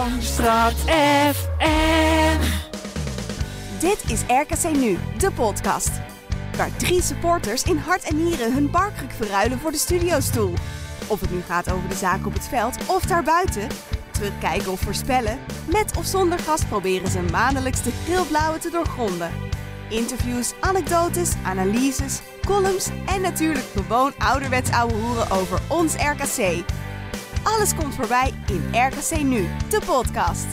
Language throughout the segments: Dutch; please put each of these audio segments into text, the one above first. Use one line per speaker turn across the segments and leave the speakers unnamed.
Langstraat FM.
Dit is RKC Nu, de podcast. Waar drie supporters in hart en nieren hun barkruk verruilen voor de studiostoel. Of het nu gaat over de zaak op het veld of daarbuiten. Terugkijken of voorspellen. Met of zonder gast proberen ze maandelijks de geelblauwe te doorgronden. Interviews, anekdotes, analyses, columns en natuurlijk gewoon ouderwets ouwe hoeren over ons RKC. Alles komt voorbij in RKC Nu, de podcast.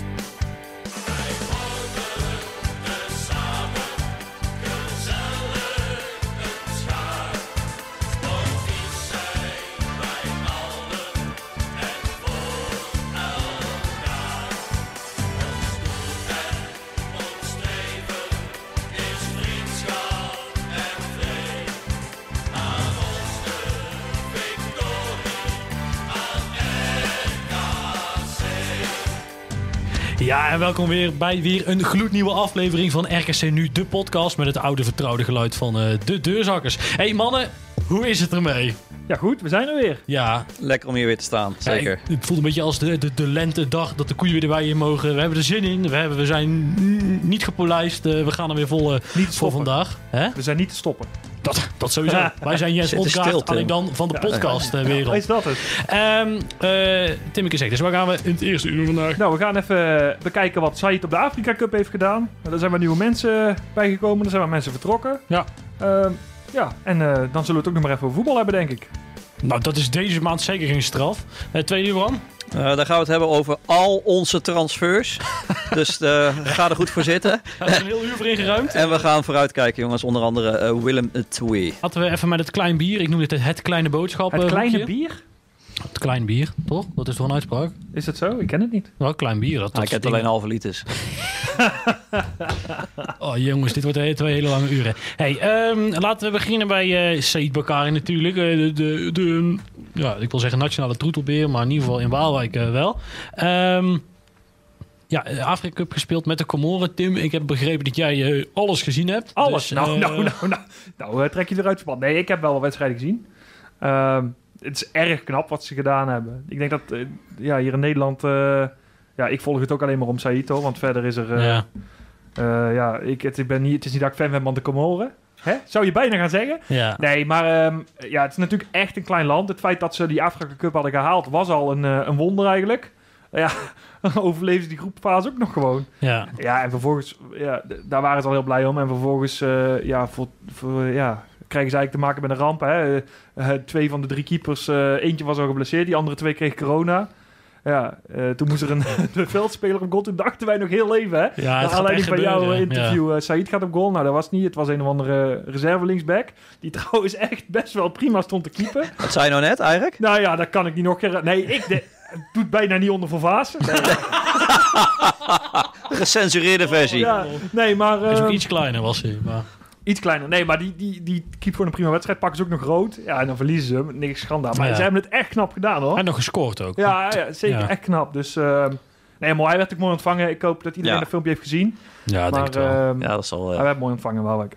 Ja, en welkom weer bij weer een gloednieuwe aflevering van RKC Nu, de podcast met het oude vertrouwde geluid van eh, de deurzakkers. hey mannen, hoe is het ermee?
Ja, goed, we zijn er weer.
Ja,
Lekker om hier weer te staan, zeker.
ja, ik- het voelt een beetje als de, de, de lentedag dat de koeien weer erbij in mogen. We hebben er zin in, we, hebben, we zijn mm, niet gepolijst, eh, we gaan er weer vol eh,
Niet
voor
stoppen.
vandaag. Hè?
We zijn niet te stoppen.
Dat, dat sowieso. Wij zijn Jens
Zitten stil,
Opkaart,
Tim.
alleen dan van de
Ja.
podcastwereld.
Is dat het?
Ehm eh Timmeke zegt, dus waar gaan we in het eerste uur doen vandaag?
Nou, we gaan even bekijken wat Said op de Afrika Cup heeft gedaan. Nou, Daar zijn wat nieuwe mensen bijgekomen, er zijn wat mensen vertrokken.
Ja.
Ehm, ja, en eh, dan zullen we het ook nog maar even over voetbal hebben, denk ik.
Nou, dat is deze maand zeker geen straf. Eh tweede uur, Bram?
Eh, dan gaan we het hebben over al onze transfers. dus eh, ga er goed voor zitten.
Daar is een heel uur voor ingeruimd.
En we gaan vooruitkijken, jongens. Onder andere eh, Willem Twee.
Laten we even met het klein bier. Ik noem dit het, het kleine boodschap.
Het
eh,
kleine
hoekje.
bier?
Het klein bier, toch? Dat is toch een uitspraak?
Is dat zo? Ik ken het niet.
Wel, klein bier. Dat,
Ah,
dat
ik heb
soort
alleen
dingen.
halve liters.
Oh jongens, dit wordt he- twee hele lange uren. Hey, ehm, laten we beginnen bij eh Said Bakari natuurlijk. Eh, de, de, de, ja, ik wil zeggen nationale troetelbeer, maar in ieder geval in Waalwijk eh, wel. Ehm ja, eh, Afrika Cup gespeeld met de Comoren. Tim, ik heb begrepen dat jij eh, alles gezien hebt.
Alles.
Dus,
nou,
eh,
nou, nou, nou, nou, eh, trek je eruit verband. Nee, ik heb wel wat wedstrijden gezien. Ehm, het is erg knap wat ze gedaan hebben. Ik denk dat eh, ja, hier in Nederland... eh, ja, ik volg het ook alleen maar om Said, hoor, want verder is er... eh,
Ja,
Eh, ja, ik, het, ik ben niet, het is niet dat ik fan ben van de Comoren. Hè? Zou je bijna gaan zeggen?
ja.
Nee, maar ehm, ja, het is natuurlijk echt een klein land. Het feit dat ze die Afrika Cup hadden gehaald was al een, eh, een wonder eigenlijk. Ja, overleven ze die groepfase ook nog gewoon.
ja.
Ja, en vervolgens, ja, d- daar waren ze al heel blij om. En vervolgens, eh, ja, voor, voor, ja, krijgen ze eigenlijk te maken met een ramp. Hè? Eh, eh, twee van de drie keepers, eh, eentje was al geblesseerd, die andere twee kreeg corona. Ja, eh, toen moest er een de veldspeler op goal. Toen dachten wij nog heel even, hè?
Ja,
Naar
het gaat
aanleiding
echt
Nou, van jouw
gebeuren.
interview, eh, Said gaat op goal. Nou, dat was het niet. Het was een of andere eh, reserve linksback. Die trouwens echt best wel prima stond te keepen.
Wat zei je nou net eigenlijk?
nou ja, dat kan ik niet nog... keer- Nee, ik... de- het doet bijna niet onder voor Vaas.
Gecensureerde versie.
Ja, nee, maar...
Hij is ook
eh,
iets kleiner was hij, maar...
Iets kleiner. Nee, maar die, die, die keept gewoon een prima wedstrijd. Pakken ze ook nog rood. Ja, en dan verliezen ze hem. Niks schandaal. Maar
Ja.
ze hebben het echt knap gedaan, hoor.
En nog gescoord ook.
Ja, ja, zeker.
Ja.
Echt knap. Dus... ehm, Nee, mooi. Hij werd ook mooi ontvangen. Ik hoop dat iedereen
Ja.
dat filmpje heeft gezien.
Ja, ik denk
maar
het wel.
ehm,
Ja, dat is al... eh,
hij werd mooi ontvangen, wel. ik.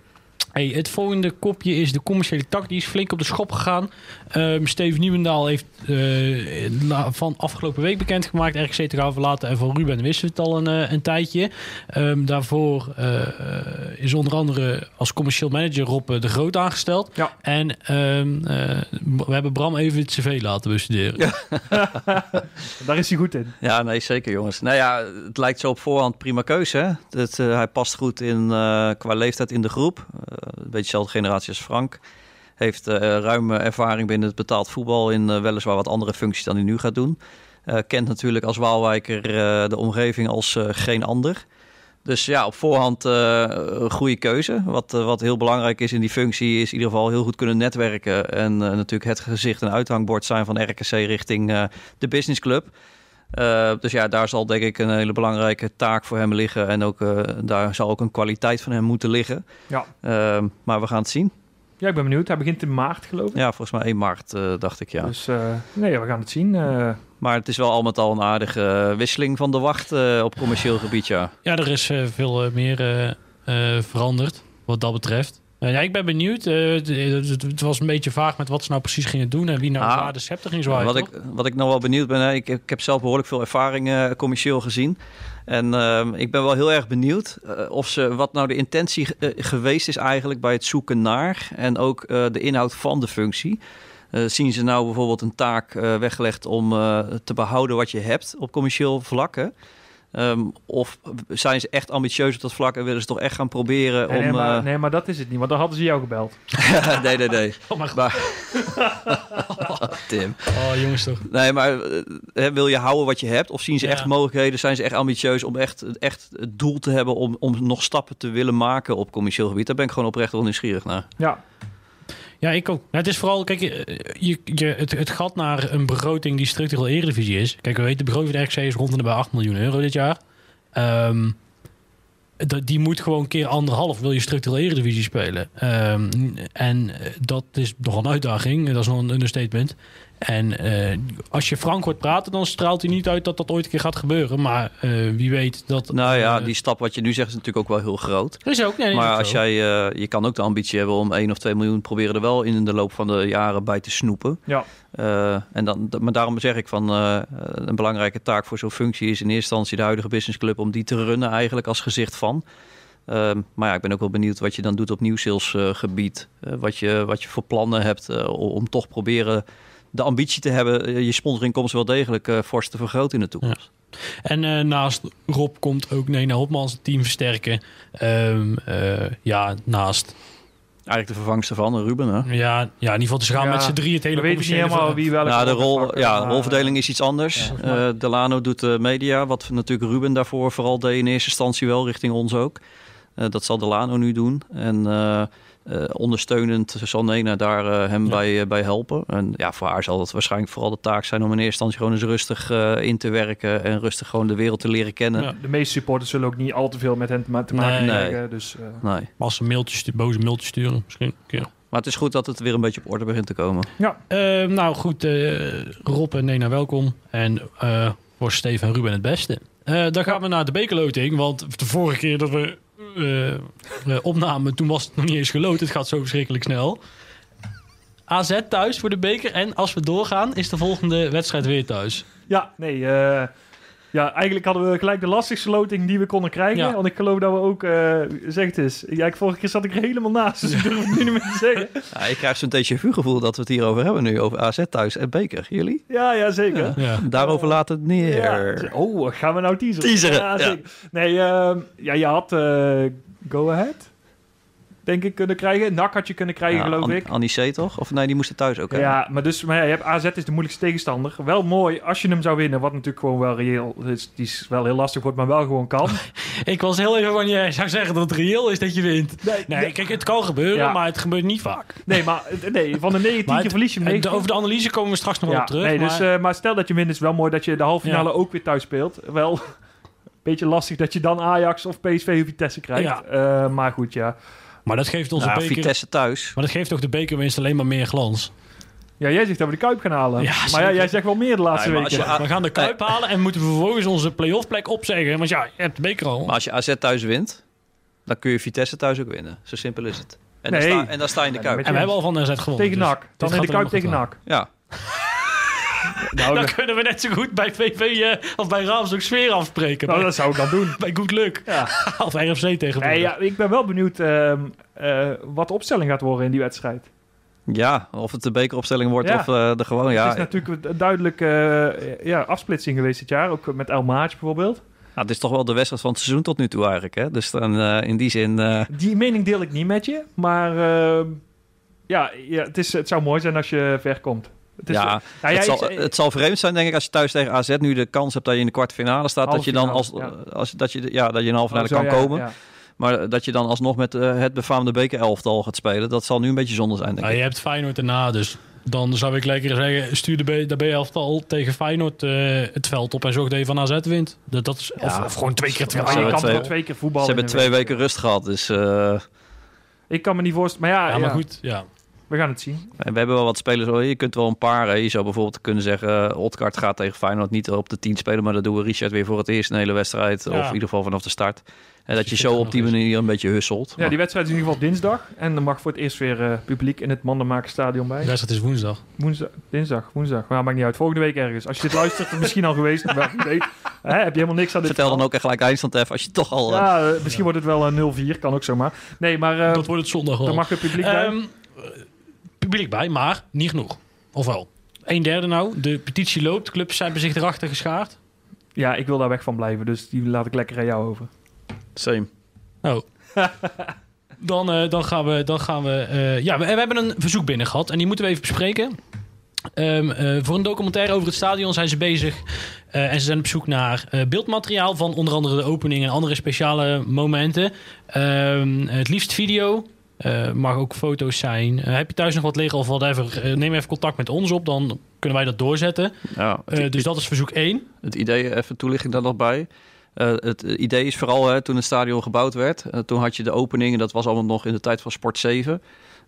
Hey, het volgende kopje is de commerciële tak. Die is flink op de schop gegaan. Ehm Steven Nieuwendaal heeft eh, la- van afgelopen week bekendgemaakt RKC te gaan verlaten. En van Ruben wisten we het al een, eh, een tijdje. Ehm, daarvoor eh, is onder andere als commercieel manager Rob eh, de Groot aangesteld.
Ja.
En ehm, eh, we hebben Bram even het cv laten bestuderen.
Daar is hij goed in.
Ja, nee, zeker jongens. Nou ja, het lijkt zo op voorhand prima keuze. Hè? Dat, eh, hij past goed in, eh, qua leeftijd in de groep. Eh, een beetje dezelfde generatie als Frank. Heeft eh, ruime ervaring binnen het betaald voetbal in eh, weliswaar wat andere functies dan hij nu gaat doen. Eh, kent natuurlijk als Waalwijker eh, de omgeving als eh, geen ander. Dus ja, op voorhand eh, een goede keuze. Wat, eh, wat heel belangrijk is in die functie is in ieder geval heel goed kunnen netwerken. En eh, natuurlijk het gezicht en uithangbord zijn van RKC richting eh, de businessclub. Eh, dus ja, daar zal denk ik een hele belangrijke taak voor hem liggen. En ook, eh, daar zal ook een kwaliteit van hem moeten liggen.
Ja.
Ehm, maar we gaan het zien.
Ja, ik ben benieuwd. Hij begint in maart, geloof ik.
Ja, volgens mij 1 maart, eh, dacht ik, ja.
Dus eh, nee, we gaan het zien. eh.
Maar het is wel al met al een aardige eh, wisseling van de wacht eh, op commercieel gebied, ja.
Ja, er is eh, veel eh, meer eh, eh, veranderd wat dat betreft. Eh, ja, ik ben benieuwd. Eh, het- het, het was een beetje vaag met wat ze nou precies gingen doen en wie nou
Ah.
waar de scepter ging zwaaien.
wat,
toch?
ik, wat ik nog wel benieuwd ben, hè, ik, ik heb zelf behoorlijk veel ervaring eh, commercieel gezien. En ehm, ik ben wel heel erg benieuwd eh, of ze, wat nou de intentie eh, geweest is eigenlijk bij het zoeken naar en ook eh, de inhoud van de functie. Eh, zien ze nou bijvoorbeeld een taak eh, weggelegd om eh, te behouden wat je hebt op commercieel vlak? Hè? Ehm, of zijn ze echt ambitieus op dat vlak en willen ze toch echt gaan proberen
Nee,
om.
nee, maar,
eh,
nee, maar dat is het niet, want dan hadden ze jou gebeld.
nee, nee, nee.
Oh, mijn god.
Maar- Tim.
Oh, jongens toch.
Nee, maar eh, hè, wil je houden wat je hebt? Of zien ze
Ja.
echt mogelijkheden? Zijn ze echt ambitieus om echt, echt het doel te hebben om, om nog stappen te willen maken op commercieel gebied? Daar ben ik gewoon oprecht wel nieuwsgierig naar.
Ja,
Ja, ik ook. Nou, het is vooral, kijk, eh, je, je, het, het gat naar een begroting die structureel eredivisie is. Kijk, we weten, de begroting van de RKC is rond en bij 8 miljoen euro dit jaar. Ehm, dat- die moet gewoon keer anderhalf wil je structureel eredivisie spelen. Ehm, en eh, dat is nogal een uitdaging. Dat is nog een understatement. En eh, als je Frank hoort praten, dan straalt hij niet uit dat dat ooit een keer gaat gebeuren. Maar eh, wie weet dat...
Nou ja,
eh,
die stap wat je nu zegt is natuurlijk ook wel heel groot.
is ook... nee, nee, is
Maar
ook
als
zo.
jij, eh, je kan ook de ambitie hebben om 1 of 2 miljoen proberen er wel in de loop van de jaren bij te snoepen.
ja.
Eh, en dan, d- maar daarom zeg ik van eh, een belangrijke taak voor zo'n functie is in eerste instantie de huidige businessclub om die te runnen eigenlijk als gezicht van. Ehm, maar ja, ik ben ook wel benieuwd wat je dan doet op nieuw salesgebied. gebied Eh, wat, je, wat je voor plannen hebt eh, o- om toch proberen de ambitie te hebben eh, je sponsorinkomsten wel degelijk eh, fors te vergroten in de toekomst.
En eh, naast Rob komt ook Nena Hopmans het team versterken. Ehm, eh, ja, naast.
Eigenlijk de vervangster van Ruben. Hè?
Ja, ja, in ieder geval te gaan
Ja,
met z'n drieën het
We
hele
weten niet
commerciële
helemaal
ver-
wie welke
Nou, de
rol gaat
rol,
pakken,
ja,
maar,
rolverdeling is iets anders.
Ja.
Eh, Delano doet de media, wat natuurlijk Ruben daarvoor vooral deed in eerste instantie wel, richting ons ook. Eh, dat zal Delano nu doen. En eh, eh, ondersteunend zal Nena daar eh, hem
Ja.
bij, eh, bij helpen. En ja, voor haar zal het waarschijnlijk vooral de taak zijn om in eerste instantie gewoon eens rustig eh, in te werken en rustig gewoon de wereld te leren kennen.
Ja.
eh, De meeste supporters zullen ook niet al te veel met hen te ma- te maken
Nee.
krijgen. Dus, eh,
Nee.
Als ze mailtjes, stu- boze mailtjes sturen, misschien. een keer.
Maar het is goed dat het weer een beetje op orde begint te komen.
Ehm, nou goed, eh, Rob en Nena welkom. En eh, voor Steven en Ruben het beste. Eh, dan gaan we naar de bekerloting. Want de vorige keer dat we eh, eh, opnamen, toen was het nog niet eens geloot. Het gaat zo verschrikkelijk snel. AZ thuis voor de beker. En als we doorgaan, is de volgende wedstrijd weer thuis.
ja, nee. eh, ja, eigenlijk hadden we gelijk de lastigste loting die we konden krijgen.
Ja.
Want ik geloof dat we ook, eh zeg het eens. Ja, ik, vorige keer zat ik er helemaal naast, dus ik durf het nu niet meer te zeggen.
Ja, ik krijg zo'n déjà vu gevoel dat we het hierover hebben nu, over AZ thuis en Beker. Jullie?
Ja, ja, zeker.
Ja.
Daarover laten het neer.
Ja. Oh, gaan we nou teaseren?
Teaseren, ja.
zeker. Nee, ehm, ja, je had eh, Go Ahead, denk ik, kunnen krijgen. NAC had je kunnen krijgen,
Ja,
geloof
An-
ik.
Annie C, toch? Of nee, die moest het thuis ook hebben.
Ja, maar, dus, maar ja, je hebt AZ is de moeilijkste tegenstander. Wel mooi als je hem zou winnen, wat natuurlijk gewoon wel reëel is. Die is wel heel lastig wordt, maar wel gewoon kan.
Ik was heel even van, jij zou zeggen dat het reëel is dat je wint.
Nee,
Nee, kijk, het kan gebeuren,
Ja.
maar het gebeurt niet vaak.
nee, maar nee, van de 19
Maar
keer verlies je hem
En
9
de- over de analyse komen we straks nog wel
ja,
op terug.
nee,
maar,
dus, eh, maar stel dat je wint, is wel mooi dat je de halve finale
Ja.
ook weer thuis speelt. Wel een beetje lastig dat je dan Ajax of PSV of Vitesse krijgt.
Ja.
Eh, maar goed, ja.
maar dat geeft onze
Ja,
beker...
Ah, Vitesse thuis.
Maar dat geeft toch de bekerwinst alleen maar meer glans.
Ja, jij zegt dat we de Kuip gaan halen.
Ja,
maar ja,
zeker.
jij zegt wel meer de laatste
Nee, maar als
weken.
Ah,
we gaan de Kuip halen en moeten vervolgens onze play-offplek opzeggen. Want ja, je hebt de beker al.
Maar als je AZ thuis wint, dan kun je Vitesse thuis ook winnen. Zo simpel is het. En,
Nee.
dan, sta, en dan sta je in de
Ja, dan
kuip.
en we hebben al van NZ gewonnen.
Tegen
dus
NAC.
dit
Dan in
gaat
de Kuip
helemaal
tegen
goed
NAC.
Ja,
Nou,
Dan
dat,
kunnen we net zo goed bij VV eh, of bij Rams ook sfeer afspreken.
nou,
bij,
dat zou ik dan doen.
bij Good Luck
Ja.
of RFC tegen
Nee, ja, ik ben wel benieuwd ehm, eh, wat de opstelling gaat worden in die wedstrijd.
ja of het de bekeropstelling wordt
Ja.
of eh, de gewone. Ja,
het is natuurlijk een duidelijke eh, ja, afsplitsing geweest dit jaar. Ook met El Maatje bijvoorbeeld.
Ja, het is toch wel de wedstrijd van het seizoen tot nu toe eigenlijk. Hè? Dus dan eh, in die zin... eh,
Die mening deel ik niet met je. Maar ehm, ja, ja het, is, het zou mooi zijn als je ver komt. Het is,
ja,
nou,
het,
jij-
zal, het zal vreemd zijn, denk ik, als je thuis tegen AZ nu de kans hebt dat je in de kwartfinale staat. Dat je dan als,
Halve finale,
als dat je, ja, dat je in de halve
oh,
finale
zo,
kan
ja,
komen.
ja.
Maar dat je dan alsnog met eh, het befaamde bekerelftal gaat spelen, dat zal nu een beetje zonde zijn, denk
Nou,
ik.
je hebt Feyenoord erna, dus dan zou ik lekker zeggen... stuur de, B- de B-elftal tegen Feyenoord eh, het veld op en zorg dat je van AZ wint. Dat, dat is, of,
Ja.
of gewoon twee keer het
Ja,
veld.
maar je
hebben
kan
twee-
wel twee keer voetballen.
Ze hebben
in
twee
een week.
weken rust gehad, dus eh,
Ik kan me niet voorstellen. Maar ja,
Ja, maar
ja.
goed, ja.
We gaan het zien.
En we hebben wel wat spelers. hoor. Je kunt wel een paar. eh, Je zou bijvoorbeeld kunnen zeggen: Otkart gaat tegen Feyenoord niet op de 10 spelen. Maar dat doen we Richard weer voor het eerst een hele wedstrijd.
Ja.
Of in ieder geval vanaf de start. En
Dus
dat je
fit
zo op
genoeg
die
is.
manier een beetje husselt.
Ja, die wedstrijd is in ieder geval dinsdag. En er mag voor het eerst weer eh, publiek in het Mandenmakerstadion bij.
De wedstrijd is woensdag.
Woensdag, dinsdag, woensdag. Maar ja, maakt niet uit. Volgende week ergens. Als je dit luistert, is het misschien al geweest. Maar geen idee. Hè, heb je helemaal niks aan dit.
Vertel dan ook echt gelijk de eindstand even als je toch al. eh,
Ja, eh, misschien wordt het wel een 0-4. Kan ook zomaar. Nee, maar eh,
dat wordt het zondag wel.
er mag het publiek bij.
Ehm, publiek bij, maar niet genoeg. Of wel? Een derde nou. De petitie loopt. Clubs hebben zich erachter geschaard.
Ja, ik wil daar weg van blijven. Dus die laat ik lekker aan jou over.
Same.
Oh. dan, eh, dan gaan we... Dan gaan we eh, ja, we, we hebben een verzoek binnen gehad. En die moeten we even bespreken. Ehm, eh, voor een documentaire over het stadion zijn ze bezig. eh, en ze zijn op zoek naar eh, beeldmateriaal van onder andere de opening en andere speciale momenten. Ehm, het liefst video. eh, mag ook foto's zijn. Eh, heb je thuis nog wat liggen of whatever? eh, neem even contact met ons op, dan kunnen wij dat doorzetten.
Ja,
Eh, dus dat is verzoek 1.
Het idee, eh, even toelichting daar nog bij. Eh, het idee is vooral hè, toen het stadion gebouwd werd. eh, toen had je de opening en dat was allemaal nog in de tijd van Sport 7.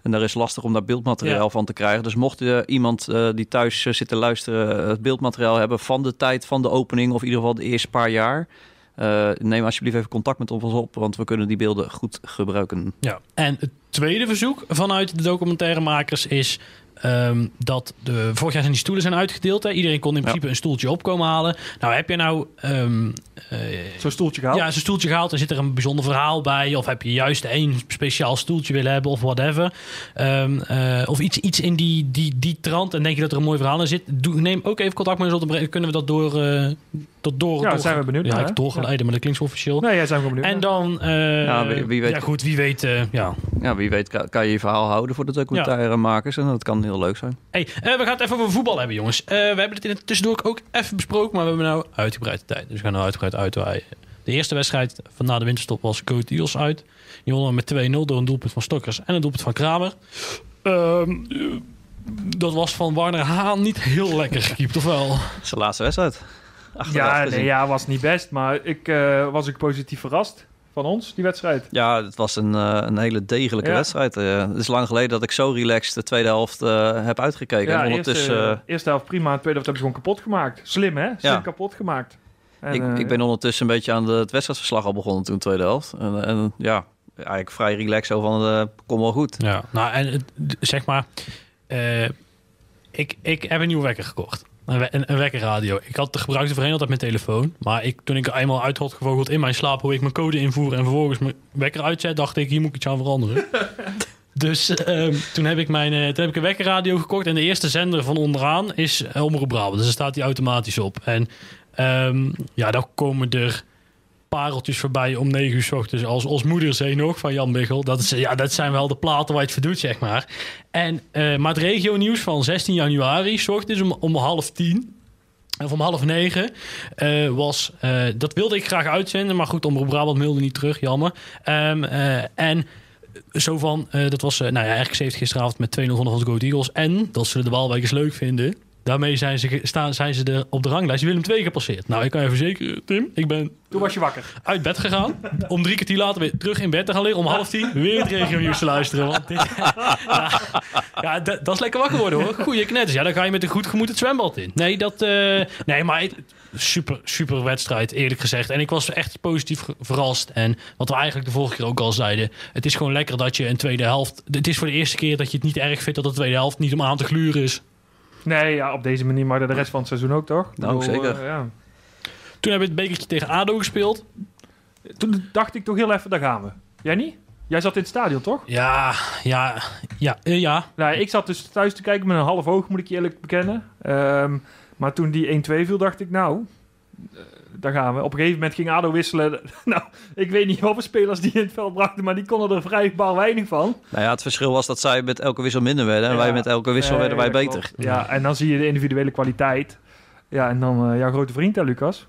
En daar is lastig om daar beeldmateriaal
Ja.
van te krijgen. Dus mocht eh, iemand eh, die thuis eh, zit te luisteren eh, het beeldmateriaal hebben van de tijd van de opening, of in ieder geval de eerste paar jaar. eh, neem alsjeblieft even contact met ons op, want we kunnen die beelden goed gebruiken.
Ja. En het tweede verzoek vanuit de documentairemakers is ehm, dat de, vorig jaar zijn die stoelen zijn uitgedeeld. Hè? Iedereen kon in principe een stoeltje opkomen halen. Nou, heb je nou ehm, eh,
Zo'n stoeltje gehaald.
ja, zo'n stoeltje gehaald en zit er een bijzonder verhaal bij? Of heb je juist één speciaal stoeltje willen hebben of whatever? Ehm, eh, of iets, iets in die, die, die trant en denk je dat er een mooi verhaal in zit? Doe, neem ook even contact met ons op dan bre- kunnen we dat door... eh dat door
Ja,
door-
zijn we benieuwd
Ja,
naar,
ik
hè?
doorgeleiden, maar dat klinkt zo officieel.
Nee, jij zijn gewoon benieuwd.
En dan... eh,
Ja, wie- wie weet-
Ja, goed, wie weet... eh, ja.
Ja, wie weet ka- kan je je verhaal houden voor de documentairemakers en dat kan heel leuk zijn.
Hey, eh, we gaan het even over voetbal hebben, jongens. Eh, we hebben het in het tussendoor ook even besproken, maar we hebben nou uitgebreid de tijd. Dus we gaan nou uitgebreid uitwaaien. De eerste wedstrijd van na de winterstop was Go Eagles uit. Die wonnen met 2-0 door een doelpunt van Stokkers en een doelpunt van Kramer. Ehm, eh, dat was van Warner Haan niet heel lekker gekiept, of wel?
Dat is de laatste wedstrijd. Achteraf
ja,
gezien.
nee, ja, was niet best. Maar ik eh, was ook positief verrast van ons, die wedstrijd.
Ja, het was een, eh, een hele degelijke
Ja.
wedstrijd. eh. het is lang geleden dat ik zo relaxed de tweede helft eh, heb uitgekeken.
ja,
en ondertussen,
eerste,
eh,
eerste helft prima. En tweede helft hebben ze gewoon kapot gemaakt. Slim, hè? Slim
Ja.
kapot gemaakt. En,
ik,
eh,
ik ben ondertussen een beetje aan de, het wedstrijdverslag al begonnen toen de tweede helft. En, eh, en ja, eigenlijk vrij relaxed over van, eh, kom wel goed.
Ja, nou en het- d- zeg maar, eh, ik, ik heb een nieuwe wekker gekocht. Een, we- een, een wekkerradio. Ik had de gebruikte voorheen altijd mijn telefoon. Maar ik, toen ik er eenmaal uit had gevogeld in mijn slaap hoe ik mijn code invoer en vervolgens mijn wekker uitzet, dacht ik, hier moet ik iets aan veranderen. dus ehm, toen, heb ik mijn, eh, toen heb ik een wekkerradio gekocht. En de eerste zender van onderaan is eh, Omroep Brabant. Dus daar staat die automatisch op. En ehm, ja, daar komen er pareltjes voorbij om 9 uur 's ochtends. Als, als moeder zei nog van Jan Biggel. Dat, is, ja, dat zijn wel de platen waar je het voor doet, zeg maar. En, eh, maar het regionieuws van 16 januari, 's ochtends om, om half tien. Of om half negen eh, was... eh, dat wilde ik graag uitzenden, maar goed, Omroep Brabant mailde niet terug, jammer. Ehm, eh, en zo van, eh, dat was... eh, nou ja, RKC heeft gisteravond met 2-0 gewonnen van de Go Ahead Eagles. En, dat zullen de Waalwijkers leuk vinden... Daarmee zijn ze, ge- staan, zijn ze er op de ranglijst Willem 2 gepasseerd. Nou, ik kan je verzekeren, Tim, ik ben
Toen was je wakker.
uit bed gegaan. Om drie kwartier later weer terug in bed te gaan liggen. Om half tien weer het regionieuws te luisteren. Want dit, ja, ja, dat, dat is lekker wakker worden hoor. Goeie knetters. Ja, dan ga je met een goed gemoed het zwembad in. Nee, dat, eh, nee maar het- super, super wedstrijd eerlijk gezegd. En ik was echt positief ge- verrast. En wat we eigenlijk de vorige keer ook al zeiden. Het is gewoon lekker dat je een tweede helft... Het is voor de eerste keer dat je het niet erg vindt dat de tweede helft niet om aan te gluren is.
Nee, ja, op deze manier. Maar de rest van het seizoen ook, toch? Ik
Nou, zeker.
eh, ja.
Toen hebben we het bekertje tegen ADO gespeeld.
Toen dacht ik toch heel even, daar gaan we. Jij niet? Jij zat in het stadion, toch?
Ja, ja, ja, eh, ja.
Nou, ik zat dus thuis te kijken met een half oog, moet ik je eerlijk bekennen. Ehm, maar toen die 1-2 viel, dacht ik, nou, eh, daar gaan we. Op een gegeven moment ging Ado wisselen. nou, ik weet niet hoeveel spelers die in het veld brachten, maar die konden er vrijbaar weinig van.
Nou ja, het verschil was dat zij met elke wissel minder werden. En
Ja.
wij met elke wissel
Nee,
werden wij
dat
beter.
klopt. Ja, en dan zie je de individuele kwaliteit. Ja, en dan eh, jouw grote vriend, hè, Lucas?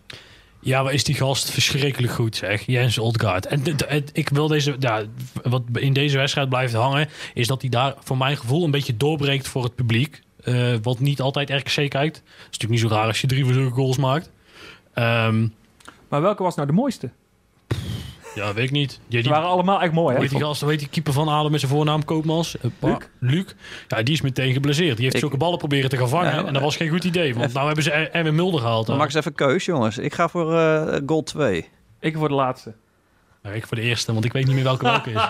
Ja, maar is die gast verschrikkelijk goed, zeg. Jens Oldgaard. En d- d- het- ik wil deze, ja, wat in deze wedstrijd blijft hangen, is dat hij daar voor mijn gevoel een beetje doorbreekt voor het publiek. eh, wat niet altijd RKC kijkt. Het is natuurlijk niet zo raar als je drie zulke goals maakt. Ehm,
Maar welke was nou de mooiste?
Ja, weet ik niet. Ja,
Ze
die,
waren allemaal echt mooi,
hoe
hè?
heet die gast, hoe heet die keeper van Adem met zijn voornaam Koopmans? Eh, pa- Luc. Ja, die is meteen geblesseerd. Die heeft
Ik-
zulke ballen proberen te gaan vangen.
Ja,
en dat was geen goed idee, want nou hebben ze Er- Erwin Mulder gehaald.
Dan
hè.
maak eens even keus, jongens. Ik ga voor eh, goal 2.
Ik voor de laatste.
Nou, ik voor de eerste, want ik weet niet meer welke welke is.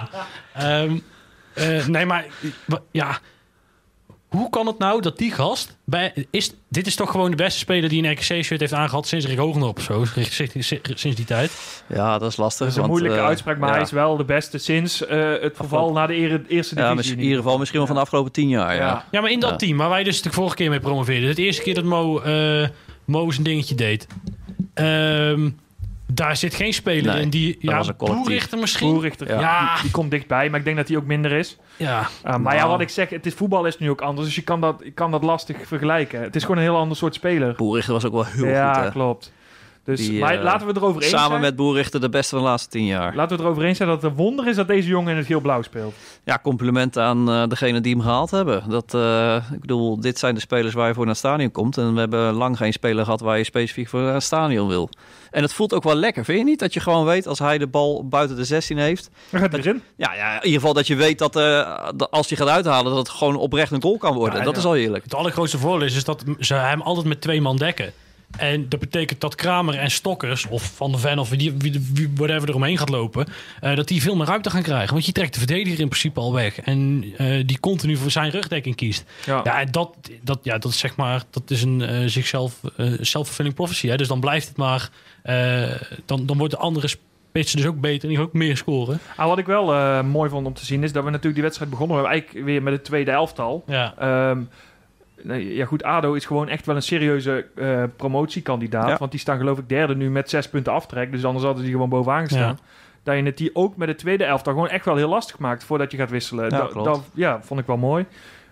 Ehm, eh, nee, maar wa- ja. Hoe kan het nou dat die gast... Bij, is, dit is toch gewoon de beste speler die een RKC-shirt heeft aangehad sinds Rick Hogenop of zo. Sinds, sinds die tijd.
Ja, dat is lastig.
Dat is een
want,
moeilijke
eh,
uitspraak, maar
ja.
hij is wel de beste sinds eh, het verval naar de ere- eerste
Ja,
divisie.
misschien- in
ieder
ieder geval misschien wel van de afgelopen tien jaar. Ja.
Ja.
Ja, maar in dat
Ja.
team waar wij dus de vorige keer mee promoveerden. Het eerste keer dat Mo, eh Mo zijn dingetje deed. Ehm, daar zit geen speler
Nee,
in die... Ja,
was een collectief.
Boerichter misschien?
Boerichter,
Ja.
ja. Die, die komt dichtbij, maar ik denk dat hij ook minder is.
Ja.
Uh, maar ja,
Nou.
wat ik zeg, het is, voetbal is nu ook anders, dus je kan dat, je kan dat lastig vergelijken. Het is gewoon een heel ander soort speler.
Boerichter was ook wel heel
ja,
goed. Hè?
klopt. Dus
Die,
maar
eh,
laten we het erover eens
Samen
zijn.
met Boerichter de beste van de laatste tien jaar.
Laten we het erover eens zijn dat het een wonder is dat deze jongen in het geel-blauw speelt.
Ja, complimenten aan eh, degene die hem gehaald hebben. Dat, eh, ik bedoel, dit zijn de spelers waar je voor naar het stadion komt. En we hebben lang geen speler gehad waar je specifiek voor naar het stadion wil. En het voelt ook wel lekker, vind je niet? Dat je gewoon weet als hij de bal buiten de 16 heeft.
Daar gaat hij erin.
Ja, ja in ieder geval dat je weet dat, eh, dat als hij gaat uithalen, dat het gewoon oprecht een goal kan worden.
Ja,
dat
ja.
is al eerlijk.
Het allergrootste voordeel is, is dat ze hem altijd met twee man dekken. En dat betekent dat Kramer en Stokkers of Van der Ven of wie, die- wie, wie- whatever er omheen gaat lopen, eh, dat die veel meer ruimte gaan krijgen. Want je trekt de verdediger in principe al weg. En eh, die continu voor zijn rugdekking kiest.
Ja.
Ja, en dat, dat, ja, dat is zeg maar, dat is een eh, zichzelf eh self-fulfilling prophecy. Hè? Dus dan blijft het maar, eh, dan, dan wordt de andere spitsen dus ook beter en die gaan ook meer scoren.
Ah, wat ik wel eh, mooi vond om te zien is dat we natuurlijk die wedstrijd begonnen. We hebben eigenlijk weer met het tweede elftal.
Ja.
Ehm, nee, ja goed, ADO is gewoon echt wel een serieuze eh, promotiekandidaat.
Ja.
Want die staan geloof ik derde nu met zes punten aftrek. Dus anders hadden die gewoon bovenaan gestaan. Dat je het die ook met de tweede elftal gewoon echt wel heel lastig maakt voordat je gaat wisselen.
Ja,
Dat-
klopt.
dat ja, vond ik wel mooi.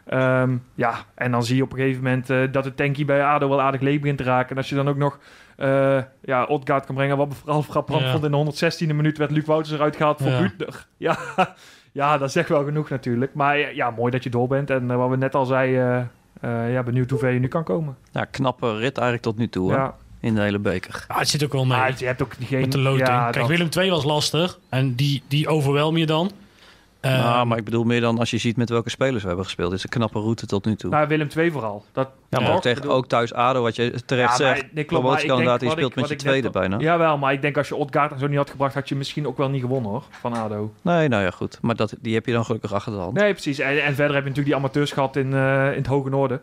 Ehm, ja, en dan zie je op een gegeven moment eh, dat de tankie bij ADO wel aardig leeg begint te raken. En als je dan ook nog eh ja, Odgaard kan brengen, wat me vooral grappig
Ja.
vond. In de 116e minuut werd Luc Wouters eruit gehaald voor
Ja.
Butner. Ja, ja, dat zegt wel genoeg natuurlijk. Maar ja, ja, mooi dat je door bent. En eh, wat we net al zeiden, eh, eh, ja, benieuwd hoe ver je nu kan komen.
Ja, knappe rit eigenlijk tot nu toe hè?
Ja,
in de hele beker.
Ah, het zit ook wel mee.
maar je hebt ook geen...
Met de loting.
Ja,
Kijk,
dat-
Willem 2 was lastig. En die, die overwelm je dan. Eh,
Ehm.
Ah, maar ik bedoel meer dan als je ziet met welke spelers we hebben gespeeld. Dit is een knappe route tot nu toe.
Nou, Willem 2 vooral. Dat,
ja, maar
ja.
ook, tegen, ook thuis ADO, wat je terecht
Ja, maar-
zegt.
nee, klopt, maar ik denk
Promotiekandidaat, die
wat
speelt
ik- wat
met je
ik net
tweede
op-
bijna.
Jawel, maar ik denk als je Odgaard en zo niet had gebracht, had je misschien ook wel niet gewonnen hoor, van ADO.
Nee, nou ja, goed. Maar dat, die heb je dan gelukkig achter de hand.
Nee, precies. En, en verder heb je natuurlijk die amateurs gehad in, eh, in het Hoge Noorden.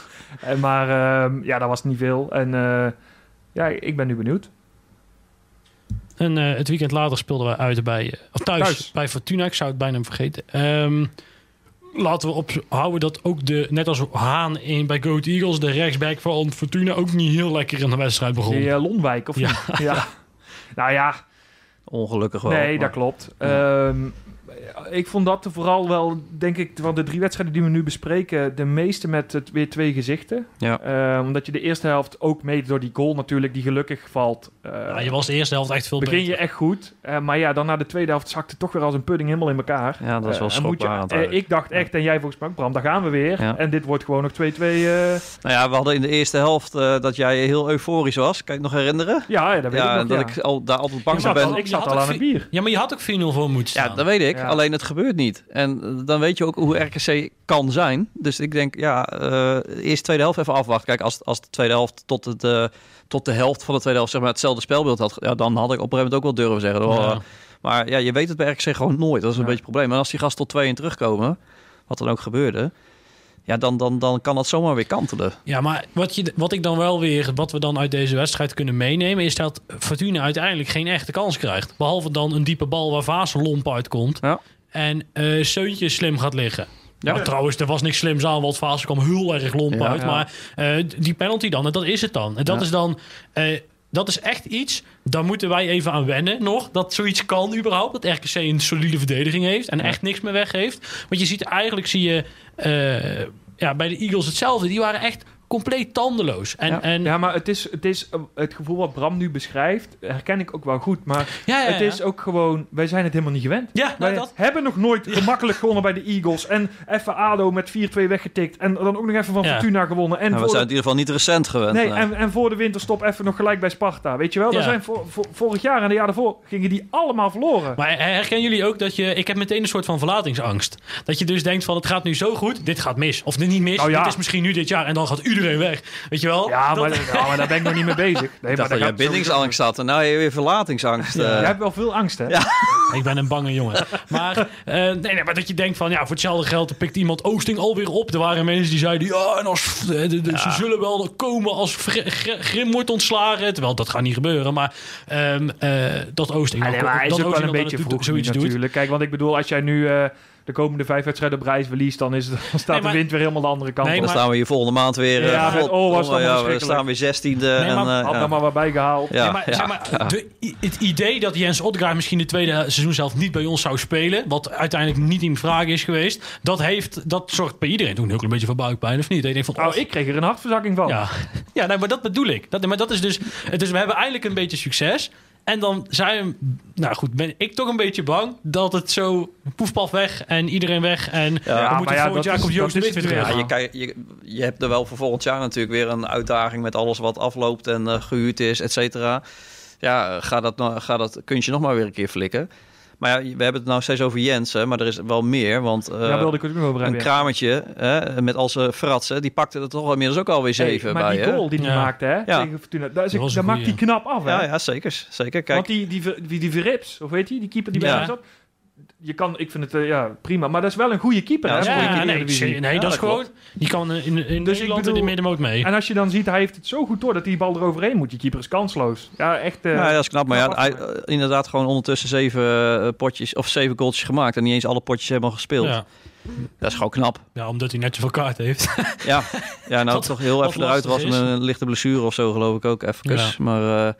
en, maar ehm, ja, dat was niet veel. En eh, ja, ik ben nu benieuwd.
En eh, het weekend later speelden we uit bij, eh, of thuis,
Thuis.
bij Fortuna. Ik zou het bijna vergeten. Ehm, laten we ophouden dat ook de, net als Haan in, bij Goat Eagles, de rechtsback van Fortuna ook niet heel lekker in de wedstrijd
Oh.
begon.
Die eh, Lonwijk, of
Ja.
niet? ja. Nou ja,
Ongelukkig wel.
Nee,
maar-
dat klopt. Ehm, ik vond dat vooral wel, denk ik, van de drie wedstrijden die we nu bespreken, de meeste met het weer twee gezichten.
Ja.
Ehm, omdat je de eerste helft ook mede door die goal natuurlijk, die gelukkig valt. eh,
Ja, je was de eerste helft echt veel
begin
beter.
je echt goed. Eh, maar ja, dan na de tweede helft zakte het toch weer als een pudding helemaal in elkaar.
Ja, dat is wel
Eh, en moet je-
schrikbarend
eh,
eigenlijk.
ik dacht echt, en jij volgens mij, ook, Bram, daar gaan we weer.
Ja.
En dit wordt gewoon nog 2-2. eh,
Nou ja, we hadden in de eerste helft eh, dat jij heel euforisch was. Kan je het nog herinneren?
ja, ja, dat weet
Ja,
ik
en
nog.
dat
ja.
ik al, daar altijd
ik
bang voor
zat,
ben.
al, ik
Je
zat
had
al
ook
aan het
vi-
bier.
Ja, maar je had ook 4-0 voor moeten staan.
Ja, dat weet ik.
Ja.
Alleen het gebeurt niet. En eh, dan weet je ook hoe RKC kan zijn. Dus ik denk, ja, eh eerst tweede helft even afwachten. Kijk, als, als de tweede helft tot, het, eh, tot de helft van de tweede helft zeg maar, hetzelfde spelbeeld had... ge- Ja, dan had ik op een gegeven moment ook wel durven zeggen. oh,
Ja.
eh, Maar ja, je weet het bij RKC gewoon nooit. Dat is een
Ja.
beetje het probleem. En als die gasten tot tweeën terugkomen, wat dan ook gebeurde... Ja, dan, dan, dan kan dat zomaar weer kantelen.
Ja, maar wat, je, wat ik dan wel weer, wat we dan uit deze wedstrijd kunnen meenemen, is dat Fortuna uiteindelijk geen echte kans krijgt. Behalve dan een diepe bal waar Vaas lomp uitkomt.
Ja.
En eh Seuntje slim gaat liggen.
Ja.
Ja. trouwens, er was niks slims aan, want Vaas kwam heel erg lomp
Ja.
uit.
Ja.
Maar eh, die penalty dan, en dat is het dan. En dat
Ja.
is dan. eh, dat is echt iets, daar moeten wij even aan wennen nog. Dat zoiets kan überhaupt. Dat RKC een solide verdediging heeft en echt niks meer weggeeft. Want je ziet eigenlijk, zie je eh, ja, bij de Eagles hetzelfde. Die waren echt compleet tandeloos. En,
ja.
en,
ja, maar het is, het is eh, het gevoel wat Bram nu beschrijft, herken ik ook wel goed. Maar
ja, ja,
het is ook gewoon, wij zijn het helemaal niet gewend.
Ja, nou
Wij
dat.
hebben nog nooit gemakkelijk gewonnen bij de Eagles. En even ADO met 4-2 weggetikt. En dan ook nog even van
Ja.
Fortuna gewonnen. En
Nou, we
voor
zijn
de-
het in ieder geval niet recent gewend.
Nee,
nee.
en, en voor de winterstop even nog gelijk bij Sparta. Weet je wel,
Ja.
daar zijn vor- vor- vorig jaar en de jaar daarvoor gingen die allemaal verloren.
Maar her- herkennen jullie ook dat je... Ik heb meteen een soort van verlatingsangst. Dat je dus denkt van, het gaat nu zo goed, dit gaat mis. Of dit niet mis,
Nou ja.
dit is misschien nu dit jaar en dan gaat iedereen weg. Weet je wel?
ja,
Dat-
maar, ja, maar daar ben ik nog niet mee bezig. Nee,
Ik
maar
dacht dat jij
gaat sowieso-
bindingsangst had en nou heb je weer verlatingsangst. eh.
Jij hebt wel veel angst, hè?
Ja.
Ik ben een bange jongen. Maar, eh, nee, nee, maar dat je denkt van, ja, voor hetzelfde geld pikt iemand Oosting alweer op. Er waren mensen die zeiden, ja, en als, eh, de- de- ze zullen wel komen als Fre- Gr- Grim wordt ontslagen. Terwijl dat gaat niet gebeuren, maar ehm, eh, dat Oosting...
Ja, Ah, nee, maar hij
dat
is ook wel
Oosting
een
dan
beetje
dat doet-
vroeg nu
zoiets doet.
natuurlijk. Kijk, want ik bedoel, als jij nu eh, de komende vijf wedstrijden op reis verliest, dan, is het, dan staat
Nee, maar-
de wind weer helemaal de andere kant
Nee,
op.
dan
maar-
staan we hier volgende maand weer. eh,
Ja, met-
god,
oh, was dat
ja, we
verschrikkelijk.
staan weer zestiende.
Nee, maar-
en, eh,
Had
ja.
daar maar wat bij gehaald.
Ja,
Ja, maar,
ja.
zeg maar de- i- het idee dat Jens Odgaard misschien de tweede seizoen zelf niet bij ons zou spelen, wat uiteindelijk niet in vraag is geweest, dat, heeft, dat zorgt bij iedereen toen een heel klein beetje voor buikpijn, of niet? Ik denk van,
Nou,
oh,
ik kreeg er een hartverzakking van.
Ja, ja nee, maar dat bedoel ik. Dat, maar dat is dus, het is, we hebben eindelijk een beetje succes. En dan zijn, nou goed, ben ik toch een beetje bang dat het zo poefpaf weg en iedereen weg. En dan moet
maar
het
ja,
volgend
dat
jaar
is-
komt Joost de
dat
Wit
is
weer
het
terug.
Ja,
weer.
je, kijk- je, je hebt er wel voor volgend jaar natuurlijk weer een uitdaging met alles wat afloopt en eh, gehuurd is, et cetera. Ja, eh, ga dat, nou- ga dat kuntje nog maar weer een keer flikken. Maar ja, we hebben het nou steeds over Jens, hè, maar er is wel meer. Want eh,
Daar wilde ik het ook nog over
een
hebben. ja.
kramertje hè, met al zijn fratsen, die pakte er toch inmiddels ook alweer
Hey,
zeven
maar
bij.
die
hè?
goal die hij
Ja.
maakte, hè?
Ja.
Tegen Fortuna, daar, is
Dat
ik,
was
daar
een
maakt hij knap af, hè?
Ja, ja, zeker. zeker. Kijk,
Want die, die, ver- die, die Verrips, of weet je, die keeper die
Ja.
bij hem zat. Je kan, ik vind het eh, ja, prima, maar dat is wel een goede keeper.
Ja,
hè,
dat is
voor in
een
de
Ja, nee,
Eredivisie.
nee,
Ja,
dat
dat
is gewoon. Die kan eh, in, in
Dus ik
Nederland in de
bedoel-
middenmoot mee.
En als je dan ziet, hij heeft het zo goed door dat die bal eroverheen moet. Je keeper is kansloos. Ja, echt. eh,
nou, ja, dat is knap. Maar ja,
knap
hij,
afgemaakt.
eh, inderdaad gewoon ondertussen zeven eh, potjes of zeven goaltjes gemaakt en niet eens alle potjes helemaal gespeeld.
ja.
Dat is gewoon knap.
ja, omdat hij net zoveel kaart heeft.
Ja, ja nou
Wat-
toch heel
wat
even eruit was
lastig
met
is.
een lichte blessure of zo, geloof ik ook even.
Ja.
Maar eh, nou,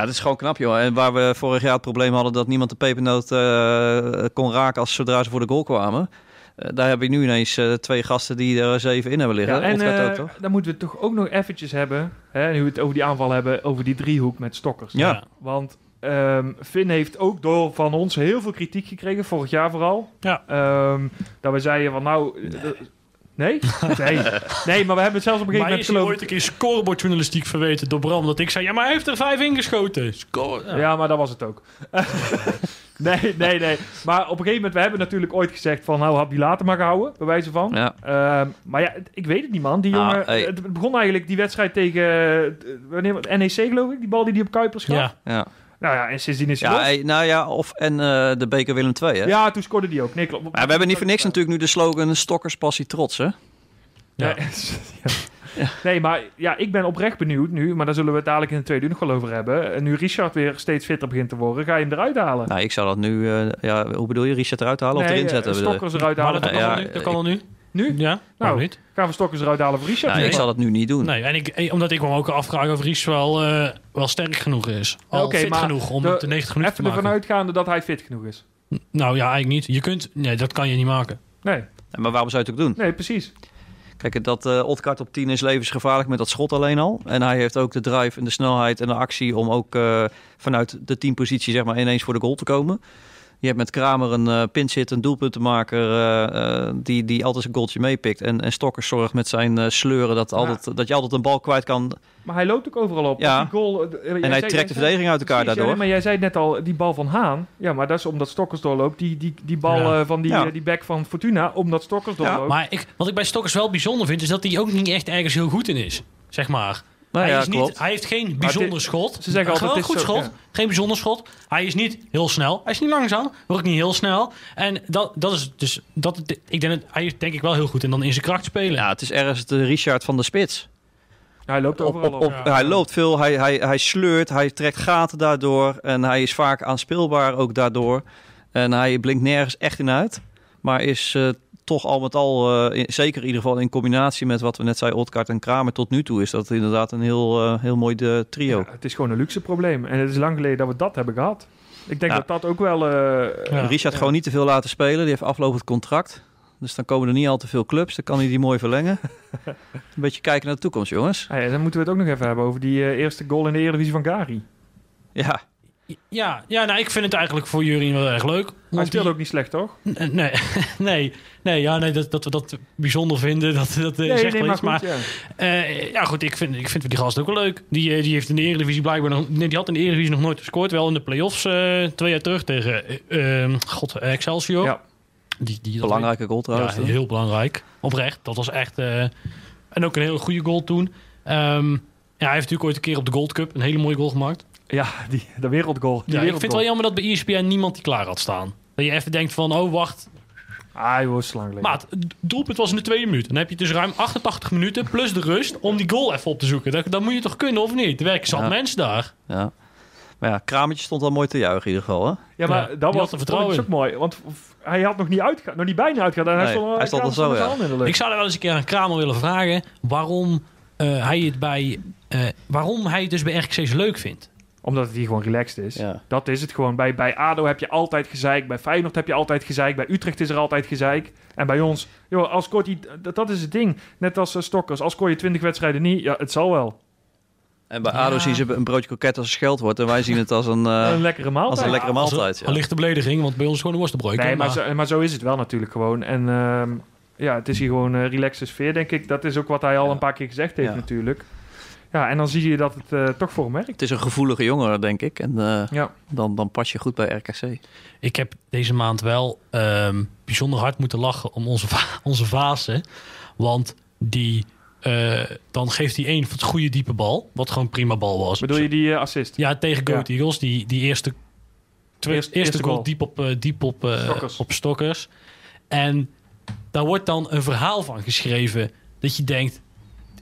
ja, dat is gewoon knap, joh. En waar we vorig jaar het probleem hadden dat niemand de pepernoot eh, kon raken als zodra ze voor de goal kwamen. eh, daar heb ik nu ineens eh, twee gasten die er zeven in hebben liggen.
Ja, en
Otgaard
eh,
ook, toch?
dan moeten we het toch ook nog eventjes hebben, hè, nu we het over die aanval hebben, over die driehoek met stokkers.
Ja.
Want ehm Finn heeft ook door van ons heel veel kritiek gekregen, vorig jaar vooral.
Ja.
Ehm, dat we zeiden van nou... eh, dat- Nee? Nee. nee, maar we hebben het zelfs op een gegeven
Mij
moment
is hij
geloof
ooit een keer scorebordjournalistiek verweten door Bram. Dat ik zei, ja, maar hij heeft er vijf ingeschoten. Score.
Ja. maar dat was het ook. nee, nee, nee. Maar op een gegeven moment, we hebben natuurlijk ooit gezegd van... nou, had die later maar gehouden, bij wijze van.
Ja.
Ehm, maar ja, het- ik weet het niet, man. Die
Ah,
jongen,
hey.
Het begon eigenlijk die wedstrijd tegen eh, wanneer, was het? NEC, geloof ik. Die bal die hij op Kuipers gaf.
Ja.
Ja.
Nou ja, en sindsdien is hij
Ja,
los.
hey, nou ja, of en eh, de beker Willem II, hè?
Ja, toen scoorde die ook. Nee, klopt.
Maar we hebben niet voor niks natuurlijk nu de slogan Stokkers passie trots, hè?
Ja. Ja. Nee, maar ja, ik ben oprecht benieuwd nu. Maar daar zullen we het dadelijk in de tweede uur nog wel over hebben. En nu Richard weer steeds fitter begint te worden, ga je hem eruit halen?
Nou, ik zou dat nu... eh, ja, hoe bedoel je? Richard eruit halen of
Nee,
erin
eh,
zetten? bedoel je?
Stokkers eruit
Maar
halen.
dat,
Nou
kan
ja,
al nu, dat kan al nu.
Nu?
Ja, waarom niet?
Gaan we Stokkers eruit halen voor Richard?
Nou, ik
Nee.
zal dat nu niet doen.
Nee, en ik, eh, omdat ik me ook afvraag of Ries wel, eh, wel sterk genoeg is. Al
Oké,
fit
maar
genoeg om
de-
het de 90 minuten te
Even
maken.
ervan uitgaande dat hij fit genoeg is.
Nou ja, eigenlijk niet. Je kunt... Nee, dat kan je niet maken.
Nee,
Maar waarom zou je het ook doen?
nee precies.
Kijk, dat eh Otkart op 10 is levensgevaarlijk met dat schot alleen al. En hij heeft ook de drive en de snelheid en de actie om ook eh, vanuit de 10 positie zeg maar ineens voor de goal te komen. Je hebt met Kramer een eh pinzit, een doelpuntenmaker eh, eh, die, die altijd zijn goaltje meepikt. En, en Stokkers zorgt met zijn eh, sleuren dat, altijd, dat je altijd een bal kwijt kan.
Maar hij loopt ook overal op.
Ja.
Die goal, eh, jij
En hij
zei-
trekt de
jij zei-
verdediging uit
Precies, ja,
elkaar daardoor.
nee, maar jij zei het net al, die bal van Haan. Ja, maar dat is omdat Stokkers doorloopt. Die, die, die bal
Ja.
eh, van die,
Ja.
eh, die back van Fortuna, omdat Stokkers
Ja,
doorloopt.
Maar ik, wat ik bij Stokkers wel bijzonder vind, is dat hij ook niet echt ergens heel goed in is. Zeg maar.
Nou
hij,
ja,
is niet,
klopt.
hij heeft geen bijzonder
dit-
schot.
ze zeggen
Gewoon
altijd,
een
het
goed
is zo,
schot.
ja.
Geen bijzonder schot. Hij is niet heel snel. Hij is niet langzaam, maar ook niet heel snel. En dat, dat is dus... Dat, ik denk dat hij is denk ik wel heel goed en dan in zijn kracht spelen.
Ja, het is ergens de Richard van de spits.
hij loopt
Op-
overal
op-
op.
op-
Ah, ja.
Hij loopt veel, hij, hij, hij sleurt, hij trekt gaten daardoor. En hij is vaak aanspeelbaar ook daardoor. En hij blinkt nergens echt in uit. Maar is eh, toch al met al, eh, in- zeker in ieder geval in combinatie met wat we net zei, Otkart en Kramer tot nu toe, is dat inderdaad een heel, eh, heel mooi eh, trio.
Ja, het is gewoon een luxe probleem. En het is lang geleden dat we dat hebben gehad. Ik denk
Ja.
dat dat ook wel... eh,
Ja.
Richard gewoon niet te veel laten spelen, die heeft aflopend contract. Dus dan komen er niet al te veel clubs. Dan kan hij die mooi verlengen. een beetje kijken naar de toekomst, jongens.
Ah ja, dan moeten we het ook nog even hebben over die eh, eerste goal in de Eredivisie van Gari.
Ja,
Ja, ja nou, ik vind het eigenlijk voor Jurien wel erg leuk.
Hij
Want
speelde
die-
ook niet slecht, toch?
N- Nee, nee, nee, ja, nee dat, dat we dat bijzonder vinden, dat, dat eh, zegt wel iets. Maar,
ja.
eh, ja, goed, ik vind, ik vind die gast ook wel leuk. Die, eh, die heeft in de Eredivisie blijkbaar nog... Nee, die had in de Eredivisie nog nooit gescoord. Wel in de play-offs eh, twee jaar terug tegen eh, eh, God, eh, Excelsior.
Ja.
Die, die, dat-
belangrijke goal trouwens.
ja, heel belangrijk. Oprecht. Dat was echt. eh, en ook een hele goede goal toen. Ehm, ja, hij heeft natuurlijk ooit een keer op de Gold Cup een hele mooie goal gemaakt.
Ja, die, de wereldgoal. Die
Ja, ik vind het
wereldgoal.
wel jammer dat bij E ESPN niemand die klaar had staan. Dat je even denkt van, oh wacht.
Ah, hij was lang geleden.
Maat, het doelpunt was in de tweede minuut. Dan heb je dus ruim 88 minuten plus de rust om die goal even op te zoeken. Dat, dat moet je toch kunnen of niet? Er werken zat
Ja.
mensen daar.
Ja. Maar ja, Kramertje stond al mooi te juichen in ieder geval. Hè?
Ja, maar
Ja, die
dat
had er
was
vertrouwen
dat is ook mooi. Want v- hij had nog niet uitgegaan, nog niet bijna uitgegaan. En hij
Nee,
stond, al-
hij stond al zo,
met zijn
ja.
handen in de
Ik
lucht.
zou er wel eens een keer aan Kramer willen vragen waarom eh, hij het bij... eh, waarom hij het dus bij RKC zo leuk vindt.
Omdat hij gewoon relaxed is.
Ja.
Dat is het gewoon. Bij, bij ADO heb je altijd gezeik. Bij Feyenoord heb je altijd gezeik. Bij Utrecht is er altijd gezeik. En bij ons, joh, als scoort hij... Dat, dat is het ding. Net als eh, Stokkers. Als scoor je 20 wedstrijden niet, ja, het zal wel.
En bij
Ja.
ADO zien ze een broodje kroket als een scheldwoord. En wij zien het als een... eh,
een lekkere maaltijd.
als een lekkere maaltijd.
Als een-
Ja.
Een lichte belediging, want bij ons is gewoon een worstenbroodje.
Nee, maar
maar-
zo, maar zo is het wel natuurlijk gewoon. En ehm, ja, het is hier gewoon een relaxe sfeer, denk ik. Dat is ook wat hij al
Ja.
een paar keer gezegd heeft
Ja.
natuurlijk. Ja, en dan zie je dat het eh, toch voor hem werkt.
Het is een gevoelige jongere, denk ik. En eh,
Ja.
dan, dan pas je goed bij RKC.
Ik heb deze maand wel ehm, bijzonder hard moeten lachen om onze, va- onze Vaassen. Want die, eh, dan geeft hij één van het goede diepe bal. Wat gewoon prima bal was.
Bedoel je die eh, assist?
Ja, tegen Goat Eagles. Die, die eerste, twee,
Eerst-
eerste,
eerste
goal
goal.
diep op, eh, diep op, eh,
Stokkers.
op stokkers. En daar wordt dan een verhaal van geschreven. Dat je denkt,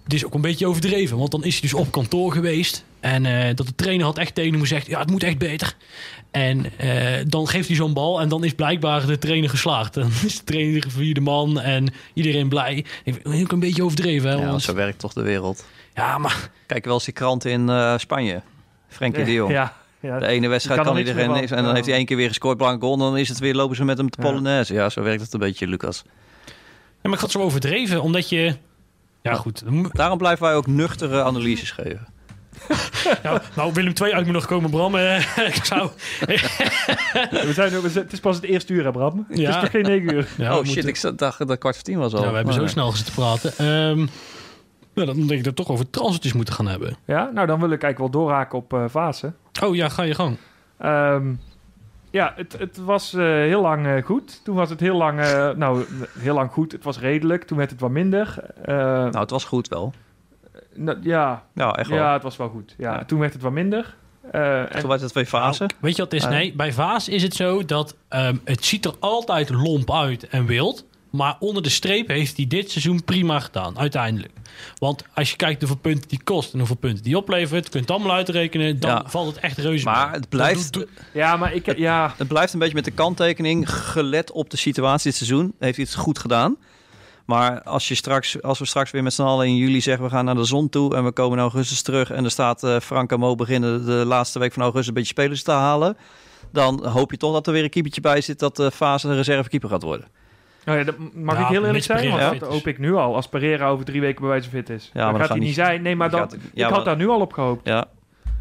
het is ook een beetje overdreven. Want dan is hij dus op kantoor geweest. En eh, dat de trainer had echt tegen hem gezegd, ja, het moet echt beter. En eh, dan geeft hij zo'n bal en dan is blijkbaar de trainer geslaagd. Dan is de trainer de vierde man en iedereen blij. Ik vind het ook een beetje overdreven. Hè,
Ja,
want-
want zo werkt toch de wereld.
ja maar
Kijk wel eens die krant in eh, Spanje. Frenkie de Jong.
Ja, ja.
De ene wedstrijd
Je kan er
kan
niks
iedereen
meer
niks.
van.
En dan
Ja.
heeft hij één keer weer gescoord, blank goal. En dan is het weer, lopen ze met hem te
Ja.
Polonaise. Ja, zo werkt het een beetje, Lucas.
Ja, maar ik had het zo overdreven, omdat je... Ja, goed.
Daarom blijven wij ook nuchtere analyses geven.
Ja, nou, Willem 2 uit moet nog komen, Bram. Eh, ik zou...
We zijn, ook- we zijn- het is pas het eerste uur, hè, Bram? Het is
Ja.
nog geen negen uur.
Ja,
oh
we
shit,
moeten-
ik zat- dacht dat het kwart voor tien was al.
Ja, we hebben
Maar,
zo
eh,
snel gezeten te praten. Ehm, nou, dan denk ik dat we toch over transitjes moeten gaan hebben.
Ja, nou dan wil ik eigenlijk wel doorraken op eh Vaassen.
Oh ja, ga je gang.
Ehm, ja, het, het was eh, heel lang eh, goed. Toen was het heel lang, eh, nou, heel lang goed. Het was redelijk. Toen werd het wat minder. Eh,
Nou, het was goed wel.
nou, ja,
Ja, echt wel.
ja, het was wel goed. Ja,
Ja.
Toen werd het wat minder. Eh, en- Nou,
Toen was het twee fasen.
Weet je wat het is?
Ah.
Nee, bij Vaas is het zo dat ehm, het ziet er altijd lomp uit en wild. Maar onder de streep heeft hij dit seizoen prima gedaan, uiteindelijk. Want als je kijkt hoeveel punten die kost en hoeveel punten die oplevert... kun je het allemaal uitrekenen, dan
Ja.
valt het echt reuze
Maar
mee.
het
Dat
blijft,
doet-
Ja, maar ik... Ja,
het blijft een beetje met de kanttekening. Gelet op de situatie dit seizoen heeft hij het goed gedaan. Maar als, je straks, als we straks weer met z'n allen in juli zeggen... we gaan naar de zon toe en we komen in augustus terug... en er staat eh, Frank en Mo beginnen de laatste week van augustus... een beetje spelers te halen... dan hoop je toch dat er weer een keepertje bij zit... dat de fase een reservekeeper gaat worden.
nou ja, dat mag
Ja,
ik heel eerlijk
mits
zijn? Want
Pereira
dat
fit is.
hoop ik nu al. Als Pereira over drie weken bij wijze van fit is.
Ja,
dan
maar
gaat
dat
hij niet
gaat
zijn. Nee, maar
Die
dat,
gaat- ja,
ik
maar-
had daar nu al op gehoopt.
Ja,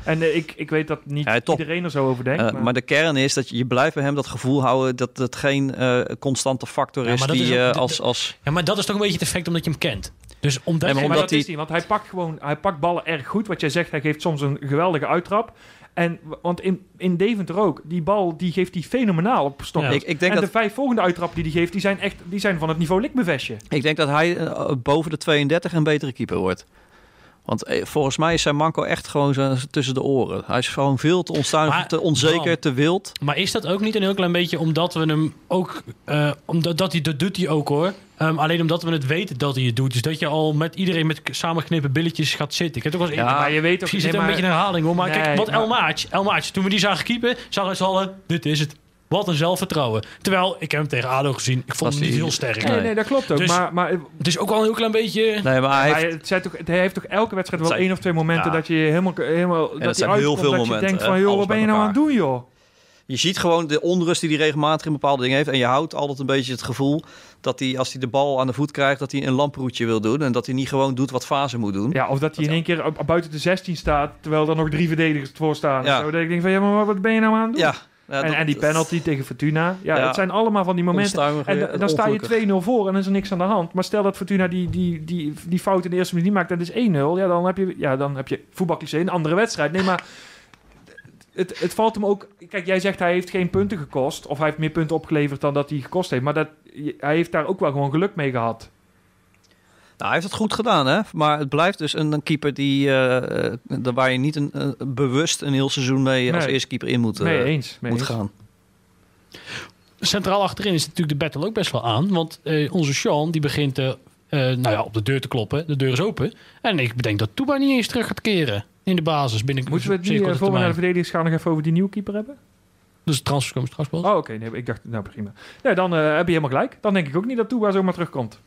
En eh, ik, ik weet dat niet
Ja, top.
iedereen er zo over denkt.
Eh,
maar,
maar de kern is dat je, je blijft bij hem dat gevoel houden dat het geen eh, constante factor
Ja,
is
maar dat
die
is ook-
eh,
de-
als, als
Ja, maar dat is toch een beetje het effect omdat je hem kent. Dus omdat
Nee,
Nee,
je...
maar
maar
omdat
dat
hij-
is niet. Want hij pakt gewoon... Hij pakt ballen erg goed. Wat jij zegt, hij geeft soms een geweldige uittrap. En, want in, in Deventer ook, die bal die geeft hij fenomenaal op stok.
Ja.
ik, ik denk
en
dat
de vijf volgende uittrappen die hij geeft, die zijn, echt, die zijn van het niveau likbevestje.
ik denk dat hij eh, boven de 32 een betere keeper wordt. Want eh, volgens mij is zijn manco echt gewoon zo tussen de oren. Hij is gewoon veel te onstuimig,
Maar-
te onzeker,
Bram.
te wild.
Maar is dat ook niet een heel klein beetje omdat we hem ook... eh, omdat dat, hij, dat doet hij ook hoor. Ehm, alleen omdat we het weten dat hij het doet. Dus dat je al met iedereen met k- samengeknepen billetjes gaat zitten. Ik heb het ook wel eens...
Ja,
eerder-
maar je weet ook...
Misschien
nee,
zit er een
maar-
beetje een herhaling hoor. Maar
Nee,
kijk, wat
maar-
El Maatj. El Maatj, toen we die zagen keepen, zagen we z'n allen... Dit is het. Wat een zelfvertrouwen. Terwijl, ik heb hem tegen ADO gezien. Ik vond
Was
hem niet
die-
heel sterk.
Nee,
Nee.
nee, dat klopt ook.
Dus-
maar, maar
Het is ook wel een heel klein beetje...
Nee, maar hij
Maar
heeft,
het, zijn toch, het heeft toch elke wedstrijd wel
Het zijn-
één of twee momenten
Ja.
dat je helemaal... helemaal dat,
dat
die
zijn heel
uitkomt,
veel
dat je
momenten,
denkt
hè,
van, joh,
alles
wat ben
bij
je nou aan het doen, joh?
je ziet gewoon de onrust die hij regelmatig in bepaalde dingen heeft. En je houdt altijd een beetje het gevoel dat hij, als hij de bal aan de voet krijgt, dat hij een lamproetje wil doen. En dat hij niet gewoon doet wat Fase moet doen.
Ja, of dat hij in één keer op- buiten de 16 staat, terwijl er nog drie verdedigers voor staan.
Ja.
Zo, dat ik denk van, ja, maar wat ben je nou aan het doen?
Ja, ja,
en,
dat-
en die penalty tegen Fortuna. Ja,
Ja.
het zijn allemaal van die momenten.
Onstuimig
En
weer,
da- dan sta je
ongelukkig.
2-0 voor en dan is er niks aan de hand. Maar stel dat Fortuna die, die, die, die fout in de eerste minuut niet maakt, dat is 1-0. Ja, dan heb je, ja, dan heb je voetbalcliché een andere wedstrijd. Nee, maar het, het valt hem ook... Kijk, jij zegt hij heeft geen punten gekost. Of hij heeft meer punten opgeleverd dan dat hij gekost heeft. Maar dat, hij heeft daar ook wel gewoon geluk mee gehad.
Nou, hij heeft het goed gedaan, hè? Maar het blijft dus een, een keeper die, eh, eh, daar waar je niet een, eh, bewust een heel seizoen mee als
Nee.
eerste keeper in moet, eh,
Nee, eens. mee
moet
eens.
gaan.
Centraal achterin is natuurlijk de battle ook best wel aan. Want eh, onze Sean die begint eh, eh, nou ja, op de deur te kloppen. De deur is open. En ik bedenk dat Touba niet eens terug gaat keren. In de basis binnen
Moeten we het
zeer
nu, eh,
korte
voor we naar de
termijn.
verdedigers gaan, nog even over die nieuwe keeper hebben?
Dus de transfers komen straks wel.
Oh, oké. nee, ik dacht, nou prima. Nee, dan eh, heb je helemaal gelijk. Dan denk ik ook niet dat Touba zomaar terugkomt.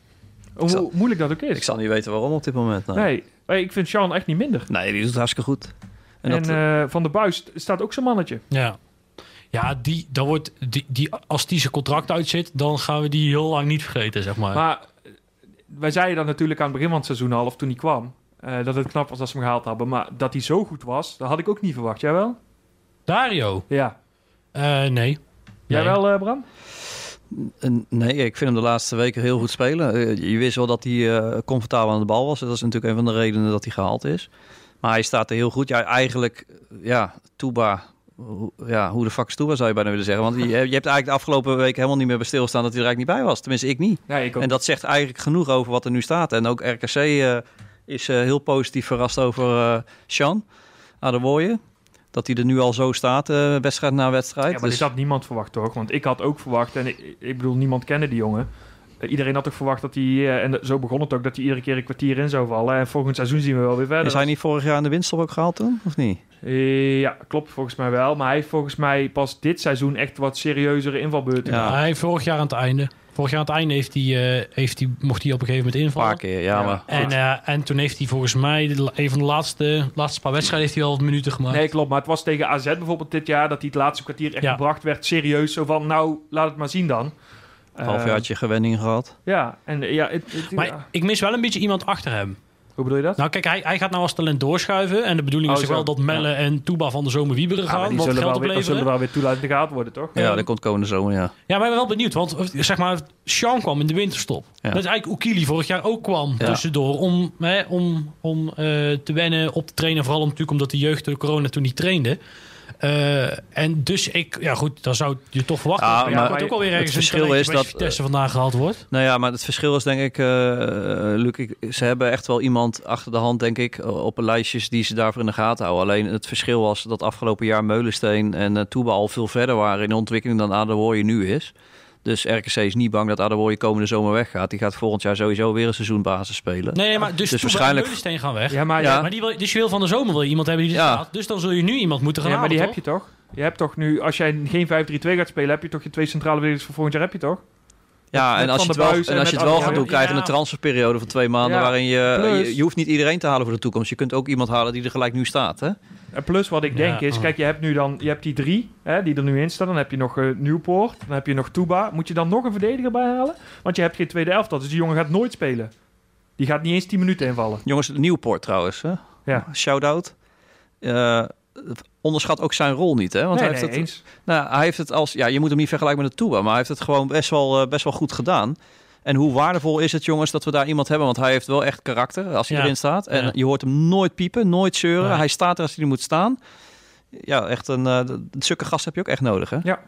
Hoe
zal-
moeilijk dat ook is.
Ik zal niet weten waarom op dit moment. nou.
Nee, maar ik vind Sean echt niet minder.
Nee, die doet het hartstikke goed. En,
En,
dat,
eh, Van der Buis staat ook zo'n mannetje.
Ja. Ja, die, dan wordt, die, die, als die zijn contract uitzit, dan gaan we die heel lang niet vergeten, zeg maar.
Maar eh, wij zeiden dat natuurlijk aan het begin van het seizoen al, of toen hij kwam, eh, dat het knap was dat ze hem gehaald hebben. Maar dat hij zo goed was, dat had ik ook niet verwacht. Jij wel?
Dario?
Ja.
Eh, nee.
Jij
Nee.
wel, eh, Bram?
en- nee, ik vind hem de laatste weken heel goed spelen. Eh, je wist wel dat hij eh, comfortabel aan de bal was. Dat is natuurlijk een van de redenen dat hij gehaald is. Maar hij staat er heel goed. Ja, eigenlijk, ja, Touba. hoe- Ja, hoe de fuck is Touba, zou je bijna willen zeggen. Want je, je hebt eigenlijk de afgelopen week helemaal niet meer bij stilstaan dat hij er eigenlijk niet bij was. Tenminste, ik niet.
Nee, ik
En dat zegt eigenlijk genoeg over wat er nu staat. En ook RKC eh, is eh, heel positief verrast over eh Sean Adewoye. Dat hij er nu al zo staat, eh, wedstrijd na wedstrijd.
Ja, maar
Dus-
dit had niemand verwacht, toch? Want ik had ook verwacht, en ik, ik bedoel, niemand kende die jongen. Eh, Iedereen had toch verwacht dat hij, eh, en zo begon het ook, dat hij iedere keer een kwartier in zou vallen. En volgend seizoen zien we wel weer verder.
Is hij niet vorig jaar in de winststop ook gehaald toen, of niet?
Eh, Ja, klopt volgens mij wel. Maar hij heeft volgens mij pas dit seizoen echt wat serieuzere invalbeurten.
Ja.
Hij, vorig jaar aan het einde. Vorig jaar aan het einde heeft hij, eh, heeft hij, mocht hij op een gegeven moment
Een paar
invallen.
keer, ja,
Ja.
maar...
En, eh, en toen heeft hij volgens mij, de la- een van de laatste, laatste paar wedstrijden, heeft hij al wat minuten gemaakt.
Nee, klopt. Maar het was tegen AZ bijvoorbeeld dit jaar dat hij het laatste kwartier echt
Ja.
gebracht werd. Serieus, zo van, nou, laat het maar zien dan.
Een half jaar had je gewenning gehad.
Eh, Ja, en eh, ja, het, het-
maar
ja.
ik mis wel een beetje iemand achter hem.
hoe bedoel je dat?
Nou kijk, hij, hij gaat nou als talent doorschuiven. En de bedoeling
Oh,
is toch
zo.
wel dat Melle en Touba van de zomer Wieberen
Ja, Ah, maar
gaan.
die
wat
zullen
geld
wel, weer, dat zullen
opleveren.
wel weer toelaat in de gaten worden, toch?
Ja, dat komt komende zomer, ja.
Ja, maar ik ben wel benieuwd. Want eh, zeg maar, Sean kwam in de winterstop.
Ja.
Dat is eigenlijk Oekili vorig jaar ook kwam
Ja.
tussendoor. Om, hè, om, om eh, te wennen, op te trainen. Vooral natuurlijk omdat de jeugd door corona toen niet trainde. Eh, en dus ik, ja goed, dan zou je toch verwachten.
Ja,
dat er
Ah, maar
wordt ook alweer
het
ergens
verschil
een
is
talentje bij
dat,
Vitesse vandaan gehaald wordt.
Nou ja, maar het verschil is denk ik, eh, eh, Luc, ik- ze hebben echt wel iemand achter de hand, denk ik, eh, op lijstjes die ze daarvoor in de gaten houden. Alleen het verschil was dat afgelopen jaar Meulensteen en eh Touba al veel verder waren in de ontwikkeling dan Adewoye nu is. Dus RKC is niet bang dat Adewoye komende zomer weggaat. Die gaat volgend jaar sowieso weer een seizoenbasis spelen.
Nee, maar dus,
Dus
waarschijnlijk...
waarschijnlijk-
Meulensteen gaan weg.
Ja, maar,
Ja.
ja.
Maar die wil, dus je wil van de zomer wil je iemand hebben die er
Ja.
staat. Dus dan zul je nu iemand moeten gaan
ja, maar die heb
halen,
je toch? Je hebt toch nu, als jij geen 5-3-2 gaat spelen, heb je toch je twee centrale verdedigers voor volgend jaar, heb je toch?
Ja,
Met-
en
met
als,
Van
je het
der
wel,
Buis
en
en
als je
met
het wel
Adriaan.
gaat doen, krijg je
Ja.
een transferperiode van twee maanden
Ja.
waarin je,
Plus-
je... Je hoeft niet iedereen te halen voor de toekomst. Je kunt ook iemand halen die er gelijk nu staat, hè?
En plus wat ik
Ja,
denk is,
oh.
kijk, je hebt nu dan, je hebt die drie hè, die er nu in staan. Dan heb je nog eh, Nieuwpoort, dan heb je nog Touba. Moet je dan nog een verdediger bijhalen? Want je hebt geen tweede elftal, dus die jongen gaat nooit spelen. Die gaat niet eens 10 minuten invallen.
Jongens, Nieuwpoort trouwens, hè?
Ja.
Shout-out. Eh, onderschat ook zijn rol niet, hè? Want
nee,
hij, heeft
nee,
het,
eens.
nou, hij heeft het als... Ja, je moet hem niet vergelijken met de Touba, maar hij heeft het gewoon best wel, eh, best wel goed gedaan. En hoe waardevol is het, jongens, dat we daar iemand hebben? Want hij heeft wel echt karakter als hij
Ja.
erin staat. En
Ja.
je hoort hem nooit piepen, nooit zeuren.
Nee.
Hij staat er als hij er moet staan. Ja, echt een... eh zulke gast heb je ook echt nodig, hè?
Ja,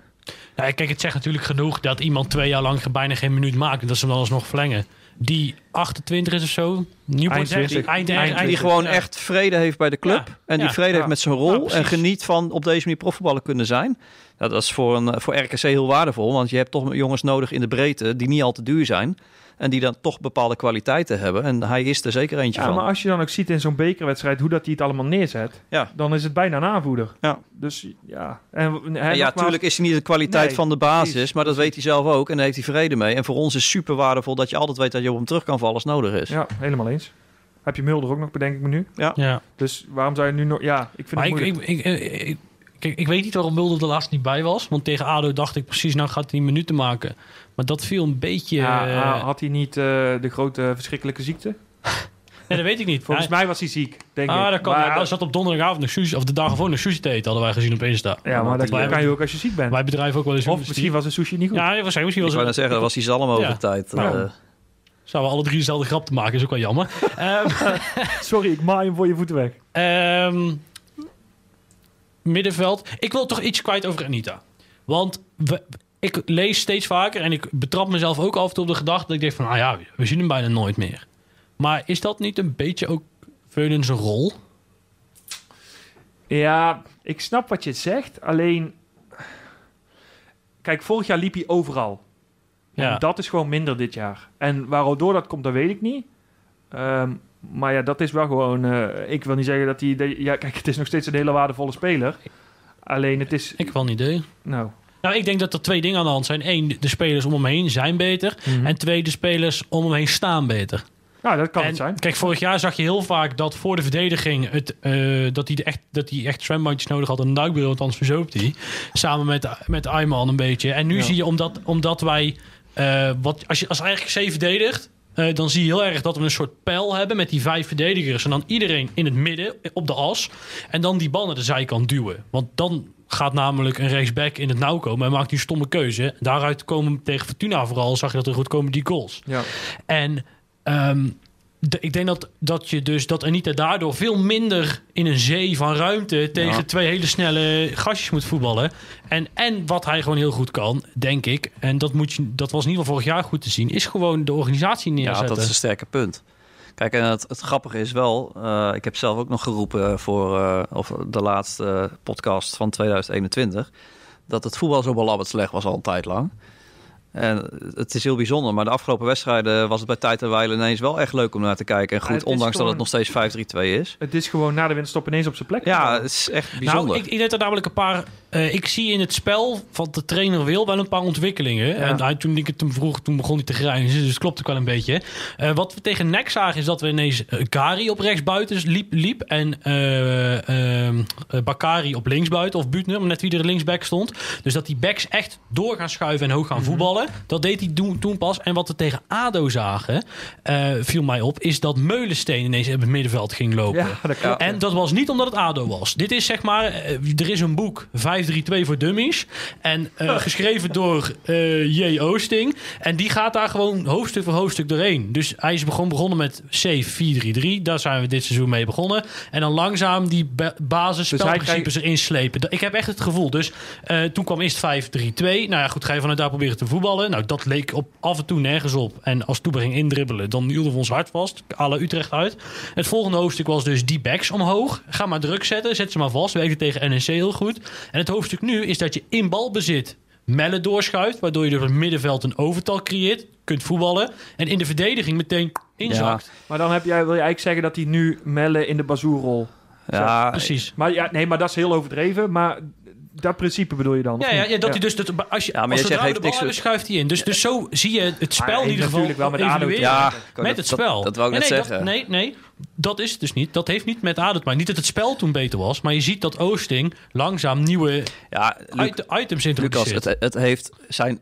Nou, kijk, het zegt natuurlijk genoeg dat iemand twee jaar lang bijna geen minuut maakt. En dat ze hem dan alsnog verlengen. Die 28 is of zo. Nieuwpoort
21.
zegt, eind- eind-
Eind-
En
eind-
die gewoon
ja.
echt vrede heeft bij de club.
Ja,
En die
ja,
vrede heeft
ja.
met zijn rol.
Ja, precies.
en geniet van op deze manier profvoetballer kunnen zijn. Nou, dat is voor, een, voor RKC heel waardevol. Want je hebt toch jongens nodig in de breedte die niet al te duur zijn. En die dan toch bepaalde kwaliteiten hebben. En hij is er zeker eentje
Ja,
van.
maar als je dan ook ziet in zo'n bekerwedstrijd hoe dat hij het allemaal neerzet,
Ja.
dan is het bijna een aanvoerder.
Ja.
Dus ja. En, en
En ja,
nogmaals,
natuurlijk is hij niet de kwaliteit
Nee,
van de basis.
precies,
Maar dat weet hij zelf ook. En daar heeft hij vrede mee. En voor ons is super waardevol dat je altijd weet dat je op hem terug kan vallen als nodig is.
Ja, helemaal eens. Heb je Mulder ook nog, bedenk ik me nu.
Ja.
Dus waarom zou je nu nog... Ja, ik vind
Maar
het
ik,
moeilijk.
ik, ik, ik- ik- Kijk, ik weet niet waarom Mulder er laatst niet bij was. Want tegen ADO dacht ik precies, nou gaat hij minuten maken. Maar dat viel een beetje...
Ja,
eh,
ah, had hij niet eh, de grote verschrikkelijke ziekte?
nee, dat weet ik niet.
Volgens
Hij-
mij was hij ziek, denk ik.
ah, dat kan.
Maar
ja, hij
dat-
zat op donderdagavond nog sushi, of de dag ervoor nog sushi te eten, hadden wij gezien op Insta.
ja, maar dat
Want die-
kan je ook als je ziek bent.
Wij bedrijven ook wel eens...
Of
een-
misschien was een sushi niet goed.
Ja, waarschijnlijk misschien
Ik
was
wou
het...
net zeggen, daar was die zalm over de tijd.
Nou.
Eh,
Zouden we alle drie dezelfde grap te maken, is ook wel jammer. Ehm,
Sorry, ik maai hem voor je voeten weg.
Ehm, middenveld. Ik wil toch iets kwijt over Anita. Want we- ik lees steeds vaker en ik betrap mezelf ook af en toe op de gedachte dat ik denk van, ah ja, we zien hem bijna nooit meer. Maar is dat niet een beetje ook Veulens rol?
Ja, ik snap wat je zegt. Alleen. Kijk, vorig jaar liep hij overal.
Ja.
En dat is gewoon minder dit jaar. En waardoor dat komt, dat weet ik niet. Ehm, maar ja, dat is wel gewoon. eh, ik wil niet zeggen dat hij. dat- Ja, kijk, het is nog steeds een hele waardevolle speler. Alleen het is.
Ik heb wel een idee.
Nou.
Nou, ik denk dat er twee dingen aan de hand zijn. Eén, de spelers om hem heen zijn beter.
Mhm.
Mhm.
En twee, de spelers om hem heen staan beter.
nou, dat kan
En
het zijn.
Kijk, vorig jaar zag je heel vaak dat voor de verdediging het, eh, dat hij de echt, dat hij echt zwembandjes nodig had en een duikbril, want anders verzoopt hij. Samen met, met Ayman een beetje. En nu
Ja.
zie je, omdat, omdat wij, eh, wat, als je als eigenlijk C verdedigt, eh, dan zie je heel erg dat we een soort pijl hebben met die vijf verdedigers. En dan iedereen in het midden op de as. En dan die bal naar de zijkant duwen. Want dan gaat namelijk een rechtsback in het nauw komen en maakt die stomme keuze. Daaruit komen tegen Fortuna vooral, zag je dat er goed komen die goals.
Ja.
En ehm, de- ik denk dat, dat je dus dat Anita daardoor veel minder in een zee van ruimte tegen
Ja.
twee hele snelle gastjes moet voetballen. En, en wat hij gewoon heel goed kan, denk ik. En dat, moet je, dat was in ieder geval vorig jaar goed te zien, is gewoon de organisatie
Ja,
neerzetten.
dat is een sterke punt. Kijk, en het, het grappige is wel, eh, ik heb zelf ook nog geroepen voor eh, of de laatste podcast van 2021, dat het voetbal zo belabberd slecht was al een tijd lang. En het is heel bijzonder, maar de afgelopen wedstrijden was het bij tijd en wijle ineens wel echt leuk om naar te kijken. En
Ja,
goed,
het is
ondanks dat het nog
gewoon-
steeds 5-3-2 is.
Het is gewoon na de winterstop ineens op zijn plek.
Ja, het is echt bijzonder.
Nou, ik, ik denk dat namelijk een paar. eh, ik zie in het spel van de trainer Wil wel een paar ontwikkelingen. En hij, toen ik het hem vroeg, toen begon hij te grijnzen. Dus het klopt ook wel een beetje. Eh, wat we tegen NEC zagen is dat we ineens eh, Gari op rechtsbuiten liep. liep en eh, ehm, eh, Bakari op linksbuiten. Of Butner, maar net wie er linksback stond. Dus dat die backs echt door gaan schuiven en hoog gaan voetballen. Dat deed hij toen, toen pas. En wat we tegen ADO zagen, eh, viel mij op, is dat Meulensteen ineens op het middenveld ging lopen.
ja dat klopt.
En dat was niet omdat het ADO was. Dit is zeg maar, eh, er is een boek, 532 voor Dummies. En eh, geschreven door eh, J. Oosting. En die gaat daar gewoon hoofdstuk voor hoofdstuk doorheen. Dus hij is begon, begonnen met C433. Daar zijn we dit seizoen mee begonnen. En dan langzaam die ba- basisspelprincipes erin slepen. Da- Ik heb echt het gevoel. Dus eh, toen kwam eerst 5-3-2. Nou ja, goed, ga je vanuit daar proberen te voetballen. Nou, dat leek op, af en toe nergens op. En als Toeber ging indribbelen, dan hielden we ons hard vast. à la Utrecht uit. Het volgende hoofdstuk was dus die backs omhoog. Ga maar druk zetten, zet ze maar vast. Werkte tegen NEC heel goed. En het hoofdstuk nu is dat je in balbezit Melle doorschuift, waardoor je door het middenveld een overtal creëert. Kunt voetballen. En in de verdediging meteen inzakt.
Maar dan heb jij, wil je eigenlijk zeggen dat hij nu Melle in de bazoerrol.
ja,
Precies.
Maar ja, nee, maar dat is heel overdreven. Maar dat principe bedoel je dan? of
Ja, ja,
niet?
ja, dat hij dus dat, als je,
Ja, maar
als
je zegt,
zodra we de
heeft
bal
niks-
hebben, schuift hij in. Dus, dus zo zie je het spel in
heeft
ieder geval.
natuurlijk wel met ADO te
evolueren.
ja,
Met het spel.
Dat, dat wou ik
nee,
net
nee,
zeggen.
Dat, nee, nee, dat is het dus niet. Dat heeft niet met ADO te maken. Niet dat het spel toen beter was, maar je ziet dat Oosting langzaam nieuwe
ja, Luc,
uit- items
Lucas,
introduceert.
het, het heeft zijn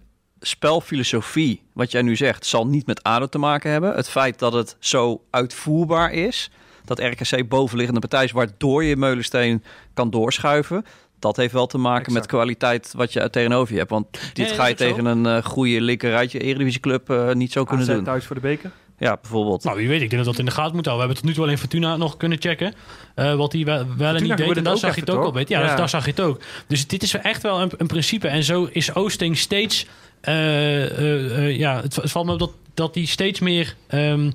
spelfilosofie, wat jij nu zegt, zal niet met ADO te maken hebben. Het feit dat het zo uitvoerbaar is, dat RKC bovenliggende partij is, waardoor je Meulensteen kan doorschuiven. Dat heeft wel te maken met
Exact.
kwaliteit wat je tegenover je hebt. Want dit
Nee,
ga je
dat is ook
tegen een eh, goede linkerrijtje Eredivisieclub eh niet zo kunnen
AZ
doen. Oh,
thuis voor de beker.
Ja, bijvoorbeeld.
Nou, wie weet. Ik denk dat we dat in de gaten moeten houden. We hebben tot nu toe alleen Fortuna nog kunnen checken. eh, wat hij wel, wel en
Fortuna
niet deed.
gebeurde
En daar
ook
zag je
even,
het ook
toch?
al beter. Ja, dat
Ja.
daar zag je het ook. Dus dit is echt wel een, een principe. En zo is Oosting steeds... eh, eh, eh, ja, het, het valt me op dat, dat hij steeds meer... ehm,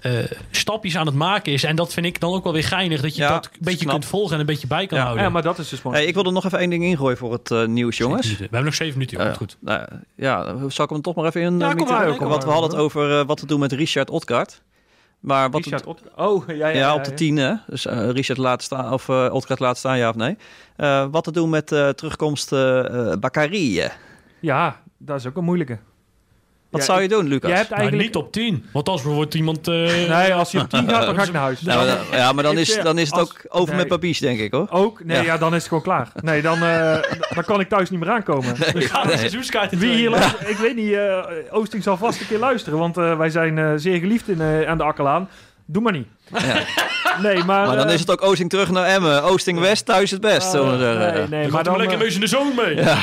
eh, stapjes aan het maken is. En dat vind ik dan ook wel weer geinig. Dat je
Ja,
dat een beetje
snap.
kunt volgen en een beetje bij kan
Ja,
houden.
Ja, maar dat is dus gewoon.
Hey, ik wil er nog even één ding ingooien voor het eh, nieuws, jongens.
We hebben nog zeven minuten.
Eh,
komt goed.
nou, ja, zal ik hem toch maar even in?
Ja,
eh,
kom
mieten?
maar, kom
Want we
maar.
hadden het over eh, wat te doen met Richard Otkaart. Maar wat het-
Richard Ot- Oh, ja, ja,
Ja, op de tien, hè? Dus eh, Richard laat staan, of eh Otkaart laat staan, ja of nee. Eh, wat te doen met eh, terugkomst eh eh, Bakari? eh?
Ja, dat is ook een moeilijke.
Wat
Ja,
zou je
ik-
doen, Lucas?
Je hebt
Nou,
eigenlijk...
niet op 10. Want als wordt iemand. eh,
Nee, als je op 10 gaat, dan ga ik naar huis.
Nou, maar dan- ja, maar dan
Ik
is,
zeg,
dan is het
als-
ook over
nee.
met Babies, denk ik hoor.
Ook? Nee,
Ja.
ja. dan is het gewoon klaar. Nee, dan, eh, d- dan kan ik thuis niet meer aankomen.
we gaan een seizoenskaart in
Wie hier
tweeën.
luistert, ik weet niet, eh, Oosting zal vast een keer luisteren, want eh, wij zijn eh, zeer geliefd in, eh, aan de Akkerlaan. Doe maar niet.
Ja.
Nee, maar...
Maar dan
eh,
is het ook Oosting terug naar Emmen. Oosting West, thuis het best, zullen we
eh,
zeggen.
nee, nee, maar
Dan gaat er
dan...
lekker
eh,
meus in de zoon mee.
nou,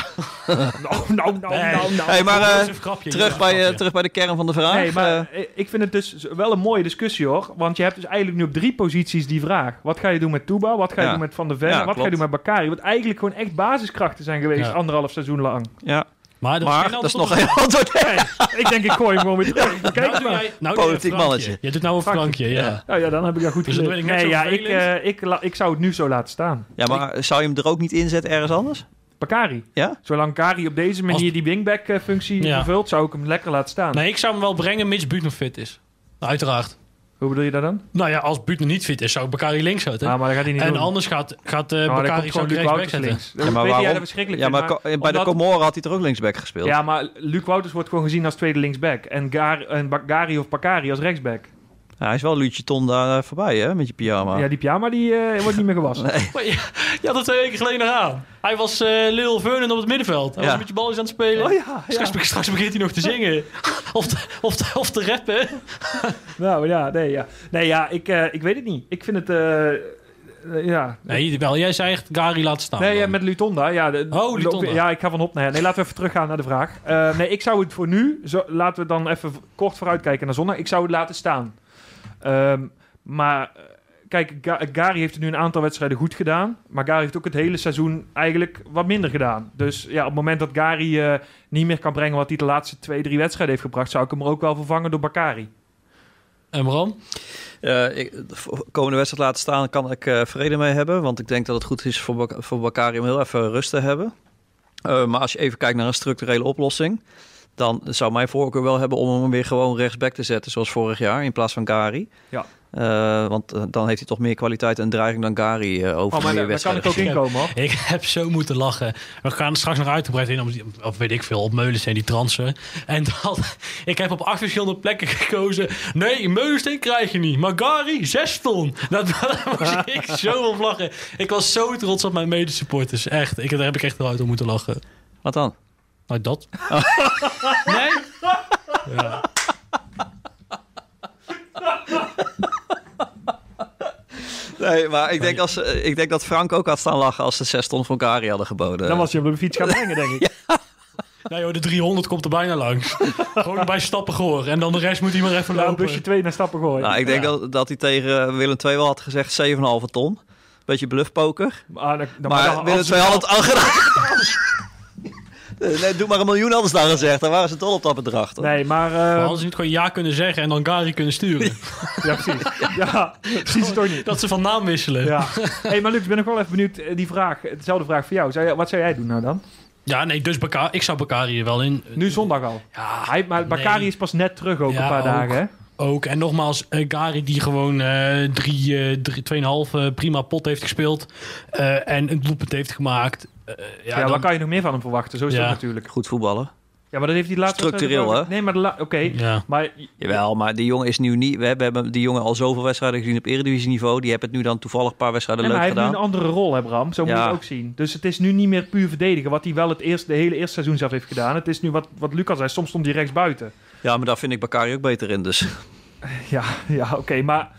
nou, nou,
Nee.
nou, nou.
Hey, maar, eh,
Dat is een grapje,
terug,
ja.
bij, eh,
Grapje.
terug bij de kern van de vraag.
Nee,
eh,
maar eh, ik vind het dus wel een mooie discussie hoor. Want je hebt dus eigenlijk nu op drie posities die vraag. Wat ga je doen met Touba? Wat ga je
Ja.
doen met Van der Ven?
Ja,
wat ga
klopt.
je doen met Bakari? Wat eigenlijk gewoon echt basiskrachten zijn geweest
Ja.
anderhalf seizoen lang.
ja.
Maar dat is
maar
geen
dat is
antwoord
nog geen antwoord.
Nee, ik denk ik gooi hem gewoon weer terug. Kijk
nou, doe
maar.
jij, nou doe jij
Politiek
een flankje.
mannetje.
Je doet nou een flankje, ja.
Ja.
Nou ja, dan heb ik dat goed
Dus dat
gezien.
ben ik net
Nee,
zo
ja, ik,
vervelend.
eh, ik, la- ik zou het nu zo laten staan.
Ja, maar zou je hem er ook niet inzetten ergens anders?
Bakari.
Ja?
Zolang Kari op deze manier die wingback-functie
Ja.
vervult, zou ik hem lekker laten staan.
Nee, ik zou hem wel brengen mits Buut nog fit is. Nou, uiteraard.
Hoe bedoel je dat dan?
Nou ja, als Buut nog niet fit is, zou ik Bakari links zetten.
Ah, maar dat gaat hij niet
en
doen.
anders gaat, gaat eh,
Nou, dan
Bakari
komt gewoon
gewoon
Luc
rechts
Wouters
wegzetten.
links. Dat
Ja, maar
weet jij dat
waarom?
verschrikkelijk
Ja,
vindt,
maar ko- bij de
omdat-
Comoren had hij toch ook linksback gespeeld?
Ja, maar Luc Wouters wordt gewoon gezien als tweede linksback. En, Gar en Bakari of Pakari als rechtsback.
Ja, hij is wel Lucie Ton daar eh, voorbij, hè, met je pyjama.
Ja, die pyjama die, eh, wordt niet meer gewassen.
Maar je, je had het twee weken geleden nog aan. Hij was eh Lil Vernon op het middenveld. Hij
Ja.
was met je balletjes aan het spelen. Dus
Oh ja, ja.
Straks, straks begint hij nog te zingen. of, te, of, te, of te rappen.
Nou ja, nee, ja. Nee, ja, ik, eh, ik weet het niet. Ik vind het... eh, eh, ja.
Nee, wel, jij zei echt Gary laat staan.
Nee, ja,
dan.
met Lutonda. Ja, de-
Oh, Lutonda.
loop- Ja, ik ga van op naar her. Nee, laten we even teruggaan naar de vraag. Eh, nee, ik zou het voor nu... Zo, laten we dan even v- kort vooruitkijken naar zondag. Ik zou het laten staan. Ehm, maar... eh, Kijk, Ga- Gary heeft het nu een aantal wedstrijden goed gedaan. Maar Gary heeft ook het hele seizoen eigenlijk wat minder gedaan. Dus ja, op het moment dat Gary eh, niet meer kan brengen wat hij de laatste twee, drie wedstrijden heeft gebracht, zou ik hem er ook wel vervangen door Bakari. Oh,
En Bram?
Eh, ik, de vo- komende wedstrijd laten staan kan ik eh, vrede mee hebben. Want ik denk dat het goed is voor, Bak- voor Bakari om heel even rust te hebben. Eh, maar als je even kijkt naar een structurele oplossing... dan zou mijn voorkeur wel hebben om hem weer gewoon rechtsback te zetten... zoals vorig jaar, in plaats van Gari.
Ja.
Eh, want eh, dan heeft hij toch meer kwaliteit en dreiging dan Gari eh, over
Oh, maar
de
daar, daar kan
wedstrijd.
ik ook inkomen hoor.
Ik heb zo moeten lachen. We gaan er straks nog uitgebreid in, op, die- of weet ik veel, op Meulens en die transen. En dan, ik heb op acht verschillende plekken gekozen. Nee, Meulens die krijg je niet. Maar Gary, zes ton. Nou, daar moest ik zo op lachen. Ik was zo trots op mijn medesupporters. Echt, ik, daar heb ik echt wel uit om moeten lachen.
Wat dan?
Nou, dat. Nee? Ja.
Nee, maar ik denk, als, eh, ik denk dat Frank ook had staan lachen... als ze zes ton voor Gari hadden geboden.
Dan was je op de fiets gaan brengen, denk ik.
Nee joh, de 300 komt er bijna langs. Gewoon bij stappen gehoor. En dan de rest moet hij maar even
Ja, een
lopen.
busje 2 naar stappen gooien.
Nou, ik denk
Ja.
dat, dat hij tegen eh, Willem II wel had gezegd 7,5 ton. Beetje bluffpoker.
Maar, Ah, dan, dan-
Maar
dan-
willen
als-
het wel het al gedaan. Nee, doe maar een miljoen anders dan gezegd. Dan waren ze dol op dat bedrag. Toch?
Nee, maar... eh,
Maar hadden ze niet gewoon ja kunnen zeggen en dan Gary kunnen sturen.
ja, precies. Ja, precies het toch niet.
Dat ze van naam wisselen. Ja,
Ja. hey, maar Luc, ik ben ook wel even benieuwd. eh, Die vraag, dezelfde vraag voor jou. Zou jij- wat zou jij doen nou dan?
nee, dus Baka ik zou Bakari er wel in.
Nu zondag al.
Ja,
Hij, maar Bakari
Nee.
is pas net terug ook
Ja,
een paar
ook.
dagen, hè?
ook. En nogmaals, eh, Gary die gewoon eh drie, eh, drie- 2,5 eh, prima pot heeft gespeeld. eh, en een doelpunt heeft gemaakt. Eh, ja,
Ja,
dan-
wat kan je nog meer van hem verwachten? Zo is
Ja.
dat natuurlijk.
Goed voetballen.
Ja, maar dat heeft hij de laatste...
Structureel,
wedstrijd-
hè?
Nee, maar... de la- Oké.
ja.
Maar
Jawel, maar die jongen is nu niet. We hebben, we hebben die jongen al zoveel wedstrijden gezien op eredivisieniveau. Die hebben het nu dan toevallig een paar wedstrijden
Nee,
leuk
maar hij
gedaan.
heeft nu een andere rol, hè, Bram? Zo moet je
Ja.
het ook zien. Dus het is nu niet meer puur verdedigen, wat hij wel het eerste, de hele eerste seizoen zelf heeft gedaan. Het is nu wat, wat Lucas zei, soms stond hij rechts buiten.
Ja, maar daar vind ik Bakari ook beter in. Dus
Ja, ja oké, maar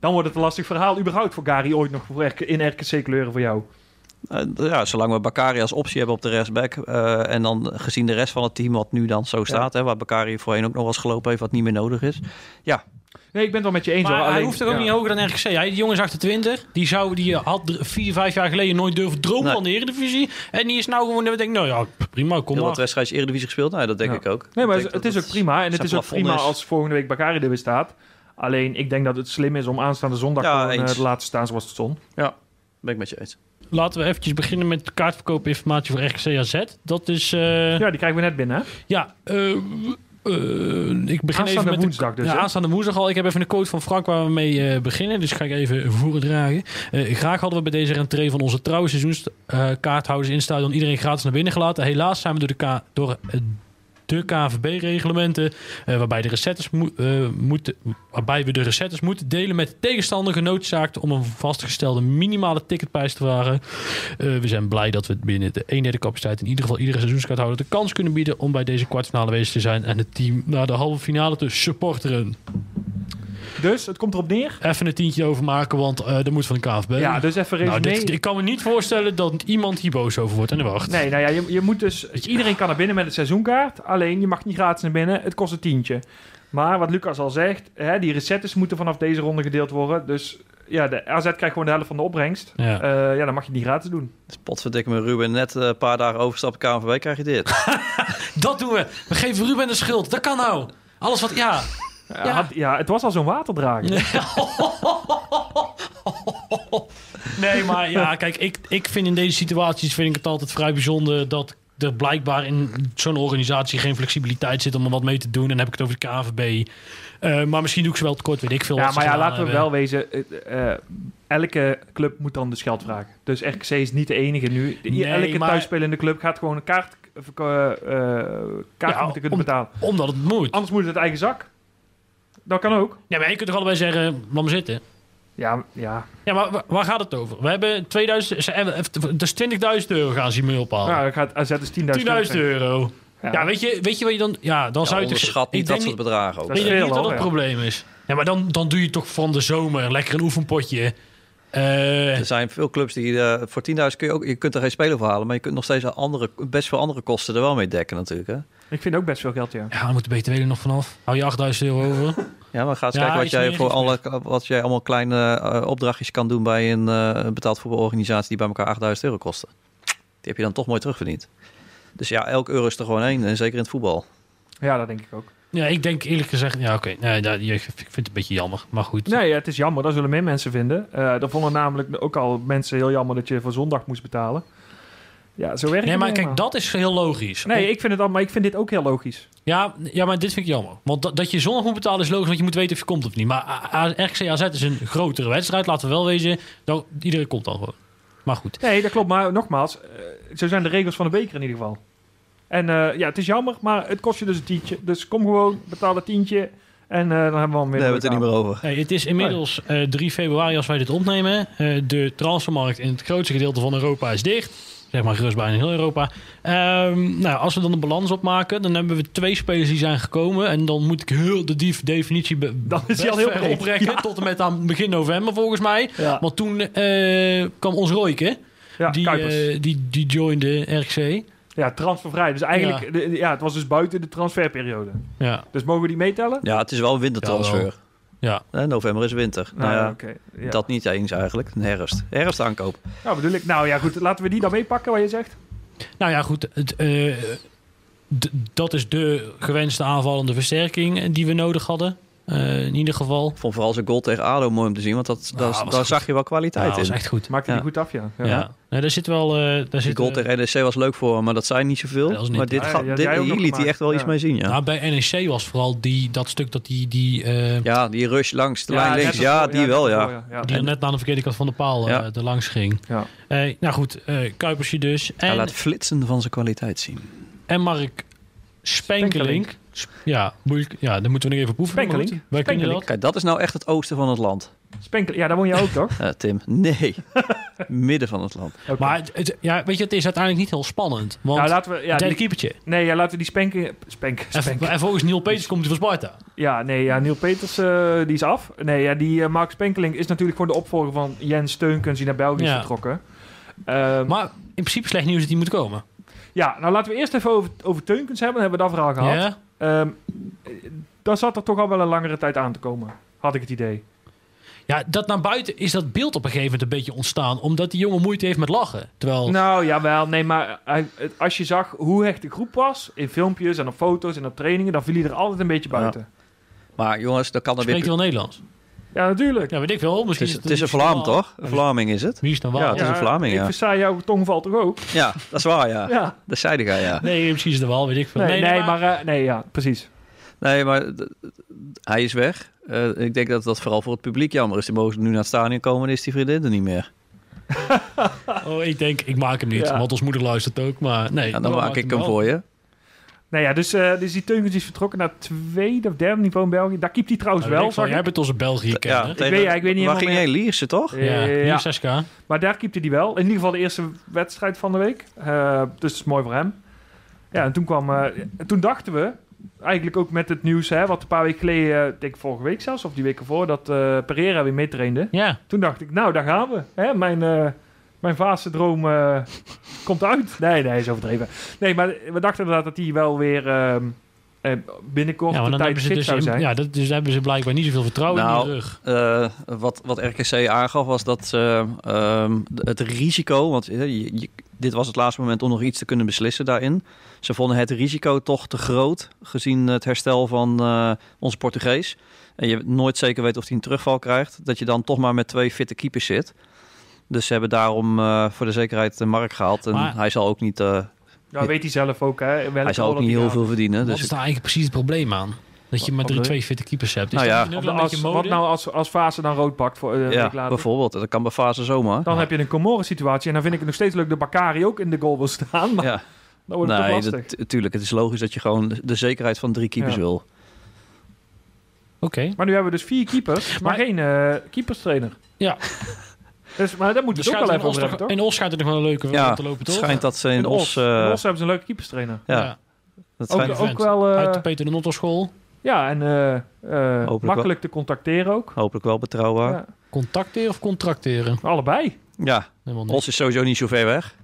dan wordt het een lastig verhaal überhaupt voor Gary ooit nog voor RK in RKC-kleuren voor jou.
Eh, ja, zolang we Bakari als optie hebben op de rechtsback. eh, en dan gezien de rest van het team, wat nu dan zo staat. Hè, waar Bakari voorheen ook nog wel eens gelopen heeft, wat niet meer nodig is.
Nee, ik ben het wel met je eens.
Maar
hoor,
hij
alleen-
hoeft er ook
ja.
niet hoger dan RGC. Hij, die jongen is 28. Die, zou, die had dr- vier, vijf jaar geleden nooit durven dromen
Nee.
van de Eredivisie. En die is nou gewoon, dat we denken, nou ja, prima, kom
Heel wat eh?
maar.
wedstrijdjes Eredivisie gespeeld. Nou, dat denk
Ja.
ik ook.
Nee,
Ik
maar
denk
het, het
dat
is ook prima. En het
zijn
is ook
plafond
prima
is.
als volgende week Bakari er weer staat. Alleen, ik denk dat het slim is om aanstaande zondag
Ja,
gewoon, eh,
eens.
te laten staan zoals het stond.
Ben ik met je eens.
Laten we eventjes beginnen met de kaartverkoopinformatie voor RGC AZ. Dat is, eh, ja,
Ja, die krijgen we net binnen, hè?
eh, eh, ik begin even
Aanstaande
met de
woensdag dus,
Ja,
hè?
aanstaande woensdag al. Ik heb even een quote van Frank waar we mee eh, beginnen. Dus ga ik even voordragen. Eh graag hadden we bij deze rentree van onze trouwe seizoenskaarthouders in het stadion iedereen gratis naar binnen gelaten. Helaas zijn we door de, ka- door, eh, de KVB-reglementen. eh, waarbij, de recetters moe- eh, moeten, waarbij we de recetters moeten delen met de tegenstander genoodzaakt om een vastgestelde minimale ticketprijs te vragen. Eh, we zijn blij dat we binnen de eenheden capaciteit in ieder geval iedere seizoenskaarthouder de kans kunnen bieden om bij deze kwartfinale wezen te zijn en het team naar de halve finale te supporteren.
Dus het komt erop neer.
Even een tientje overmaken, want eh dat moet van de KVB.
Ja, dus even
nou,
resume.
dit, ik kan me niet voorstellen dat iemand hier boos over wordt. En wacht.
Nee, nou ja, je, je moet dus... Iedereen kan naar binnen met een seizoenkaart. Alleen, je mag niet gratis naar binnen. Het kost een tientje. Maar wat Lucas al zegt, hè, die recettes moeten vanaf deze ronde gedeeld worden. Dus ja, de AZ krijgt gewoon de helft van de opbrengst.
Ja.
Eh, ja, dan mag je het niet gratis doen.
Potverdikke me Ruben, net eh, een paar dagen overstappen KNVB krijg je dit.
Dat doen we. We geven Ruben de schuld. Dat kan nou. Alles wat... Ja.
Ja, had- ja, het was al zo'n waterdrager.
Nee, maar ja, kijk, ik, ik vind in deze situaties vind ik het altijd vrij bijzonder dat er blijkbaar in zo'n organisatie geen flexibiliteit zit om er wat mee te doen. En dan heb ik het over de KVB. Eh, maar misschien doe ik ze wel tekort, weet ik veel.
Ja,
wat ze
maar ja,
gedaan
laten we
hebben.
wel wezen. eh, eh, elke club moet dan dus geld vragen. Dus RKC is niet de enige nu. I-
Nee,
elke
maar-
thuisspelende club gaat gewoon een kaart, eh, eh, kaart
Ja,
moeten
om-
kunnen betalen.
Omdat het moet.
Anders moet het uit eigen zak. Dat kan ook.
Ja, maar je kunt toch allebei zeggen, laat me zitten.
Ja, ja.
Ja, maar wa- waar gaat het over? We hebben 2000, ze hebben- dus 20.000 euro gaan ze hiermee ophalen.
Nou, dan gaat AZ dus 10.000
10.000 Oh. euro. Ja, weet, je, weet je wat je dan... Ja, dan
Ja,
zou je toch...
onderschat
ik denk
niet dat soort
niet-
bedragen ook.
Dat is
Ik denk
veel,
niet dat
hoor,
het
ja.
probleem is. Ja, maar dan, dan doe je toch van de zomer lekker een oefenpotje. Eh,
Er zijn veel clubs die eh, voor 10.000 kun je ook, je kunt er geen speler voor halen, maar je kunt nog steeds een andere, best veel andere kosten er wel mee dekken natuurlijk. Hè?
Ik vind ook best veel geld, ja.
ja, dan moet de BTW er nog vanaf. Hou je 8000 euro over.
Ja, maar ga eens
Ja,
kijken wat
iets
jij
meer,
voor
iets
alle, wat jij allemaal kleine eh, opdrachtjes kan doen bij een eh, betaald voetbalorganisatie die bij elkaar 8000 euro kosten. Die heb je dan toch mooi terugverdiend. Dus ja, elk euro is er gewoon één. En zeker in het voetbal.
Ja, dat denk ik ook.
Ja, ik denk eerlijk gezegd... Ja, oké. Nee, ja, je- ik vind het een beetje jammer. Maar goed.
Nee, ja, het is jammer. Dat zullen meer mensen vinden. Eh dat vonden namelijk ook al mensen heel jammer dat je voor zondag moest betalen. Ja, zo werkt
Nee,
het
maar
nou
kijk, dat is heel logisch.
Nee, ik vind het al, maar ik vind dit ook heel logisch.
Ja, ja, maar dit vind ik jammer. Want dat, dat je zondag moet betalen is logisch, want je moet weten of je komt of niet. Maar A- A- RKC AZ is een grotere wedstrijd, laten we wel wezen. Nou, iedereen komt dan gewoon. Maar goed.
Nee, dat klopt. Maar nogmaals, eh, zo zijn de regels van de beker in ieder geval. En eh, ja, het is jammer, maar het kost je dus een tientje. Dus kom gewoon, betaal een tientje. En eh, dan hebben we hem weer.
Daar hebben we het er niet meer over.
Hey, het is inmiddels eh, 3 februari als wij dit opnemen. Eh, de transfermarkt in het grootste gedeelte van Europa is dicht. Zeg maar gerust bijna heel Europa. Ehm, nou, als we dan de balans opmaken, dan hebben we twee spelers die zijn gekomen. En dan moet ik heel de dief definitie be-
Dan is hij
best
al heel
ver
breed.
oprekken. Tot en met aan begin november volgens mij.
Ja,
Want toen eh, kwam ons Royke.
ja
die,
Kuipers.
eh, die, die joinde RC.
ja, transfervrij. Dus eigenlijk, de- de- ja, het was dus buiten de transferperiode.
Ja.
Dus mogen we die meetellen?
Ja, het is wel een wintertransfer.
Ja.
Hè, november is winter. Nou, ja,
oké. Ja.
Dat niet eens eigenlijk. Een herfst. Herfst aankoop.
Nou, bedoel ik. Nou ja, goed. Laten we die dan meepakken, wat je zegt.
Nou ja, goed. Het, eh, d- dat is de gewenste aanvallende versterking die we nodig hadden. Eh, in ieder geval.
Ik vond vooral zijn goal tegen ADO mooi om te zien. Want dat,
Ja,
dat-
Ah, was
daar
goed.
zag je wel
Ja,
kwaliteit
Nou, dat is
in.
echt goed.
Maak je
Ja.
die goed af, ja.
Ja. Nee, daar zit wel... eh, daar
Die
zit,
goal
eh,
tegen NEC was leuk voor hem. Maar dat zei niet zoveel.
Ja, dat was niet-
maar dit,
Ah,
gaat
ja,
dit,
jij ook
hier
nog
liet hij
gemaakt.
echt wel
Ja.
iets mee zien. Ja.
nou, bij NEC was vooral die, dat stuk dat die, die, eh,
Ja, die rush langs de
Ja,
lijn
net
links.
als
Ja,
voor-
die
net
wel,
als
ja.
voor,
die er net aan de verkeerde kant van de paal
Ja.
eh er langs ging.
Ja.
Eh, nou goed, eh Kuipersje dus. En,
Hij laat flitsen van zijn kwaliteit zien.
en Mark Spenkelink.
Spenkelink.
Sp- Ja, moeilijk, ja, daar moeten we nog even proeven. maar
Spenkelink.
goed, Wij kunnen dat.
Spenkelink.
Kijk, dat is nou echt het oosten van het land.
Spenkel, ja, daar woon je ook, toch?
Eh, Tim, nee. Midden van het land.
Oké.
Maar het, het- ja, weet je, het is uiteindelijk niet heel spannend. Want
nou, laten we, ja,
derde
die-
keepertje.
nee, ja, laten we die spenken... Spenken,
En,
spenken.
en volgens Neil Peters komt hij van Sparta.
Ja, nee, ja, Neil Peters eh, die is af. Nee, ja, die eh, Mark Spenkeling is natuurlijk gewoon de opvolger van Jens Steunkens die naar België
Ja.
is vertrokken. Ehm,
Maar in principe slecht nieuws dat hij moet komen.
ja, nou laten we eerst even over, over Teunkens hebben. Dan hebben we dat verhaal gehad.
Ja?
Ehm, eh, daar zat er toch al wel een langere tijd aan te komen, had ik het idee.
ja, dat naar buiten is dat beeld op een gegeven moment een beetje ontstaan. Omdat die jongen moeite heeft met lachen. Terwijl,
Nou, jawel. Nee, maar hij- het- als je zag hoe hecht de groep was, in filmpjes en op foto's en op trainingen, dan viel hij er altijd een beetje
Ja.
buiten.
Maar jongens, dat kan er
spreekt
weer...
hij wel Nederlands?
Ja, natuurlijk.
Ja, weet ik veel.
Het
Misschien
is, het is een Vlaam, toch? Een Vlaming is het?
Wie is dan
Ja,
waar?
het is een Vlaming,
Ik
ja.
versta jouw tong valt toch ook?
Ja, dat is waar, ja.
Ja.
Dat zei hij, ja.
Nee, precies de wal, weet ik veel.
Nee, nee, maar... eh, nee, ja, precies.
Nee, maar d- d- hij is weg. Eh, ik denk dat dat vooral voor het publiek jammer is. Die mogen nu naar het stadion komen en is die vriendin er niet meer.
Oh, ik denk, ik maak hem niet.
Ja.
Want ons moeder luistert ook. Maar nee.
Ja, dan
Noah
maak
maakt
ik hem
wel.
voor je.
Nou ja, dus, eh, dus die Teugens is vertrokken naar tweede of derde niveau in België. Daar keept hij trouwens
Nou,
wel,
weet ik wel,
zag
jij
ik.
bent onze België
ja,
kenner.
tegen-
weet- ja, ik weet niet
Waar
helemaal
ging jij? Lierse, toch?
Ja,
Eh,
hier
ja.
6K.
Maar daar keepte hij wel. In ieder geval de eerste wedstrijd van de week. Eh, dus dat is mooi voor hem. Ja, en toen kwam... eh, toen dachten we, eigenlijk ook met het nieuws... Hè, wat een paar weken geleden, eh, ik denk vorige week zelfs... of die week ervoor, dat eh, Pereira weer meetrainde.
Ja,
Toen dacht ik, nou, daar gaan we. Hè, mijn... eh mijn vaste droom eh, komt uit. Nee, nee, is overdreven. Nee, maar we dachten inderdaad dat hij wel weer ehm, eh, binnenkort
ja, maar
op
dan
tijd
hebben ze
fit
dus,
zou
in-
zijn.
ja, dat, dus hebben ze blijkbaar niet zoveel vertrouwen
Nou,
in die rug.
Eh, wat, wat RKC aangaf was dat eh, ehm, d- het risico, want eh, je- je- dit was het laatste moment om nog iets te kunnen beslissen daarin. Ze vonden het risico toch te groot gezien het herstel van eh onze Portugees. En je nooit zeker weet of hij een terugval krijgt, dat je dan toch maar met twee fitte keepers zit. Dus ze hebben daarom eh, voor de zekerheid de markt gehaald. En
Maar-
hij zal ook niet, eh,
Nou, weet hij zelf ook. Hè,
hij zal ook niet heel veel verdienen.
Wat
Dus
is daar eigenlijk precies het probleem aan? Dat je maar
Wat
drie,
bedoel
twee fitte keepers hebt. Is
Nou
dat
ja.
niet ook
Als,
wel een beetje
als- wat
mode?
nou als, als Fase dan rood pakt voor eh, een
ja,
week later?
bijvoorbeeld. Dat kan bij fase zomaar.
Dan heb je een Comoren-situatie. En dan vind ik het nog steeds leuk dat Bakari ook in de goal wil staan. Maar
Ja.
dan wordt het
Nee,
toch lastig.
dat- tuurlijk. Het is logisch dat je gewoon de zekerheid van drie keepers
Ja.
wil.
Oké.
Maar nu hebben we dus vier keepers, maar,
Maar-
geen eh, keeperstrainer.
Ja.
Dus, maar dat moet
Dus
het ook
schijnt
wel even
in Os
over hebben,
toch-
toch?
In Os schijnt het nog wel een leuke
Ja,
ja, te lopen,
Het
toch?
schijnt dat ze in,
In
Os...
Os.
eh,
In Os hebben ze een leuke keeperstrainer.
ja,
Ja.
dat
Ook,
schijnt...
Fijne
ook
vent.
wel... eh,
Uit de Peter de Notter school.
ja, en eh, eh, makkelijk
wel.
te contacteren ook.
Hopelijk wel betrouwbaar. Ja,
Ja,
Contacteren of contracteren?
allebei.
Helemaal niet.
Os is sowieso niet zo ver weg.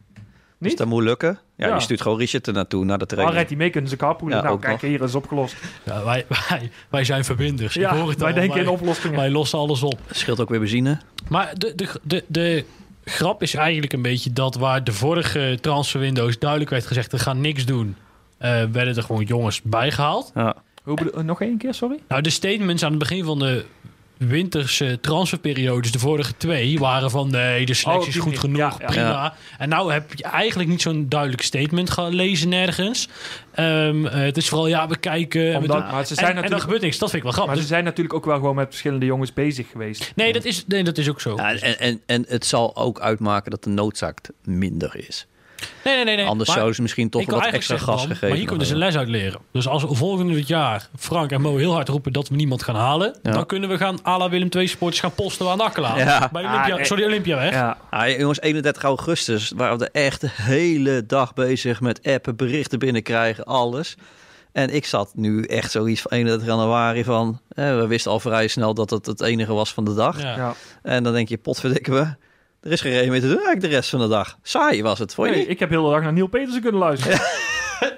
Dus
Niet?
dat moet lukken. Ja,
Ja.
je stuurt gewoon Richard er naartoe, naar de
Al
training.
rijdt hij mee, kunnen ze carpoolen.
Ja,
nou,
ook
kijk,
nog.
hier is opgelost.
Ja, wij, wij, wij zijn verbinders. Ik
Ja,
hoor het
wij
al.
denken
wij,
in oplossingen.
wij lossen alles op.
Scheelt ook weer benzine.
Maar de, de, de, de grap is eigenlijk een beetje dat waar de vorige transferwindows duidelijk werd gezegd... we gaan niks doen, eh, werden er gewoon jongens bijgehaald.
Ja.
Hoe bedoel- eh, nog één keer, sorry?
Nou, de statements aan het begin van de winterse transferperiodes, de vorige twee, waren van nee, de
Oh,
selectie
op
is
die
goed
manier.
genoeg,
Ja, ja.
prima. En nou heb je eigenlijk niet zo'n duidelijk statement gelezen nergens. Ehm, eh, het is vooral ja, we kijken. en we
Omdat,
doen-
maar ze
en,
zijn
en er
natuurlijk...
gebeurt dus- niks, dat vind ik wel
Maar
grappig.
ze zijn natuurlijk ook wel gewoon met verschillende jongens bezig geweest.
nee, dat is, nee, dat is ook zo.
Ja, en, en, en het zal ook uitmaken dat de noodzaak minder is.
nee, nee, nee, nee.
Anders
maar
zouden ze misschien toch
ik wil
wat
eigenlijk zeggen,
extra gas
Bram,
gegeven
Maar hier kunnen ze
hebben.
een les uit leren. Dus als we volgend jaar Frank en Mo heel hard roepen dat we niemand gaan halen,
Ja.
dan kunnen we gaan à la Willem II sporters gaan posten aan de akkelaar.
Ja.
Bij Olympia,
Ah, eh,
sorry, Olympia weg.
Ja,
Ah, jongens, 31 augustus waren we echt de hele dag bezig met appen, berichten binnenkrijgen, alles. En ik zat nu echt zoiets van 31 januari van... Eh, we wisten al vrij snel dat het het enige was van de dag.
Ja.
ja.
En dan denk je, potverdikken we. Er is geen reden meer te doen eigenlijk de rest van de dag. Saai was het, vond je
Nee,
niet?
ik heb heel de dag naar Neil Petersen kunnen luisteren.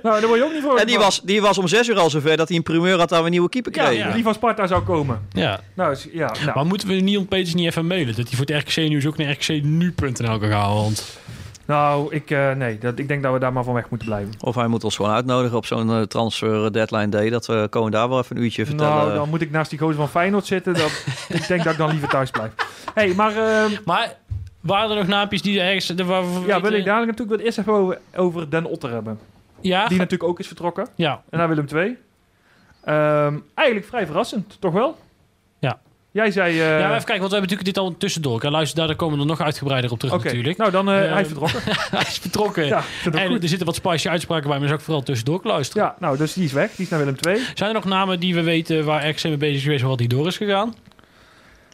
nou, daar word je ook niet voor.
En die was, die was om zes uur al zover dat hij een primeur had dat we een nieuwe keeper
Ja,
kregen.
ja.
die van Sparta zou komen.
Ja,
Nou, is- ja, nou.
maar moeten we Nion Peters niet even mailen? Dat hij voor het RKC Nieuws ook naar rkcnu.nl kan gaan, want...
nou ik, eh, nee, dat, ik denk dat we daar maar van weg moeten blijven.
Of hij moet ons gewoon uitnodigen op zo'n eh, transfer deadline day. Dat we komen daar wel even een uurtje vertellen.
Nou, dan moet ik naast die gozer van Feyenoord zitten. Dat, ik denk dat ik dan liever thuis blijf. hey, maar ehm,
Maar waren er nog naampjes die ergens... de- waar-
ja,
weten-
wil ik dadelijk natuurlijk wel eerst even over, over Den Otter hebben.
Ja?
Die natuurlijk ook is vertrokken.
ja.
En naar Willem II. Ehm, eigenlijk vrij verrassend, toch wel?
Ja.
Jij zei... eh,
ja, maar even kijken, want we hebben natuurlijk dit al tussendoor. En luister, daar daar komen we er nog uitgebreider op terug
Oké,
natuurlijk.
nou dan eh, hij
Ehm,
is vertrokken.
Hij is betrokken.
ja, ik vind het
en
goed.
er zitten wat spicy uitspraken bij, maar zou ik vooral tussendoor luisteren.
ja, nou dus die is weg. Die is naar Willem II.
Zijn er nog namen die we weten waar RKC mee bezig is geweest en wat die door is gegaan?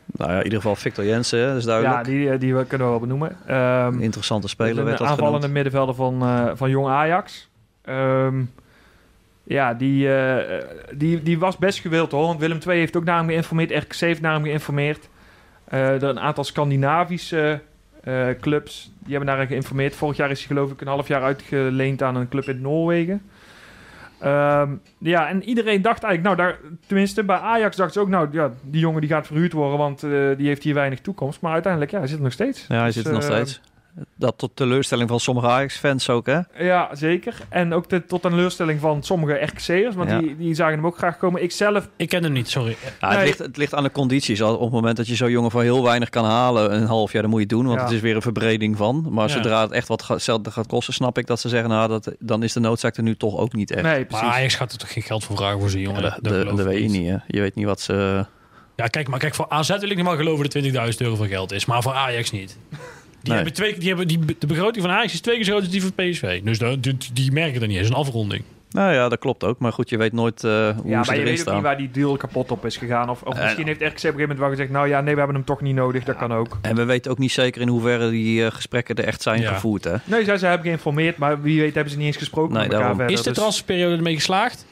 Nou ja, in ieder geval Victor Jensen, hè, dat is
Ja,
duidelijk.
die, eh, die we- kunnen we wel benoemen. Ehm,
Een interessante
een
speler werd dat
aanvallende
genoemd.
middenvelder van, eh, van Jong Ajax. Ehm, ja, die, eh, die, die was best gewild hoor. Want Willem II heeft ook naar hem geïnformeerd. RKC heeft naar hem geïnformeerd. Eh, er een aantal Scandinavische eh, clubs die hebben naar hem geïnformeerd. Vorig jaar is hij geloof ik een half jaar uitgeleend aan een club in Noorwegen. Ehm, ja, en iedereen dacht eigenlijk, nou daar, tenminste bij Ajax dachten ze ook, nou ja, die jongen die gaat verhuurd worden, want eh, die heeft hier weinig toekomst. Maar uiteindelijk, ja, hij zit er nog steeds.
Ja, hij
Dus,
zit er nog
eh,
steeds. Dat tot teleurstelling van sommige Ajax-fans ook, hè?
Ja, zeker. En ook de, tot een teleurstelling van sommige RKC'ers, want
Ja.
die, die zagen hem ook graag komen. Ik zelf,
Ik ken hem niet, sorry.
Ja,
Nee.
het, ligt, het ligt aan de condities. Al- Op het moment dat je zo'n jongen van heel weinig kan halen, een half jaar, dan moet je het doen, want
Ja.
het is weer een verbreding van. Maar
Ja.
zodra het echt wat ga- geld gaat kosten, snap ik dat ze zeggen, nou, dat, dan is de noodzaak er nu toch ook niet echt.
nee,
Maar
precies.
Ajax gaat er toch geen geld voor vragen voor zijn jongen?
Ja,
dat, dat
dat
geloof
dat
ik
weet je niet, hè? Je weet niet wat ze...
Ja, kijk, maar kijk, voor AZ wil ik niet maar geloven dat 20.000 euro van geld is. Maar voor Ajax niet. Die
Nee.
hebben twee, die hebben, die, de begroting van Ajax is twee keer zo groot als die van PSV. Dus dat- die, die merken dat niet eens. Een afronding.
Nou ja, dat klopt ook. Maar goed, je weet nooit eh, hoe
Ja,
ze
maar je
erin
weet ook
staan.
niet waar die deal kapot op is gegaan. Of, of
Eh,
misschien heeft RKC op een gegeven moment wel gezegd... nou ja, nee, we hebben hem toch niet nodig. Dat kan ook.
En we weten ook niet zeker in hoeverre die eh, gesprekken er echt zijn
Ja.
gevoerd. Hè?
Nee, zij, zij hebben geïnformeerd, maar wie weet hebben ze niet eens gesproken
Nee,
met elkaar
daarom.
verder.
Is de
dus-
transferperiode ermee geslaagd?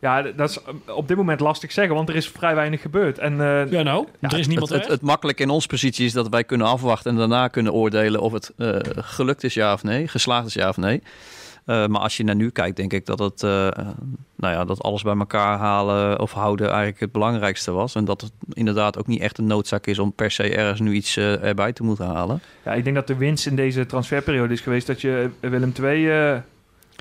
Ja, d- dat is um, op dit moment lastig zeggen, want er is vrij weinig gebeurd. En eh,
Ja, nou, er is niemand
het,
weg.
het, het makkelijke in onze positie is dat wij kunnen afwachten en daarna kunnen oordelen of het eh, gelukt is ja of nee, geslaagd is ja of nee. Eh, maar als je naar nu kijkt, denk ik dat het, eh, nou ja, dat alles bij elkaar halen of houden eigenlijk het belangrijkste was. En dat het inderdaad ook niet echt een noodzaak is om per se ergens nu iets eh, erbij te moeten halen.
ja, ik denk dat de winst in deze transferperiode is geweest dat je eh, Willem II eh,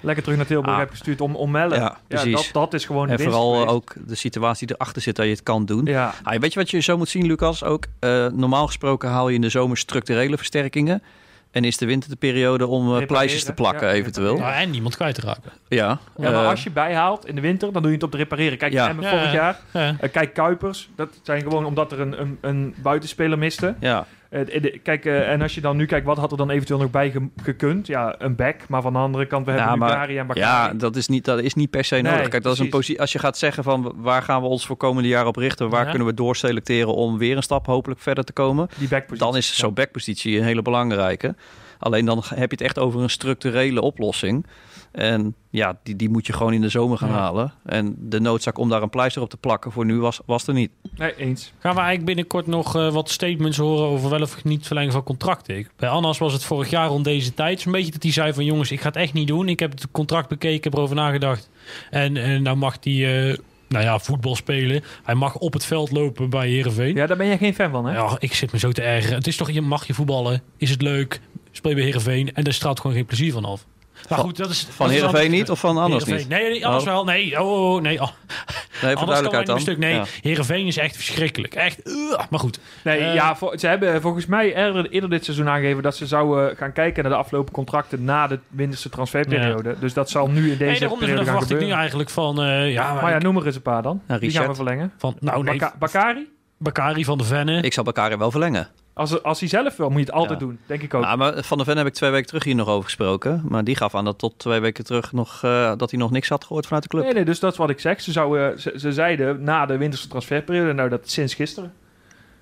lekker terug naar Tilburg
Ah.
hebt gestuurd om, om Mellen.
Ja, precies.
dat, dat is gewoon de
En
winst
vooral eh,
geweest.
ook de situatie die erachter zit dat je het kan doen.
Ja,
Ah, ja, weet je wat je zo moet zien, Lucas? Ook eh, normaal gesproken haal je in de zomer structurele versterkingen. En is de winter de periode om eh,
Repareren,
pleisters te plakken,
ja,
eventueel.
repareren.
Nou, en niemand kwijt te raken.
Ja,
ja, maar
eh,
als je bijhaalt in de winter, dan doe je het op de repareren. Kijk,
Ja.
Emmen
Ja,
vorig
ja.
jaar.
Ja.
Eh, kijk, Kuipers, dat zijn gewoon omdat er een, een, een buitenspeler miste.
ja.
Eh, de- de- kijk, eh, en als je dan nu kijkt, wat had er dan eventueel nog bij ge- gekund? Ja, een back, maar van de andere kant, we
Ja,
hebben
maar-
Bukari en
Ja,
Bakari.
dat is niet, dat is niet per se
Nee,
nodig. Kijk, dat is
precies.
een positie. Als je gaat zeggen van waar gaan we ons voor komende jaar op richten, waar
Ja.
kunnen we doorselecteren om weer een stap hopelijk verder te komen,
die backpositie.
dan is zo'n backpositie een hele belangrijke. Alleen dan heb je het echt over een structurele oplossing. En ja, die, die moet je gewoon in de zomer gaan
Ja.
halen. En de noodzaak om daar een pleister op te plakken voor nu was, was er niet.
Nee, eens.
Gaan we eigenlijk binnenkort nog eh, wat statements horen over wel of niet verlengen van contracten? Ik- Bij Annas was het vorig jaar rond deze tijd zo'n beetje dat hij zei van jongens, ik ga het echt niet doen. Ik heb het contract bekeken, ik heb erover nagedacht. En, en nou mag hij eh, nou ja, voetbal spelen. Hij mag op het veld lopen bij Heerenveen.
Ja, daar ben jij geen fan van, hè?
Ja, ik zit me zo te ergeren. Het is toch, je mag je voetballen, is het leuk, speel je bij Heerenveen en daar straalt gewoon geen plezier van af. Maar
Van-
goed, dat is...
Van Heerenveen niet of van anders niet?
Heerenveen. Nee, nee, anders
Oh.
wel. Nee, oh, oh, oh, nee. Oh.
Nee, voor
Anders kan wij
duidelijkheid
niet een
dan.
stuk. Nee,
Ja.
Heerenveen is echt verschrikkelijk. Echt, ugh. maar goed.
Nee,
Eh,
ja, vo- ze hebben volgens mij eerder, eerder dit seizoen aangegeven dat ze zouden gaan kijken naar de afgelopen contracten na de winterse transferperiode. Dus dat zal nu in
Nee,
deze
daarom dus
periode
dan
gaan
verwacht ik
gebeuren.
nu eigenlijk van... eh, ja, maar
maar ja,
ik-
noem er eens een paar dan.
Nou,
Die gaan we
Richard.
verlengen.
van, nou nee,
Baka- Bakari?
Bakari van de Venne.
Ik zal elkaar wel verlengen.
Als, als hij zelf wil, moet je het altijd
Ja.
doen. Denk ik ook.
Nou, maar Van der Ven heb ik twee weken terug hier nog over gesproken. Maar die gaf aan dat tot twee weken terug nog, eh, dat hij nog niks had gehoord vanuit de club.
Nee, nee, dus dat is wat ik zeg. Ze, zouden, ze, ze zeiden na de winterse transferperiode, nou dat sinds gisteren.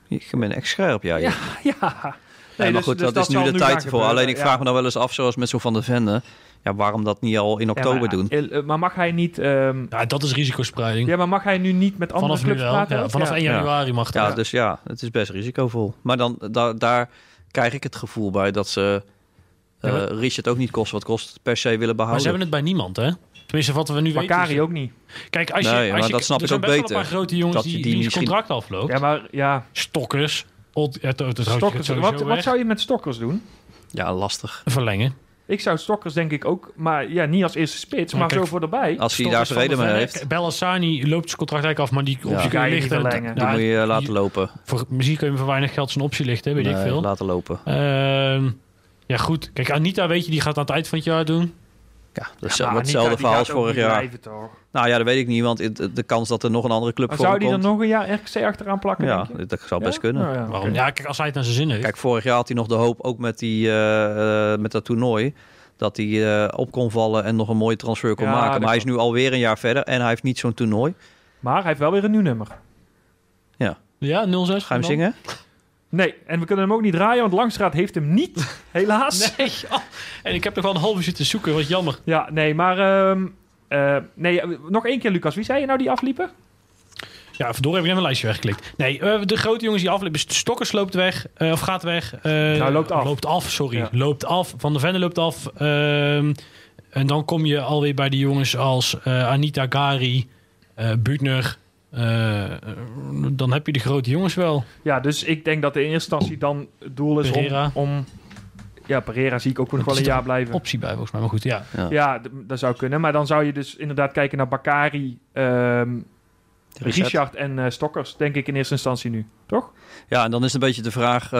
Je bent echt scherp, ja. joh.
Ja.
Nee, maar
dus-
goed,
dus
dat is nu
zal
de
gaan
tijd ervoor.
gebeuren,
Alleen ik
ja.
vraag me dan wel eens af, zoals met zo'n Van der Venne, ja, waarom dat niet al in
Ja,
oktober
maar,
doen?
eh, Maar mag hij niet... ehm,
Ja, dat is risicospreiding.
ja, maar mag hij nu niet met andere
vanaf nu
clubs
wel.
praten?
Ja,
ook?
vanaf
Ja.
1 januari mag dat.
Ja, dus ja, het is best risicovol. Maar dan, da- daar krijg ik het gevoel bij dat ze eh,
Ja,
Richard ook niet kost wat kost per se willen
maar
behouden.
ze hebben het bij niemand, hè? Tenminste, wat we nu weten.
Bakari
is-
ook niet.
Kijk, als je,
Nee, maar
als je,
dat snap
er
ik
zijn
ook
best
beter.
wel een paar grote jongens
Dat
die,
je
die,
die
hun
misschien-
contract afloopt.
Ja, maar ja,
Stokkers. eh, Old, ja, to- to- to-
stokkers.
sowieso
Wat,
weg.
wat zou je met stokkers doen?
Ja, lastig.
Verlengen.
Ik zou stokkers denk ik ook, maar ja, niet als eerste spits,
Maar
maar
kijk,
zo voor erbij.
Als hij daar zijn reden mee heeft, die
Bellassani loopt zijn contract eigenlijk af, maar die optie kun
Ga
je
je niet
lichten.
verlengen.
Ja,
moet je eh, laten lopen.
voor, misschien kun je hem voor weinig geld zijn optie lichten, weet ik
Nee,
veel.
Laten lopen.
Ehm, ja, goed. Kijk, Anita, weet je, die gaat aan het eind van het jaar doen.
Ja, dat is
Ja, maar
hetzelfde
Anita, die
verhaal als
gaat ook
vorig
niet
jaar.
blijven, toch?
Nou ja, dat weet ik niet, want het- de kans dat er nog een andere club
Maar
voor
zou
hem
die dan
komt-
nog een jaar RKC achteraan plakken?
Ja,
denk je?
dat- dat zou
Ja?
best kunnen.
Nou ja,
Waarom?
oké.
Ja, kijk, als hij het naar zijn zin heeft.
Kijk, vorig jaar had hij nog de hoop, ook met, die, eh, eh, met dat toernooi, dat hij eh, op kon vallen en nog een mooie transfer kon
Ja,
maken.
dat
Maar hij is nu alweer een jaar verder en hij heeft niet zo'n toernooi.
Maar hij heeft wel weer een nieuw nummer.
Ja, 06.
Ga je hem
dan?
zingen?
Nee, en we kunnen hem ook niet draaien, want Langstraat heeft hem niet. Helaas.
Nee. oh, en ik heb nog wel een half uur zitten zoeken, wat jammer.
Ja, nee, maar... ehm, eh, nee, eh, nog één keer, Lucas. Wie zei je nou die afliepen?
Ja, verdorie, heb ik net mijn lijstje weggeklikt. Nee, eh, de grote jongens die aflopen. Stokkers loopt weg, eh, of gaat weg. eh,
Nou, loopt af.
Loopt af, sorry.
Ja.
Loopt af. Van de Venne loopt af. ehm, en dan kom je alweer bij die jongens als eh, Anita Gari, eh Buutner. eh, eh, dan heb je de grote jongens wel.
Ja, dus ik denk dat in eerste instantie dan het doel is
Pereira.
om... om ja, Pereira zie ik ook nog
Dat
wel
is
een
toch
jaar blijven.
Optie bij volgens mij, maar goed, ja.
Ja, d- dat zou kunnen. Maar dan zou je dus inderdaad kijken naar Bakari, ehm, Richard. en eh, Stokkers, denk ik in eerste instantie nu. Toch?
Ja, en dan is een beetje de vraag... eh,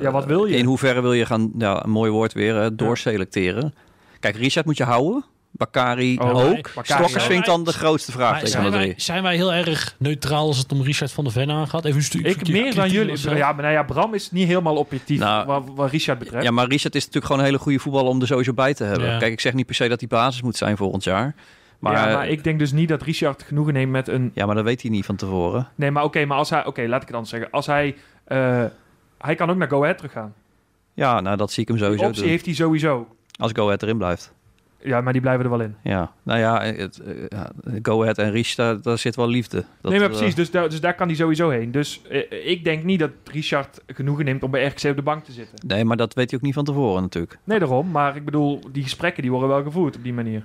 Ja, wat wil je?
In hoeverre wil je gaan, ja, een mooi woord weer, eh, doorselecteren. Kijk, Richard moet je houden. Bakari
Oh,
ook.
nee.
Bakari
Stokker
ook.
swingt dan de grootste vraag
Maar
tegen de
zijn, wij,
drie.
zijn wij heel erg neutraal als het om Richard van der Ven aangaat? Even een stukje.
Ik meer dan jullie. Ja, maar nou ja, Bram is niet helemaal objectief
Nou,
wat, wat Richard betreft.
Ja, maar Richard is natuurlijk gewoon een hele goede voetballer om er sowieso bij te hebben.
Ja.
Kijk, ik zeg niet per se dat hij basis moet zijn volgend jaar. Maar, eh,
ja, maar ik denk dus niet dat Richard genoegen neemt met een
dat weet hij niet van tevoren.
Nee, maar oké, maar als hij... Oké, laat ik het anders zeggen. Als hij... eh, hij kan ook naar Go Ahead teruggaan.
Ja, nou dat zie ik hem
Die
sowieso
optie
doen.
heeft hij sowieso.
Als Go Ahead erin blijft.
Ja, maar die blijven er wel in.
Ja, nou ja, het, eh, ja, Go Ahead en Richard, daar, daar zit wel liefde. Dat,
nee, maar
eh,
precies. Dus, daar- dus daar kan hij sowieso heen. Dus eh, ik denk niet dat Richard genoegen neemt om bij RKC op de bank te zitten.
nee, maar dat weet hij ook niet van tevoren natuurlijk.
Nee, daarom. Maar ik bedoel, die gesprekken die worden wel gevoerd op die manier.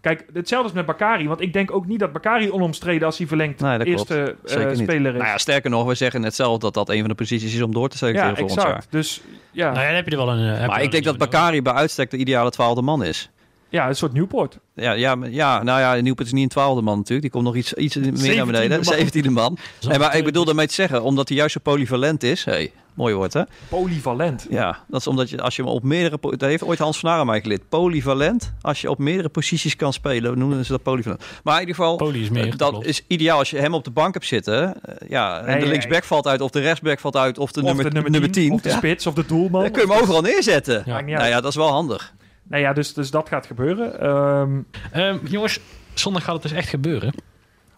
Kijk, hetzelfde is met Bakari. Want ik denk ook niet dat Bakari onomstreden als hij verlengt
Nee, dat klopt.
eerste eh,
Zeker niet.
speler is.
Nou ja, sterker nog, we zeggen net zelf dat dat een van de posities is om door te selecteren
ja,
volgend jaar.
exact. Dus ja,
Nou ja, dan heb je er wel een. eh, heb je
Maar
wel
ik denk
een-
dat Bakari bij uitstek de ideale twaalfde man is.
ja, een soort Newport.
Ja, ja, maar- ja, nou ja, Nieuwput is niet een twaalfde man natuurlijk. Die komt nog iets, iets meer naar beneden. Zeventiende man. Nee, maar ik bedoel daarmee te zeggen, omdat hij juist zo polyvalent is. hey, mooi woord hè?
Polyvalent.
Ja, dat is omdat je, als je hem op meerdere... po- Dat heeft ooit Hans van Haren mij geleerd. Polyvalent, als je op meerdere posities kan spelen, noemen ze dat polyvalent. Maar in ieder geval,
Poli is meer.
eh, dat
klopt.
is ideaal als je hem op de bank hebt zitten. eh, ja, en
Nee,
de
nee.
linksback valt uit, of de rechtsback valt uit, of de
Of
nummer,
de nummer,
nummer 10.
Of de
Ja.
spits, of de doelman.
Dan kun je hem overal neerzetten.
Ja.
Maakt niet
Nou
uit.
ja, dat is wel handig.
Nou ja, dus, dus dat gaat gebeuren. Ehm,
Ehm, jongens, zondag gaat het dus echt gebeuren.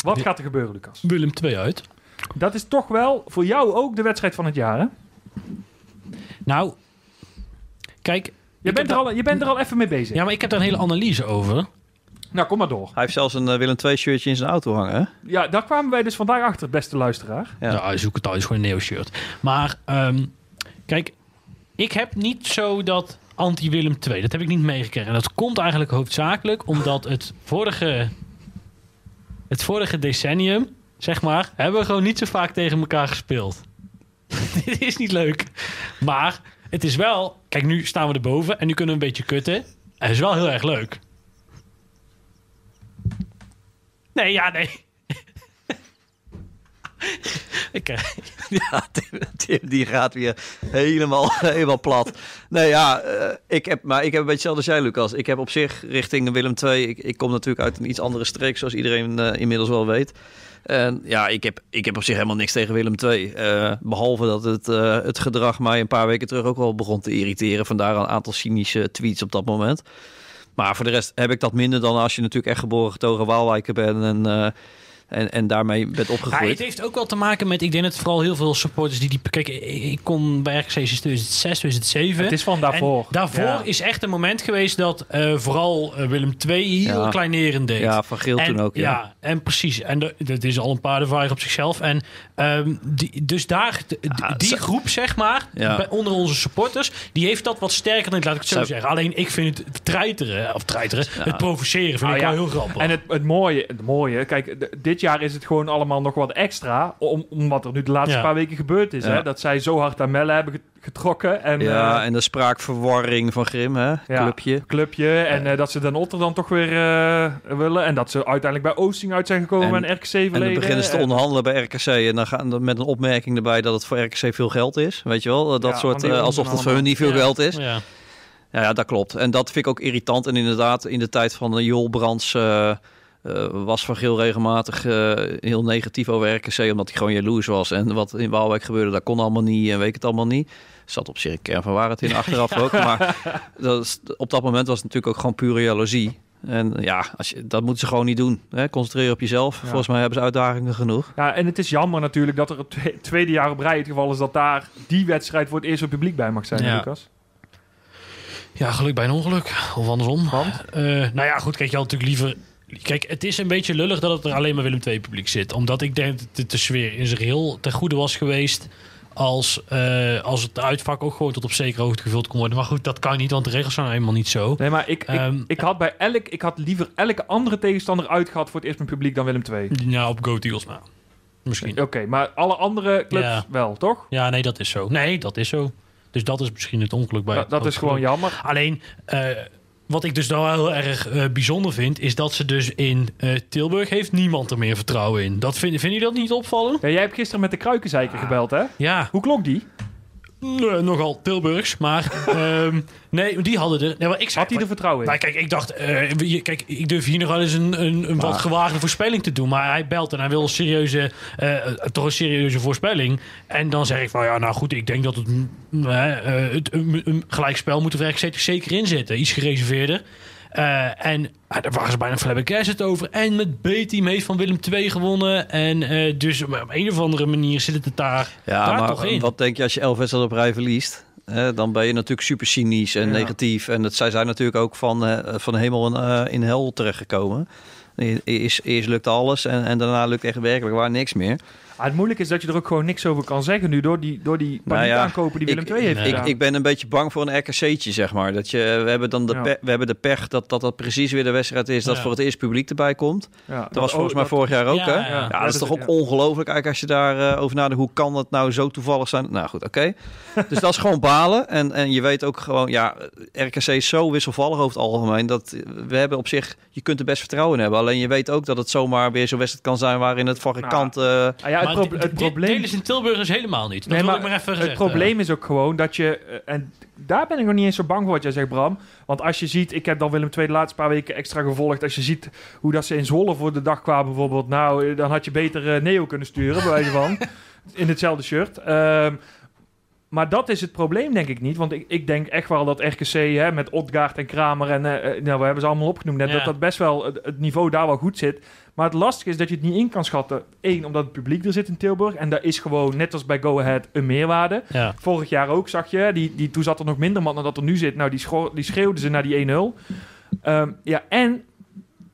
wat
Ja.
gaat er gebeuren, Lucas?
Willem 2 uit.
Dat is toch wel voor jou ook de wedstrijd van het jaar, hè?
Nou, kijk.
Je,
Ik heb
bent er, al, je bent er al even mee bezig.
Ja, maar ik heb daar een hele analyse over.
Nou, kom maar door.
Hij heeft zelfs een eh, Willem II shirtje in zijn auto hangen. hè?
Ja, daar kwamen wij dus vandaag achter, beste luisteraar.
Ja.
Ja, zoek het al eens voor een neo-shirt. Maar ehm, kijk, ik heb niet zo dat anti-Willem 2. Dat heb ik niet meegekregen. En dat komt eigenlijk hoofdzakelijk omdat het vorige, het vorige decennium, zeg maar, hebben we gewoon niet zo vaak tegen elkaar gespeeld. Dit is niet leuk. Maar het is wel. Kijk, nu staan we erboven en nu kunnen we een beetje kutten. En het is wel heel erg leuk. Nee, ja, nee. ik eh, krijg
Ja, Tim, Tim, die gaat weer helemaal, helemaal plat. Nee, ja, eh, ik heb, maar ik heb een beetje hetzelfde als jij, Lucas. Ik heb op zich richting Willem II... Ik, ik kom natuurlijk uit een iets andere streek, zoals iedereen eh, inmiddels wel weet. En ja, ik heb, ik heb op zich helemaal niks tegen Willem II. Eh, behalve dat het, eh, het gedrag mij een paar weken terug ook wel begon te irriteren. Vandaar een aantal cynische tweets op dat moment. Maar voor de rest heb ik dat minder dan als je natuurlijk echt geboren getogen Waalwijker bent... en, eh, en, en daarmee bent
Ja,
opgegroeid.
het heeft ook wel te maken met, ik denk dat vooral heel veel supporters die die... Kijk, ik- ik kom bij RKC sinds 2006, 2007.
Het is van
En
daarvoor.
daarvoor
Ja.
is echt een moment geweest dat eh, vooral eh, Willem II heel
Ja.
kleinerend deed.
Ja, van Geel
en,
toen ook, ja.
en precies. En de- dat is al een paardenvaardig op zichzelf. En ehm, die, dus daar, d-
Ja,
die
ze-
groep, zeg maar,
Ja.
bij, onder onze supporters, die heeft dat wat sterker dan, ik, laat ik het zo
Ze-
zeggen. Alleen ik vind het treiteren, of treiteren, het provoceren vind
Nou
Ah,
ik
ja.
wel heel grappig.
En het, het, mooie, het mooie, kijk, d- dit jaar is het gewoon allemaal nog wat extra. Om, om wat er nu de laatste
Ja.
paar weken gebeurd is.
Ja.
Hè? Dat zij zo hard aan Melle hebben ge- getrokken. En,
Ja,
eh,
en de spraakverwarring van Grim, hè? Clubje.
clubje. En eh, dat ze Den Otter dan toch weer eh, willen. En dat ze uiteindelijk bij Oosting uit zijn gekomen en,
En-
RKC verleden. eh,
En dan beginnen ze te
En-
onderhandelen bij RKC. En dan gaan ze met een opmerking erbij dat het voor RKC veel geld is. Weet je wel? Dat
Ja,
soort,
van die
eh, alsof dat voor hun niet veel
Ja.
geld is.
Ja.
Ja, ja, dat klopt. En dat vind ik ook irritant. En inderdaad, in de tijd van eh, Joel Brands eh, eh, was Van Geel regelmatig eh, heel negatief over RKC. Omdat hij gewoon jaloers was. En wat in Waalwijk gebeurde, dat kon allemaal niet. En weet ik het allemaal niet. Zat op zich een kern van waarheid in achteraf ook. Maar dat is, op dat moment was het natuurlijk ook gewoon pure jaloezie. En ja, als je, dat moeten ze gewoon niet doen. Hè? Concentreer je op jezelf. Volgens mij hebben ze uitdagingen genoeg.
Ja, en het is jammer natuurlijk dat er het twe- tweede jaar op rij het geval is dat daar die wedstrijd voor het eerst op publiek bij mag zijn,
Ja.
Lucas.
Ja, geluk bij een ongeluk. Of andersom.
Want?
Eh, nou ja, goed, kijk, je had natuurlijk liever... Kijk, het is een beetje lullig dat het er alleen maar Willem II publiek zit. Omdat ik denk dat het de sfeer in zijn geheel ten goede was geweest... Als, eh, als het uitvak ook gewoon tot op zekere hoogte gevuld kon worden. Maar goed, dat kan niet, want de regels zijn eenmaal niet zo.
Nee, maar ik, ik,
Ehm.
ik had bij elk, ik had liever elke andere tegenstander uitgehad voor het eerst met publiek dan Willem II.
Ja, op Go Deals nou. Misschien.
Oké, maar alle andere clubs
Ja.
wel, toch?
Ja, nee, dat is zo. Nee, dat is zo. Dus dat is misschien het ongeluk bij...
Dat, dat is gewoon jammer.
Alleen, eh, wat ik dus nou heel erg eh, bijzonder vind... is dat ze dus in eh, Tilburg heeft niemand er meer vertrouwen in. Dat vind, vind je dat niet opvallen?
Ja, jij hebt gisteren met de kruikenzeiker gebeld, hè?
Ja,
Hoe klonk die?
Nee, nogal Tilburgs, maar ehm, nee, die hadden er. Nee, maar ik zei,
Had hij er vertrouwen in?
nou, kijk, ik dacht, eh, je- kijk, ik durf hier nog wel eens een, een, een wat
Maar-
gewaagde voorspelling te doen. Maar hij belt en hij wil een serieuze, eh, eh, toch een serieuze voorspelling. En dan zeg ik van, ja, nou goed, ik denk dat het, mm, eh, eh, het een, een gelijkspel moet er echt zeker in zitten. Iets gereserveerder. Eh, en ah, daar waren ze bijna flabbergasted over. En met B-team heeft van Willem II gewonnen. En eh, dus op een of andere manier zit het er daar,
Ja,
daar
maar
toch in.
wat denk je als je elf wedstrijden op rij verliest? Hè, dan ben je natuurlijk super cynisch en
Ja.
negatief. En dat zij zijn natuurlijk ook van, eh, van hemel in, eh, in hel terechtgekomen. E- Eerst, eerst lukt alles en, en daarna lukt echt werkelijk waar niks meer.
Ah, het moeilijke is dat je er ook gewoon niks over kan zeggen nu door die, door die
Nou ja,
paniekaankopen die Willem
ik,
II heeft
ik,
gedaan.
ik ben een beetje bang voor een RKC'tje, zeg maar. Dat je, we hebben dan de,
Ja.
pe- we hebben de pech dat, dat dat precies weer de wedstrijd is... dat
Ja.
voor het eerst publiek erbij komt.
Ja, Oh,
Dat was volgens mij vorig jaar ook,
Ja,
hè?
ja.
Ja, dat is toch ook
ja.
ongelooflijk eigenlijk als je daarover over nadenkt. Hoe kan dat nou zo toevallig zijn? Nou goed, oké. dus dat is gewoon balen. En, en je weet ook gewoon, ja, RKC is zo wisselvallig over het algemeen. Dat eh, we hebben op zich, je kunt er best vertrouwen in hebben. Alleen je weet ook dat het zomaar weer zo'n wedstrijd kan zijn waarin het varken
Nou,
kant... eh,
Ah, ja, het,
Maar
proble-
dit-
het
dit
probleem...
delen ze in Tilburgers helemaal niet. Dat
Nee,
wil
maar
ik maar even
Het
gezegd
probleem is ook gewoon dat je... eh, En daar ben ik nog niet eens zo bang voor wat jij zegt, Bram. Want als je ziet... Ik heb dan Willem II de laatste paar weken extra gevolgd. Als je ziet hoe dat ze in Zwolle voor de dag kwamen bijvoorbeeld. Nou, eh, dan had je beter eh, Neo kunnen sturen, bij wijze van. In hetzelfde shirt. Ehm, maar dat is het probleem, denk ik niet. Want ik, ik denk echt wel dat RKC hè, met Odgaard en Kramer... en eh, eh, nou, we hebben ze allemaal opgenoemd net...
Ja.
dat dat best wel het, het niveau daar wel goed zit. Maar het lastige is dat je het niet in kan schatten. Eén, omdat het publiek er zit in Tilburg. En daar is gewoon, net als bij Go Ahead, een meerwaarde.
Ja.
Vorig jaar ook, zag je. Die, die, toen zat er nog minder man dan dat er nu zit. Nou, die, scho- die schreeuwden ze naar die 1-0. Ehm, ja, en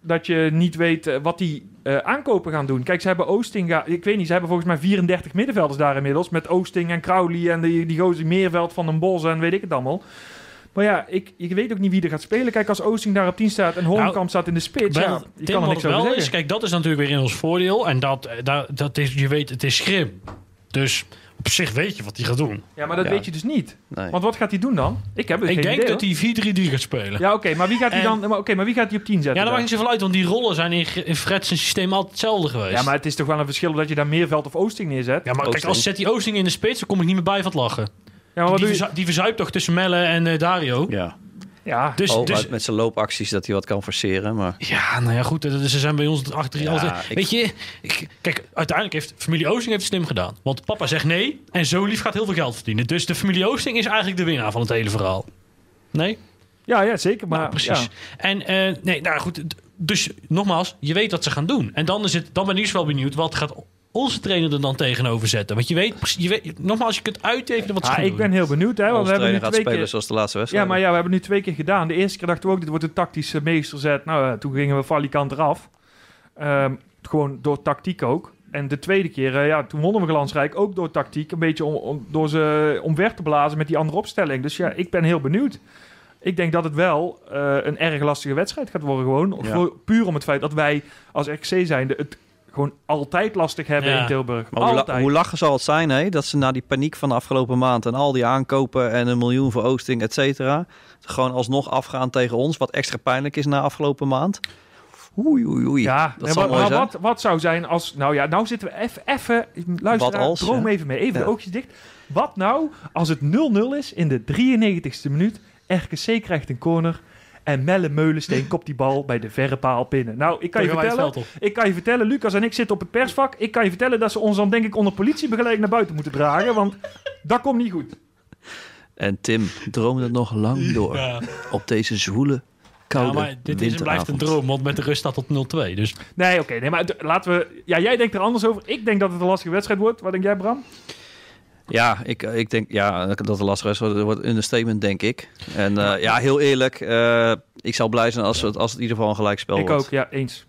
dat je niet weet eh, wat die eh, aankopen gaan doen. Kijk, ze hebben Oostinga... Ik weet niet, ze hebben volgens mij 34 middenvelders daar inmiddels. Met Oosting en Crowley en die, die gozer Meerveld van den Bos en weet ik het allemaal. Maar ja, ik, ik weet ook niet wie er gaat spelen. Kijk, als Oosting daar op 10 staat en Hornkamp staat in de spits...
Nou, Wel,
Ja, je kan
Tim,
er
wat
niks
het
over
wel
zeggen.
is, kijk, dat is natuurlijk weer in ons voordeel. En dat, eh, dat, dat is, je weet, het is schrim. Dus op zich weet je wat hij gaat doen.
Ja, maar dat
Ja.
weet je dus niet.
nee.
Want wat gaat hij doen dan? Ik heb geen
ik denk
idee,
dat
hoor.
hij 4-3-3 gaat spelen. Ja,
Ja, oké, maar wie gaat hij
En-
dan... Maar, oké, maar wie gaat hij op 10 zetten?
dat maakt
dan?
niet zoveel uit, want die rollen zijn in, G- in Fred's systeem altijd hetzelfde geweest.
Ja, maar het is toch wel een verschil dat je daar Meerveld of Oosting neerzet. Ja,
Ja, maar kijk,
Oosting.
als zet die Oosting in de spits, dan kom ik niet meer bij van het lachen.
maar wat
die,
doe je?
verzu- die verzuipt toch tussen Melle en eh, Dario.
Ja,
Ja,
Dus,
Oh,
dus,
maar met zijn loopacties dat hij wat kan forceren. Maar
Ja, nou ja, goed. dat- dat- Ze zijn bij ons het achter.
Ja,
altijd-
ik-
Weet je, ik- kijk, uiteindelijk heeft familie Oosting heeft het slim gedaan. Want papa zegt nee en zo lief gaat heel veel geld verdienen. Dus de familie Oosting is eigenlijk de winnaar van het hele verhaal. Nee?
ja, ja zeker. Maar,
Nou, precies.
Nou, ja.
En eh, nee, nou goed. d- Dus nogmaals, je weet wat ze gaan doen. En dan, is het, dan ben ik dus wel benieuwd wat gaat onze trainer er dan tegenover zetten. Want je weet, precies- je weet nogmaals, je kunt uittekenen wat ze
Ah,
gaan
ik
doen.
ben heel benieuwd, hè. Want
onze
we hebben nu
trainer gaat
twee
spelen
keer...
zoals de laatste
Ja,
wedstrijd.
maar ja, we hebben nu twee keer gedaan. De eerste keer dachten we ook, dit wordt een tactische meesterzet. Nou, eh, toen gingen we valikant eraf. Ehm, gewoon door tactiek ook. En de tweede keer, eh, ja, toen wonnen we glansrijk ook door tactiek. Een beetje om, om- door ze omver te blazen met die andere opstelling. Dus
Hm.
ja, ik ben heel benieuwd. Ik denk dat het wel eh, een erg lastige wedstrijd gaat worden gewoon.
Ja.
Gewoon Puur om het feit dat wij als RC zijnde het gewoon altijd lastig hebben
Ja.
in Tilburg.
Maar hoe, la-
altijd.
hoe lachen zal het zijn, hè? Dat ze na die paniek van de afgelopen maand en al die aankopen en een miljoen voor Oosting, et cetera, gewoon alsnog afgaan tegen ons, wat extra pijnlijk is na afgelopen maand. Oei, oei, oei.
Ja,
dat
nee,
zal
maar,
mooi
maar
zijn.
wat, wat zou zijn als... Nou ja, nou zitten we eff- even... Luister,
als,
droom
ja.
even mee. Even
Ja.
de oogjes dicht. Wat nou als het 0-0 is in de 93ste minuut? RKC krijgt een corner... En Melle Meulensteen kopt die bal bij de verre paal binnen. Nou, ik kan, je
Dan gaan wij het
vertellen,
veld op.
ik kan je vertellen, Lucas en ik zitten op het persvak. Ik kan je vertellen dat ze ons dan denk ik onder politiebegeleiding naar buiten moeten dragen. Want dat komt niet goed.
En Tim droomde nog lang door
Ja.
op deze zwoele, koude
Ja, maar dit is en blijft een
winteravond.
droom, want met de rust staat tot 0-2. Dus
Nee, oké. nee, maar d- laten we... Ja, jij denkt er anders over. Ik denk dat het een lastige wedstrijd wordt. Wat denk jij, Bram?
Ja, ik, ik denk ja, dat de lastig is. Dat wordt een understatement, denk ik. En eh, ja, heel eerlijk, eh, ik zal blij zijn als, het, als het in ieder geval een gelijkspel
ik
wordt.
ook, ja, eens.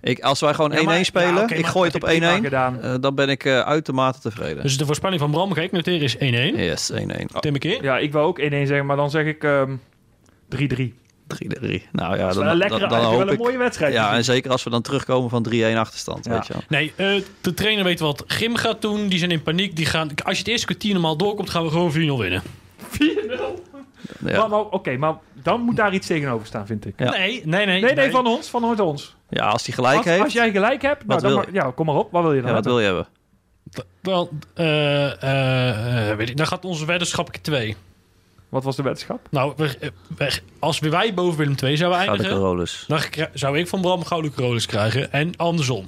Ik, als wij gewoon 1-1
Ja, maar- ja,
spelen,
oké,
ik
maar
gooi
dat
het op
heb je
1-1,
prima gedaan.
eh, dan ben ik eh, uitermate tevreden.
Dus de voorspelling van Bram, ga ik noteren, is 1-1.
Yes, 1-1. Oh,
Tim een keer.
Ja, ik wil ook 1-1 zeggen, maar dan zeg ik ehm 3-3. Dat
3-3. Nou ja,
is wel
dan,
een
dan,
lekkere, eigenlijk
dan, hoop
wel een
ik...
mooie wedstrijd.
Ja, en zeker als we dan terugkomen van 3-1 achterstand,
Ja.
weet je wel.
Nee, eh, de trainer weet wat Gim gaat doen. Die zijn in paniek. Die gaan, als je het eerste kwartier normaal doorkomt, gaan we gewoon 4-0 winnen.
Ja.
Maar- maar- Oké, maar dan moet daar iets tegenover staan, vind ik.
Ja.
Nee, nee, nee.
Nee, nee, van ons, van ons.
Ja, als hij gelijk
Als,
heeft,
als jij gelijk hebt, nou,
Wat
dan
wil
mag- ja, kom maar op. Wat wil je
ja,
dan?
wat wil je hebben?
Wel, eh, eh, eh, weet ik, dan gaat onze weddenschap keer twee.
Wat was de weddenschap?
Nou, we- eh, we- als weer wij boven Willem 2 zouden
Gouden
eindigen,
Carolus.
dan kri- zou ik van Bram gouden Carolus krijgen en andersom.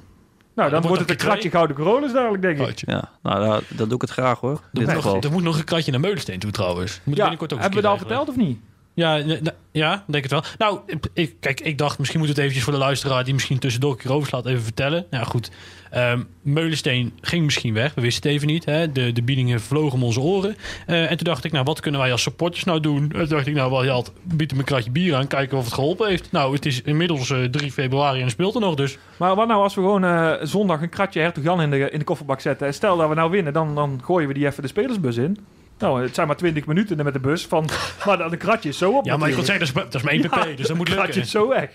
Nou, dan
wordt
wordt
ook
het een
die
kratje gouden coronas dadelijk, denk ik.
Kratje.
Ja, nou, daar, daar doe ik het graag hoor.
Er
Dit
moet,
geval.
nog, er moet nog een kratje naar Meulensteen toe trouwens. Moet ik
Ja,
binnenkort ook eens
hebben we dat al
een keer
verteld of niet?
regelen. Ja, ne- ne- ja, denk het wel. Nou, ik- ik, kijk, ik dacht misschien moet het eventjes voor de luisteraar die misschien tussendoor een keer overslaat even vertellen. Nou goed, Ehm, Meulensteen ging misschien weg, we wisten het even niet. Hè? De, de biedingen vlogen om onze oren. Eh, en toen dacht ik, nou wat kunnen wij als supporters nou doen? En toen dacht ik, nou wel, Jalt, bied hem een kratje bier aan, kijken of het geholpen heeft. Nou, het is inmiddels eh, 3 februari en speelt er nog, dus
Maar wat nou als we gewoon eh, zondag een kratje hertog Jan in de, in de kofferbak zetten? En stel dat we nou winnen, dan, dan gooien we die even de spelersbus in. Nou, het zijn maar 20 minuten met de bus. Van, maar dat een kratje is zo op.
Ja, maar ik wil
natuurlijk.
zeggen, dat is, dat is mijn PP,
Ja,
dus dat moet
een kratje
lukken.
is zo weg.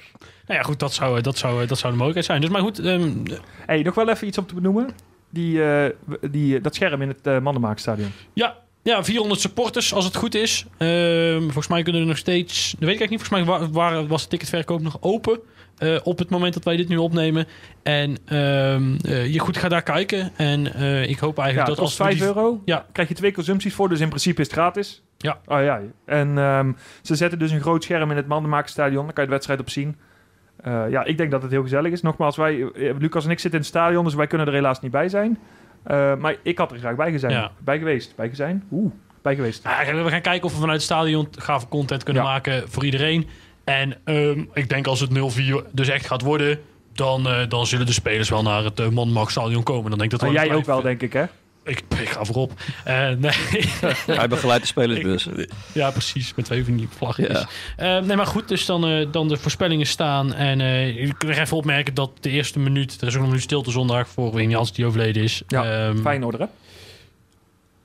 Nou ja, goed, dat zou, dat zou, dat zou de mogelijkheid zijn. Dus maar goed, ehm,
hey, nog wel even iets om te benoemen. Die, eh, w- die, eh, dat scherm in het eh, Mandenmaakstadion.
ja, ja, 400 supporters als het goed is. Ehm, volgens mij kunnen er nog steeds, dat weet ik eigenlijk niet, volgens mij wa- waren, was de ticketverkoop nog open eh, op het moment dat wij dit nu opnemen. En ehm, eh, je goed gaat daar kijken en eh, ik hoop
Ja,
eigenlijk
dat
dat
kost
als we
5
die-
euro.
Ja.
Krijg je twee consumpties voor, dus in principe is het gratis.
Ja.
Oh, ja. En ehm, ze zetten dus een groot scherm in het Mandenmakerstadion. Daar kan je de wedstrijd op zien. Eh, ja, ik denk dat het heel gezellig is. Nogmaals, wij, eh, Lucas en ik zitten in het stadion, dus wij kunnen er helaas niet bij zijn. Eh, maar ik had er graag bij zijn.
Ja.
Bij geweest. Bij zijn. Oeh, bij geweest.
Nou, eigenlijk, we gaan kijken of we vanuit het stadion gave content kunnen
Ja.
maken voor iedereen. En ehm, ik denk als het 0-4 dus echt gaat worden, dan, eh, dan zullen de spelers wel naar het eh, Man Manmax Stadion komen. Dan denk ik dat
En
we
jij
vijf-
ook wel, denk ik, hè?
Ik, ik ga voorop. Eh, nee,
Hij begeleidt de dus. spelersbus.
ja, precies. Met twee van die vlaggetjes.
Ja.
Eh, nee, maar goed. Dus dan, eh, dan de voorspellingen staan. En eh je kunt nog even opmerken dat de eerste minuut... Er is ook nog een minuut stilte zondag voor Wim Jans die overleden is.
Ja,
Ehm,
Fijn orde, hè?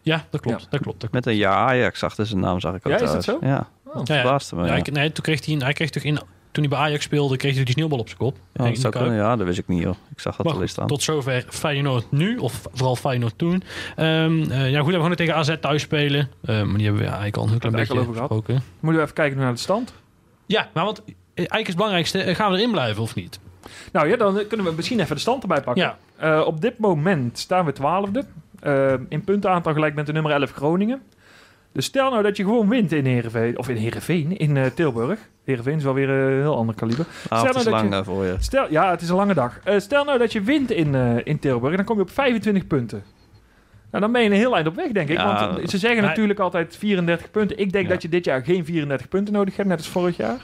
Ja, dat klopt.
Ja.
Dat klopt. Dat klopt.
Met een ja Ajax achter zijn naam zag ik ook
Ja, is dat
trouwens. Ja, dat
Ja, ja.
verbaasde me.
Ja,
Ja.
ik- nee, toen kreeg hij, een- hij kreeg toch in... Toen hij bij Ajax speelde, kreeg hij die sneeuwbal op zijn kop.
Oh, dat
In de
zou
kuip.
kunnen, ja, dat wist ik niet joh. Ik zag dat
Maar
al eens
goed,
staan.
tot zover Feyenoord nu, of vooral Feyenoord toen. Ehm, eh, ja, goed, we gaan nog tegen AZ thuis spelen. Ehm, maar die hebben we eigenlijk al een heel klein
Hebben we eigenlijk al
beetje
over gehad.
besproken.
Moeten we even kijken naar de stand?
Ja, maar want eh, eigenlijk is het belangrijkste, eh, gaan we erin blijven of niet?
Nou ja, dan eh, kunnen we misschien even de stand erbij pakken.
Ja,
Eh, op dit moment staan we twaalfde. Eh, in puntenaantal gelijk met de nummer 11 Groningen. Dus stel nou dat je gewoon wint in Heerenveen. Of in Heerenveen, in eh, Tilburg. Heerenveen is wel weer eh, een heel ander kaliber.
Ah, het
nou
is
dat
lang
je-
eh, voor je.
Stel, ja, het is een lange dag. Eh, stel nou dat je wint in, eh, in Tilburg. Dan kom je op 25 punten. Nou, dan ben je een heel eind op weg, denk ik.
Ja,
Want eh,
dat-
ze zeggen
Maar-
natuurlijk altijd 34 punten. Ik denk
Ja.
dat je dit jaar geen 34 punten nodig hebt, net als vorig jaar.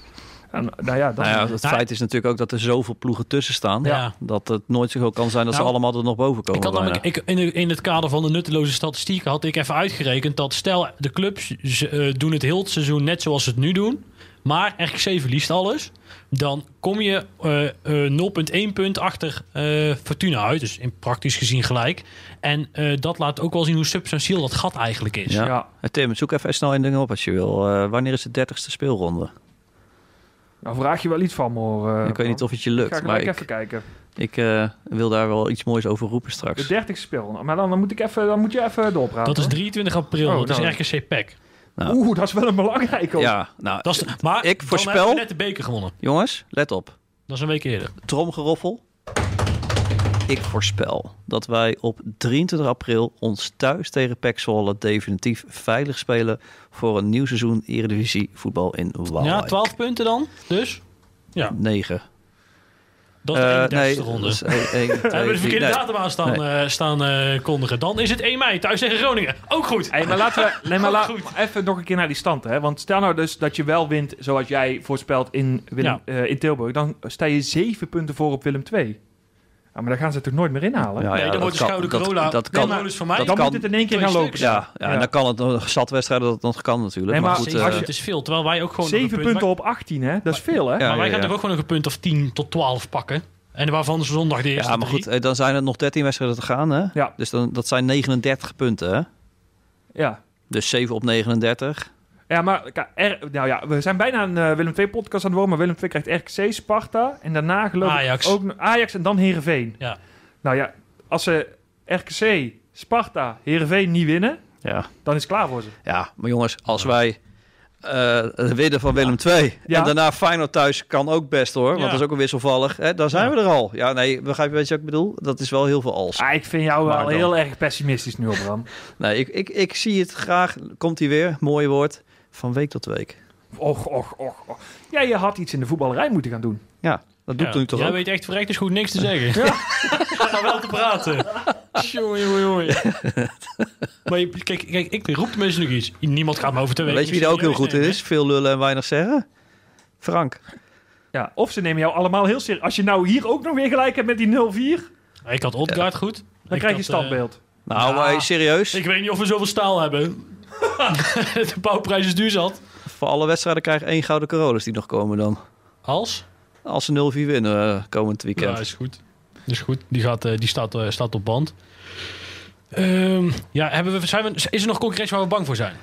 En, nou ja, dan...
Nou ja, het
Nou,
feit is natuurlijk ook dat er zoveel ploegen tussen staan.
Ja.
Dat het nooit zo kan zijn dat
Nou,
ze allemaal er nog boven komen.
ik had
bijna.
namelijk, ik, in, in het kader van de nutteloze statistieken had ik even uitgerekend dat stel de clubs ze, eh, doen het heel het seizoen net zoals ze het nu doen, maar RGC verliest alles, dan kom je eh, eh 0,1 punt achter eh, Fortuna uit, dus in praktisch gezien gelijk. En eh, dat laat ook wel zien hoe substantieel dat gat eigenlijk is.
Ja.
ja.
Eh, Tim, zoek even snel één ding op als je wil. Eh, wanneer is de dertigste speelronde?
Nou vraag je wel iets van me, hoor. eh,
ik weet niet
man.
of het je
Ik ga
lukt, maar
gelijk
ik,
even kijken.
ik eh, wil daar wel iets moois over roepen straks.
De 30 speel. Maar dan, dan, moet ik even, dan moet je even doorpraten.
Dat is 23 april,
Oh,
dat is
nou.
RKC PEC.
Ja.
Oeh, dat is wel een belangrijke. hoor.
Ja, nou,
E Dat is, maar
Ik
dan
voorspel-
hebben we net de beker gewonnen.
jongens, let op.
Dat is een week eerder.
Tromgeroffel. Ik voorspel dat wij op 23 april ons thuis tegen PEC Zwolle definitief veilig spelen voor een nieuw seizoen Eredivisie voetbal in Waalwijk.
Ja, 12 punten dan, dus. Ja,
9.
dat is de 31ste
Eh, nee, dus
ronde.
dat is één- één, twee,
Hebben we de
drie.
verkeerde
Nee.
datum aan staan, eh, staan eh, kondigen. Dan is het 1 mei, thuis tegen Groningen. Ook goed.
Hey, maar laten we nee, maar
Oh,
la-
goed.
maar even nog een keer naar die stand. Hè? Want stel nou dus dat je wel wint zoals jij voorspelt in, Willem, eh, in Tilburg. Dan sta je 7 punten voor op Willem 2. Ah, maar daar gaan ze het toch nooit meer inhalen?
Oh Ja,
nee, dan
dat
wordt de
kan-
schouder
dat-
Corolla.
dat kan-
Nee, maar- is voor mij.
dat
dan
kan-
moet het in één keer
Twee
gaan lopen.
stuks.
Ja, ja,
Ja.
en dan kan het nog zat wedstrijden dat het nog kan natuurlijk.
Nee,
maar,
maar
goed,
als
eh,
je-
het is veel, terwijl wij ook gewoon...
7
nog een punt-
punten op 18, hè? Dat is veel, hè?
ja,
Maar wij
ja,
gaan
ja.
toch ook gewoon nog een punt of 10 tot 12 pakken. En waarvan zondag de eerste
ja, maar
drie.
goed, eh, dan zijn er nog 13 wedstrijden te gaan. Hè?
Ja.
Dus dan, dat zijn 39 punten. Hè?
Ja.
Dus 7 op 39.
Ja, maar kijk, er, nou ja, we zijn bijna een eh, Willem 2 podcast aan het worden, maar Willem 2 krijgt RKC, Sparta en daarna geloof ik
Ajax.
ook nog Ajax en dan Heerenveen.
eh,
Ja.
Nou ja, als ze RKC, Sparta, Heerenveen niet winnen,
Ja.
dan is het klaar voor ze.
ja, maar jongens, als wij eh winnen van Willem II.
Ja.
En daarna Feyenoord thuis kan ook best hoor. Want
Ja.
dat is ook een wisselvallig. Hè, daar zijn
Ja.
we er al. Ja, nee, begrijp je wat je ook bedoel? Dat is wel heel veel als.
Ah, ik vind jou
Maar
wel
dan.
heel erg pessimistisch nu, Bram.
Nee, ik, ik, ik zie het graag. Komt hij weer? Mooi woord. Van week tot week.
Och, och, och, och. Ja, je had iets in de voetballerij moeten gaan doen.
Ja, dat doet
Ja,
toen ik toch
Jij
ook.
weet echt verrekt is goed niks te zeggen. Maar wel te praten. Jongen, jongen, jongen. Maar je- kijk, kijk, ik roep tenminste nog iets. Niemand gaat me over te
Weet,
weten.
je wie er ook heel goed in is? Veel lullen en weinig zeggen? Frank.
Ja, of ze nemen jou allemaal heel serieus. Als je nou hier ook nog weer gelijk hebt met die 0-4,
Ik eh, had Odgaard goed.
dan
Ik
krijg je
had,
standbeeld.
Nou,
Ja.
maar serieus.
eh, ik weet niet of we zoveel staal hebben. de bouwprijs is duur zat.
Voor alle wedstrijden krijg ik één gouden Carolus die nog komen dan.
Als?
Als ze 0-4 winnen eh, komend weekend.
Ja, is goed. Is goed. Die, gaat, eh, die staat, eh, staat op band. Ehm, ja, hebben we, zijn we, is er nog concurrentie waar we bang voor zijn?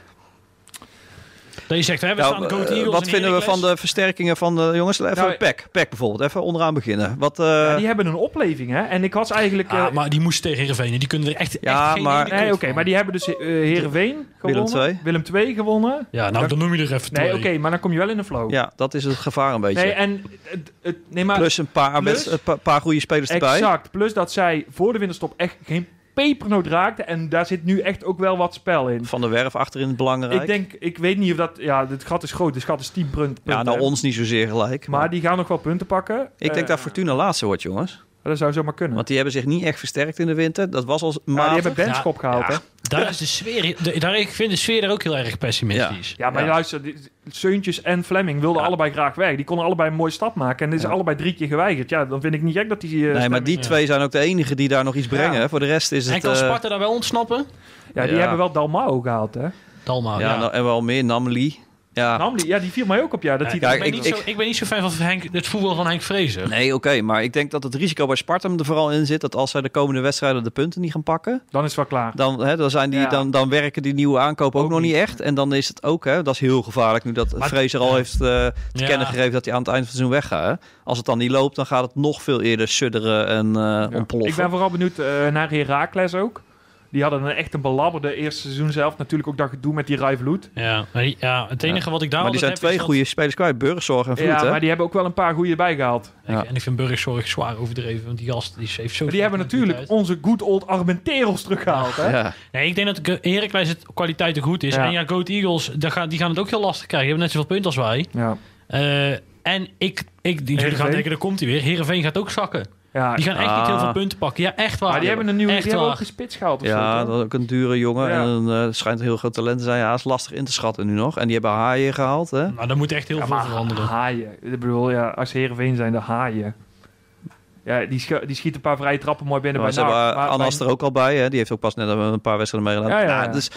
Dat je zegt, hè, we
Nou,
staan de Goat
eh,
Eagles
wat
en
vinden we van
Heracles.
de versterkingen van de jongens? Even
Nou,
Peck. Peck bijvoorbeeld. Even onderaan beginnen. Wat, eh,
Ja,
ja,
die hebben een opleving, hè? En ik had ze eigenlijk. eh,
Ah, maar die moesten tegen Heerenveen. en Die kunnen er echt,
Ja,
echt geen
maar-
ene
nee,
kut
oké,
van.
maar die hebben dus eh Herenveen gewonnen.
II.
Willem II gewonnen.
Ja, nou, dan noem je er even
Nee,
twee.
oké, maar dan kom je wel in de flow.
dat is het gevaar een beetje.
nee, en het, het- nee, maar
plus een paar,
plus-
met, een pa- paar goede spelers erbij.
exact. Plus dat zij voor de winterstop echt geen pepernoot raakten. En daar zit nu echt ook wel wat spel in.
Van de Werf achterin belangrijk.
Ik denk, ik weet niet of dat. Ja, dit gat is groot. Dit gat is 10 punten.
ja, nou ons niet zozeer gelijk.
Maar die gaan nog wel punten pakken.
ik denk
Eh,
dat Fortuna laatste wordt, jongens.
Dat zou zomaar kunnen.
Want die hebben zich niet echt versterkt in de winter. Dat was als
Maar
matig.
die hebben Benschop gehaald,
Ja.
hè?
Daar is de sfeer... de- daar, ik vind de sfeer daar ook heel erg pessimistisch.
Ja, maar
Ja.
luister, die- Seuntjes en Fleming wilden
Ja.
allebei graag weg. Die konden allebei een mooie stap maken. En dit is
Ja.
allebei drie keer geweigerd. Ja, dan vind ik niet gek dat die... eh,
Nee, maar
stemming-
die
Ja.
twee zijn ook de enigen die daar nog iets brengen.
Ja.
Voor de rest is
en
het...
kan
eh,
Sparta daar wel ontsnappen?
Ja, die
Ja.
hebben wel Dalmau gehaald, hè?
Dalma,
ja,
ja.
nou, en wel meer. Namli. Ja.
Namelijk, ja, die viel mij ook op, ja. Dat
Ja,
die
kijk,
ik, ben
Ah. ik-
niet
ik-
zo, ik ben niet zo fan van Henk, het voetbal van Henk Vrezen.
Nee, oké. maar ik denk dat het risico bij Spartam er vooral in zit... dat als zij de komende wedstrijden de punten niet gaan pakken...
Dan is het wel klaar.
Dan, hè, dan, zijn die,
Ja.
dan, dan werken die nieuwe aankopen ook,
Ook
nog niet
niet.
echt. En dan is het ook, hè, dat is heel gevaarlijk nu dat
Maar-
Fraser al heeft eh, te
Ja.
kennen gegeven dat hij aan het eind van het seizoen weggaat. hè. Als het dan niet loopt, dan gaat het nog veel eerder sudderen en eh,
Ja.
ontploffen.
Ik ben vooral benieuwd eh, naar Herakles ook. Die hadden een echt een belabberde eerste seizoen zelf. Natuurlijk ook dat gedoe met die Rijvloed.
Ja, maar die- ja, het enige Nou, wat ik daar
maar die zijn
altijd heb
twee
is dat-
goede spelers kwijt, Burgzorg en Vloed.
Ja,
hè?
maar die hebben ook wel een paar goede erbij gehaald.
Ja.
En ik vind Burgzorg zwaar overdreven, want die gast die heeft zo...
Maar die hebben natuurlijk onze good old Armenteros teruggehaald, hè?
Ja.
Nee, ik denk dat Ge- Heracles het kwaliteiten goed is.
Ja.
En ja, Goat Eagles, daar gaan, die gaan het ook heel lastig krijgen. Die hebben net zoveel punten als wij.
Ja.
Eh, en ik... ik die jullie gaan
Heerenveen?
denken, daar komt hij weer. Heerenveen gaat ook zakken.
ja.
Die gaan echt niet heel
Ah.
veel punten pakken. Ja, echt waar.
maar die hebben een nieuwe...
Echt
Die hebben
waar.
ook gespits gehaald of zo,
Ja,
toch?
dat is ook een dure jongen.
Ja.
En een, eh, schijnt een heel groot talent te zijn. Ja, is lastig in te schatten nu nog. En die hebben haaien gehaald. Hè?
Nou, daar moet echt heel
Ja,
veel
maar
veranderen.
haaien. Ik bedoel, ja, als Heerenveen zijn, de haaien. Ja, die, schi- die schiet een paar vrije trappen mooi binnen
Maar
bij
ze hebben
NAC, maar
Anas
bij-
er ook al bij. Hè? Die heeft ook pas net een paar wedstrijden meegedaan.
Ja, ja,
Nou,
ja.
dus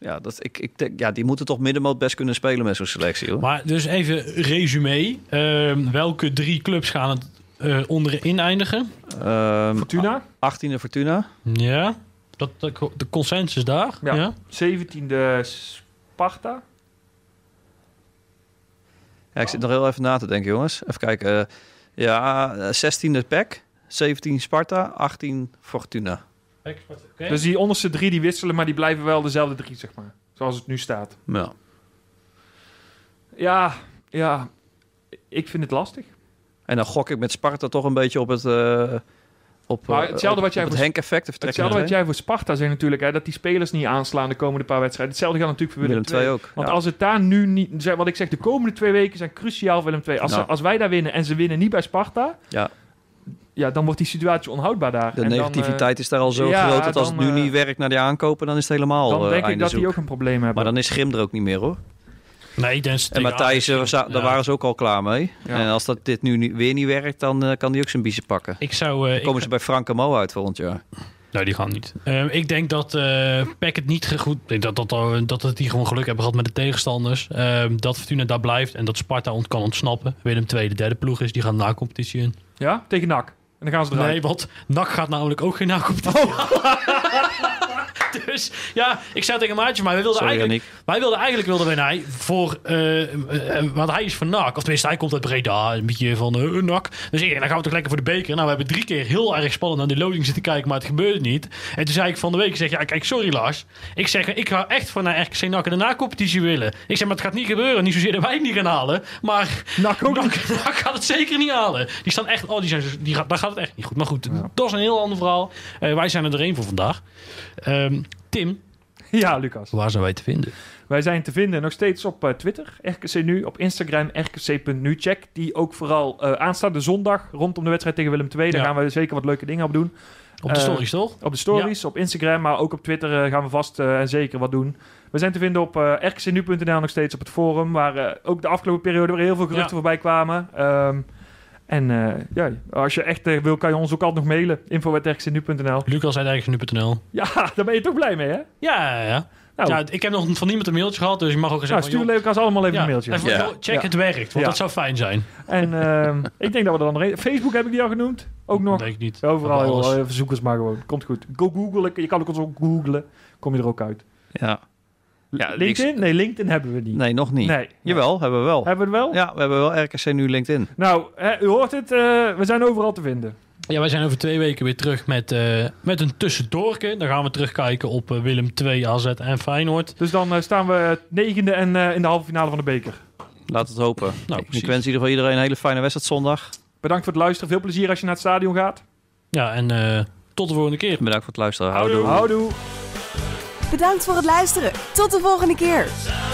ja, dat, ik, ik denk, ja, die moeten toch middenmoot best kunnen spelen met zo'n selectie. Hoor.
Maar dus even resume. Ehm, welke drie clubs gaan het eh, onderin eindigen?
Ehm,
Fortuna,
18e Fortuna.
Ja, dat, dat- de consensus daar. Ja.
Ja. 17e Sparta.
Ja, ik zit nog heel even na te denken, jongens. Even kijken. eh, ja, eh, 16e PEC. 17 Sparta, 18 Fortuna.
Oké.
Dus die onderste drie die wisselen, maar die blijven wel dezelfde drie, zeg maar. Zoals het nu staat.
Ja.
Ja, ja. Ik vind het lastig.
En dan gok ik met Sparta toch een beetje op het... eh, op,
Maar
eh,
hetzelfde
op-
wat jij
op het
voor-
Henk-effect. de vertrekking
Hetzelfde wat
naar
jij voor Sparta zei natuurlijk, hè, dat die spelers niet aanslaan de komende paar wedstrijden. Hetzelfde geldt natuurlijk voor
Willem
Willem,
II
II.
ook.
Want
ja.
als het daar nu niet... zeg- Wat ik zeg, de komende twee weken zijn cruciaal voor Willem II. Als, ze-
Ja.
als wij daar winnen en ze winnen niet bij Sparta...
Ja.
ja dan wordt die situatie onhoudbaar daar.
De
En dan, eh,
negativiteit is daar al zo
ja,
groot dat als
dan,
het nu
eh,
niet werkt naar die aankopen, dan is het helemaal
Dan,
eh,
denk ik
einde
dat
zoek.
die ook een probleem hebben.
Maar dan is Grim er ook niet meer hoor.
Nee, ik denk dat ze
En
tegen
Matthijs, eh,
Ajax-
was-
Ja.
daar waren ze ook al klaar mee.
Ja.
En als dat dit nu niet- weer niet werkt, dan eh, kan die ook zijn biezen pakken.
Ik zou... eh, ik-
Komen ze bij Frank en Mo uit volgend jaar?
Nou, die gaan niet. Ehm, ik denk dat eh Peck het niet ge- goed... ik denk Dat, dat, dat, dat, die gewoon geluk hebben gehad met de tegenstanders. Ehm, dat Fortuna daar blijft en dat Sparta ont kan ontsnappen. Willem II de derde ploeg is. Die gaan na competitie in.
Ja, tegen NAC. dan gaan ze eruit.
Nee, want NAC gaat namelijk ook geen NAC op de
Oh.
Dus ja, ik zei tegen Maatje, maar wij wilden
Sorry,
eigenlijk...
Yannick.
Wij wilden eigenlijk wilden wij naar voor. eh, eh, eh, want hij is van NAC. Of tenminste, hij komt uit Breda. Een beetje van eh NAC. Dus ik denk, dan gaan we toch lekker voor de beker. Nou, we hebben drie keer heel erg spannend aan die loading zitten kijken, maar het gebeurde niet. En toen zei ik van de week, ik zeg, ja, kijk, sorry Lars. Ik zeg, ik ga echt van naar RKC NAC in de na-competitie willen. Ik zeg, maar het gaat niet gebeuren. Niet zozeer dat wij het niet gaan halen, maar
NAC ook
NAC, NAC gaat het zeker niet halen. Die staan echt, oh, die zijn, zo- die gaat, daar gaat het echt niet goed. Maar goed, dat is een heel ander verhaal. Eh, wij zijn er één voor vandaag. Ehm, Tim,
Ja, Lucas.
waar zijn wij te vinden?
Wij zijn te vinden nog steeds op eh, Twitter, RKC Nu, op Instagram, rkc.nu. Check die ook vooral eh, aanstaande zondag rondom de wedstrijd tegen Willem II. Daar
Ja.
gaan we zeker wat leuke dingen op doen.
Op de
Eh,
stories, toch?
Op de stories, op Instagram, maar ook op Twitter eh, gaan we vast eh, en zeker wat doen. We zijn te vinden op eh rkcnu.nl nog steeds op het forum, waar eh, ook de afgelopen periode weer heel veel geruchten
Ja.
voorbij kwamen. Ehm, en eh, ja, als je echt eh, wil, kan je ons ook altijd nog mailen. info.rkcnu.nl
Lucas uit eigennu.nl.
Ja, daar ben je toch blij mee, hè?
Ja, ja, ja.
Nou,
ja. Ik heb nog van niemand een mailtje gehad, dus je mag ook eens
nou,
even
stuur Lucas allemaal even
ja,
een mailtje.
even-
Ja.
joh, check
Ja.
het werkt, want
Ja.
dat zou fijn zijn.
En ehm, ik denk dat we er dan nog een... Facebook heb ik die al genoemd. Ook nog.
Dat weet ik niet.
Overal,
Alles.
joh, eh, verzoekers maar gewoon. Komt goed. Go googlen. Je kan ook ons ook googlen. Kom je er ook uit.
Ja. Ja,
LinkedIn? Nee, LinkedIn hebben we niet.
Eh, Nee, nog niet.
Nee.
Jawel, hebben we wel.
Hebben we het wel?
Ja, we hebben wel RKC nu LinkedIn.
Nou, hè, u hoort het. eh, we zijn overal te vinden.
Ja, wij zijn over twee weken weer terug met, eh, met een tussendoorke. Dan gaan we terugkijken op eh, Willem 2, AZ en Feyenoord.
Dus dan eh, staan we negende en eh, in de halve finale van de beker.
Laat het hopen.
Nou,
ik
precies.
wens in ieder geval iedereen een hele fijne wedstrijd zondag.
Bedankt voor het luisteren. Veel plezier als je naar het stadion gaat.
Ja, en eh, tot de volgende keer.
Bedankt voor het luisteren. Houdoe.
Houdoe.
Bedankt voor het luisteren. Tot de volgende keer.
Sound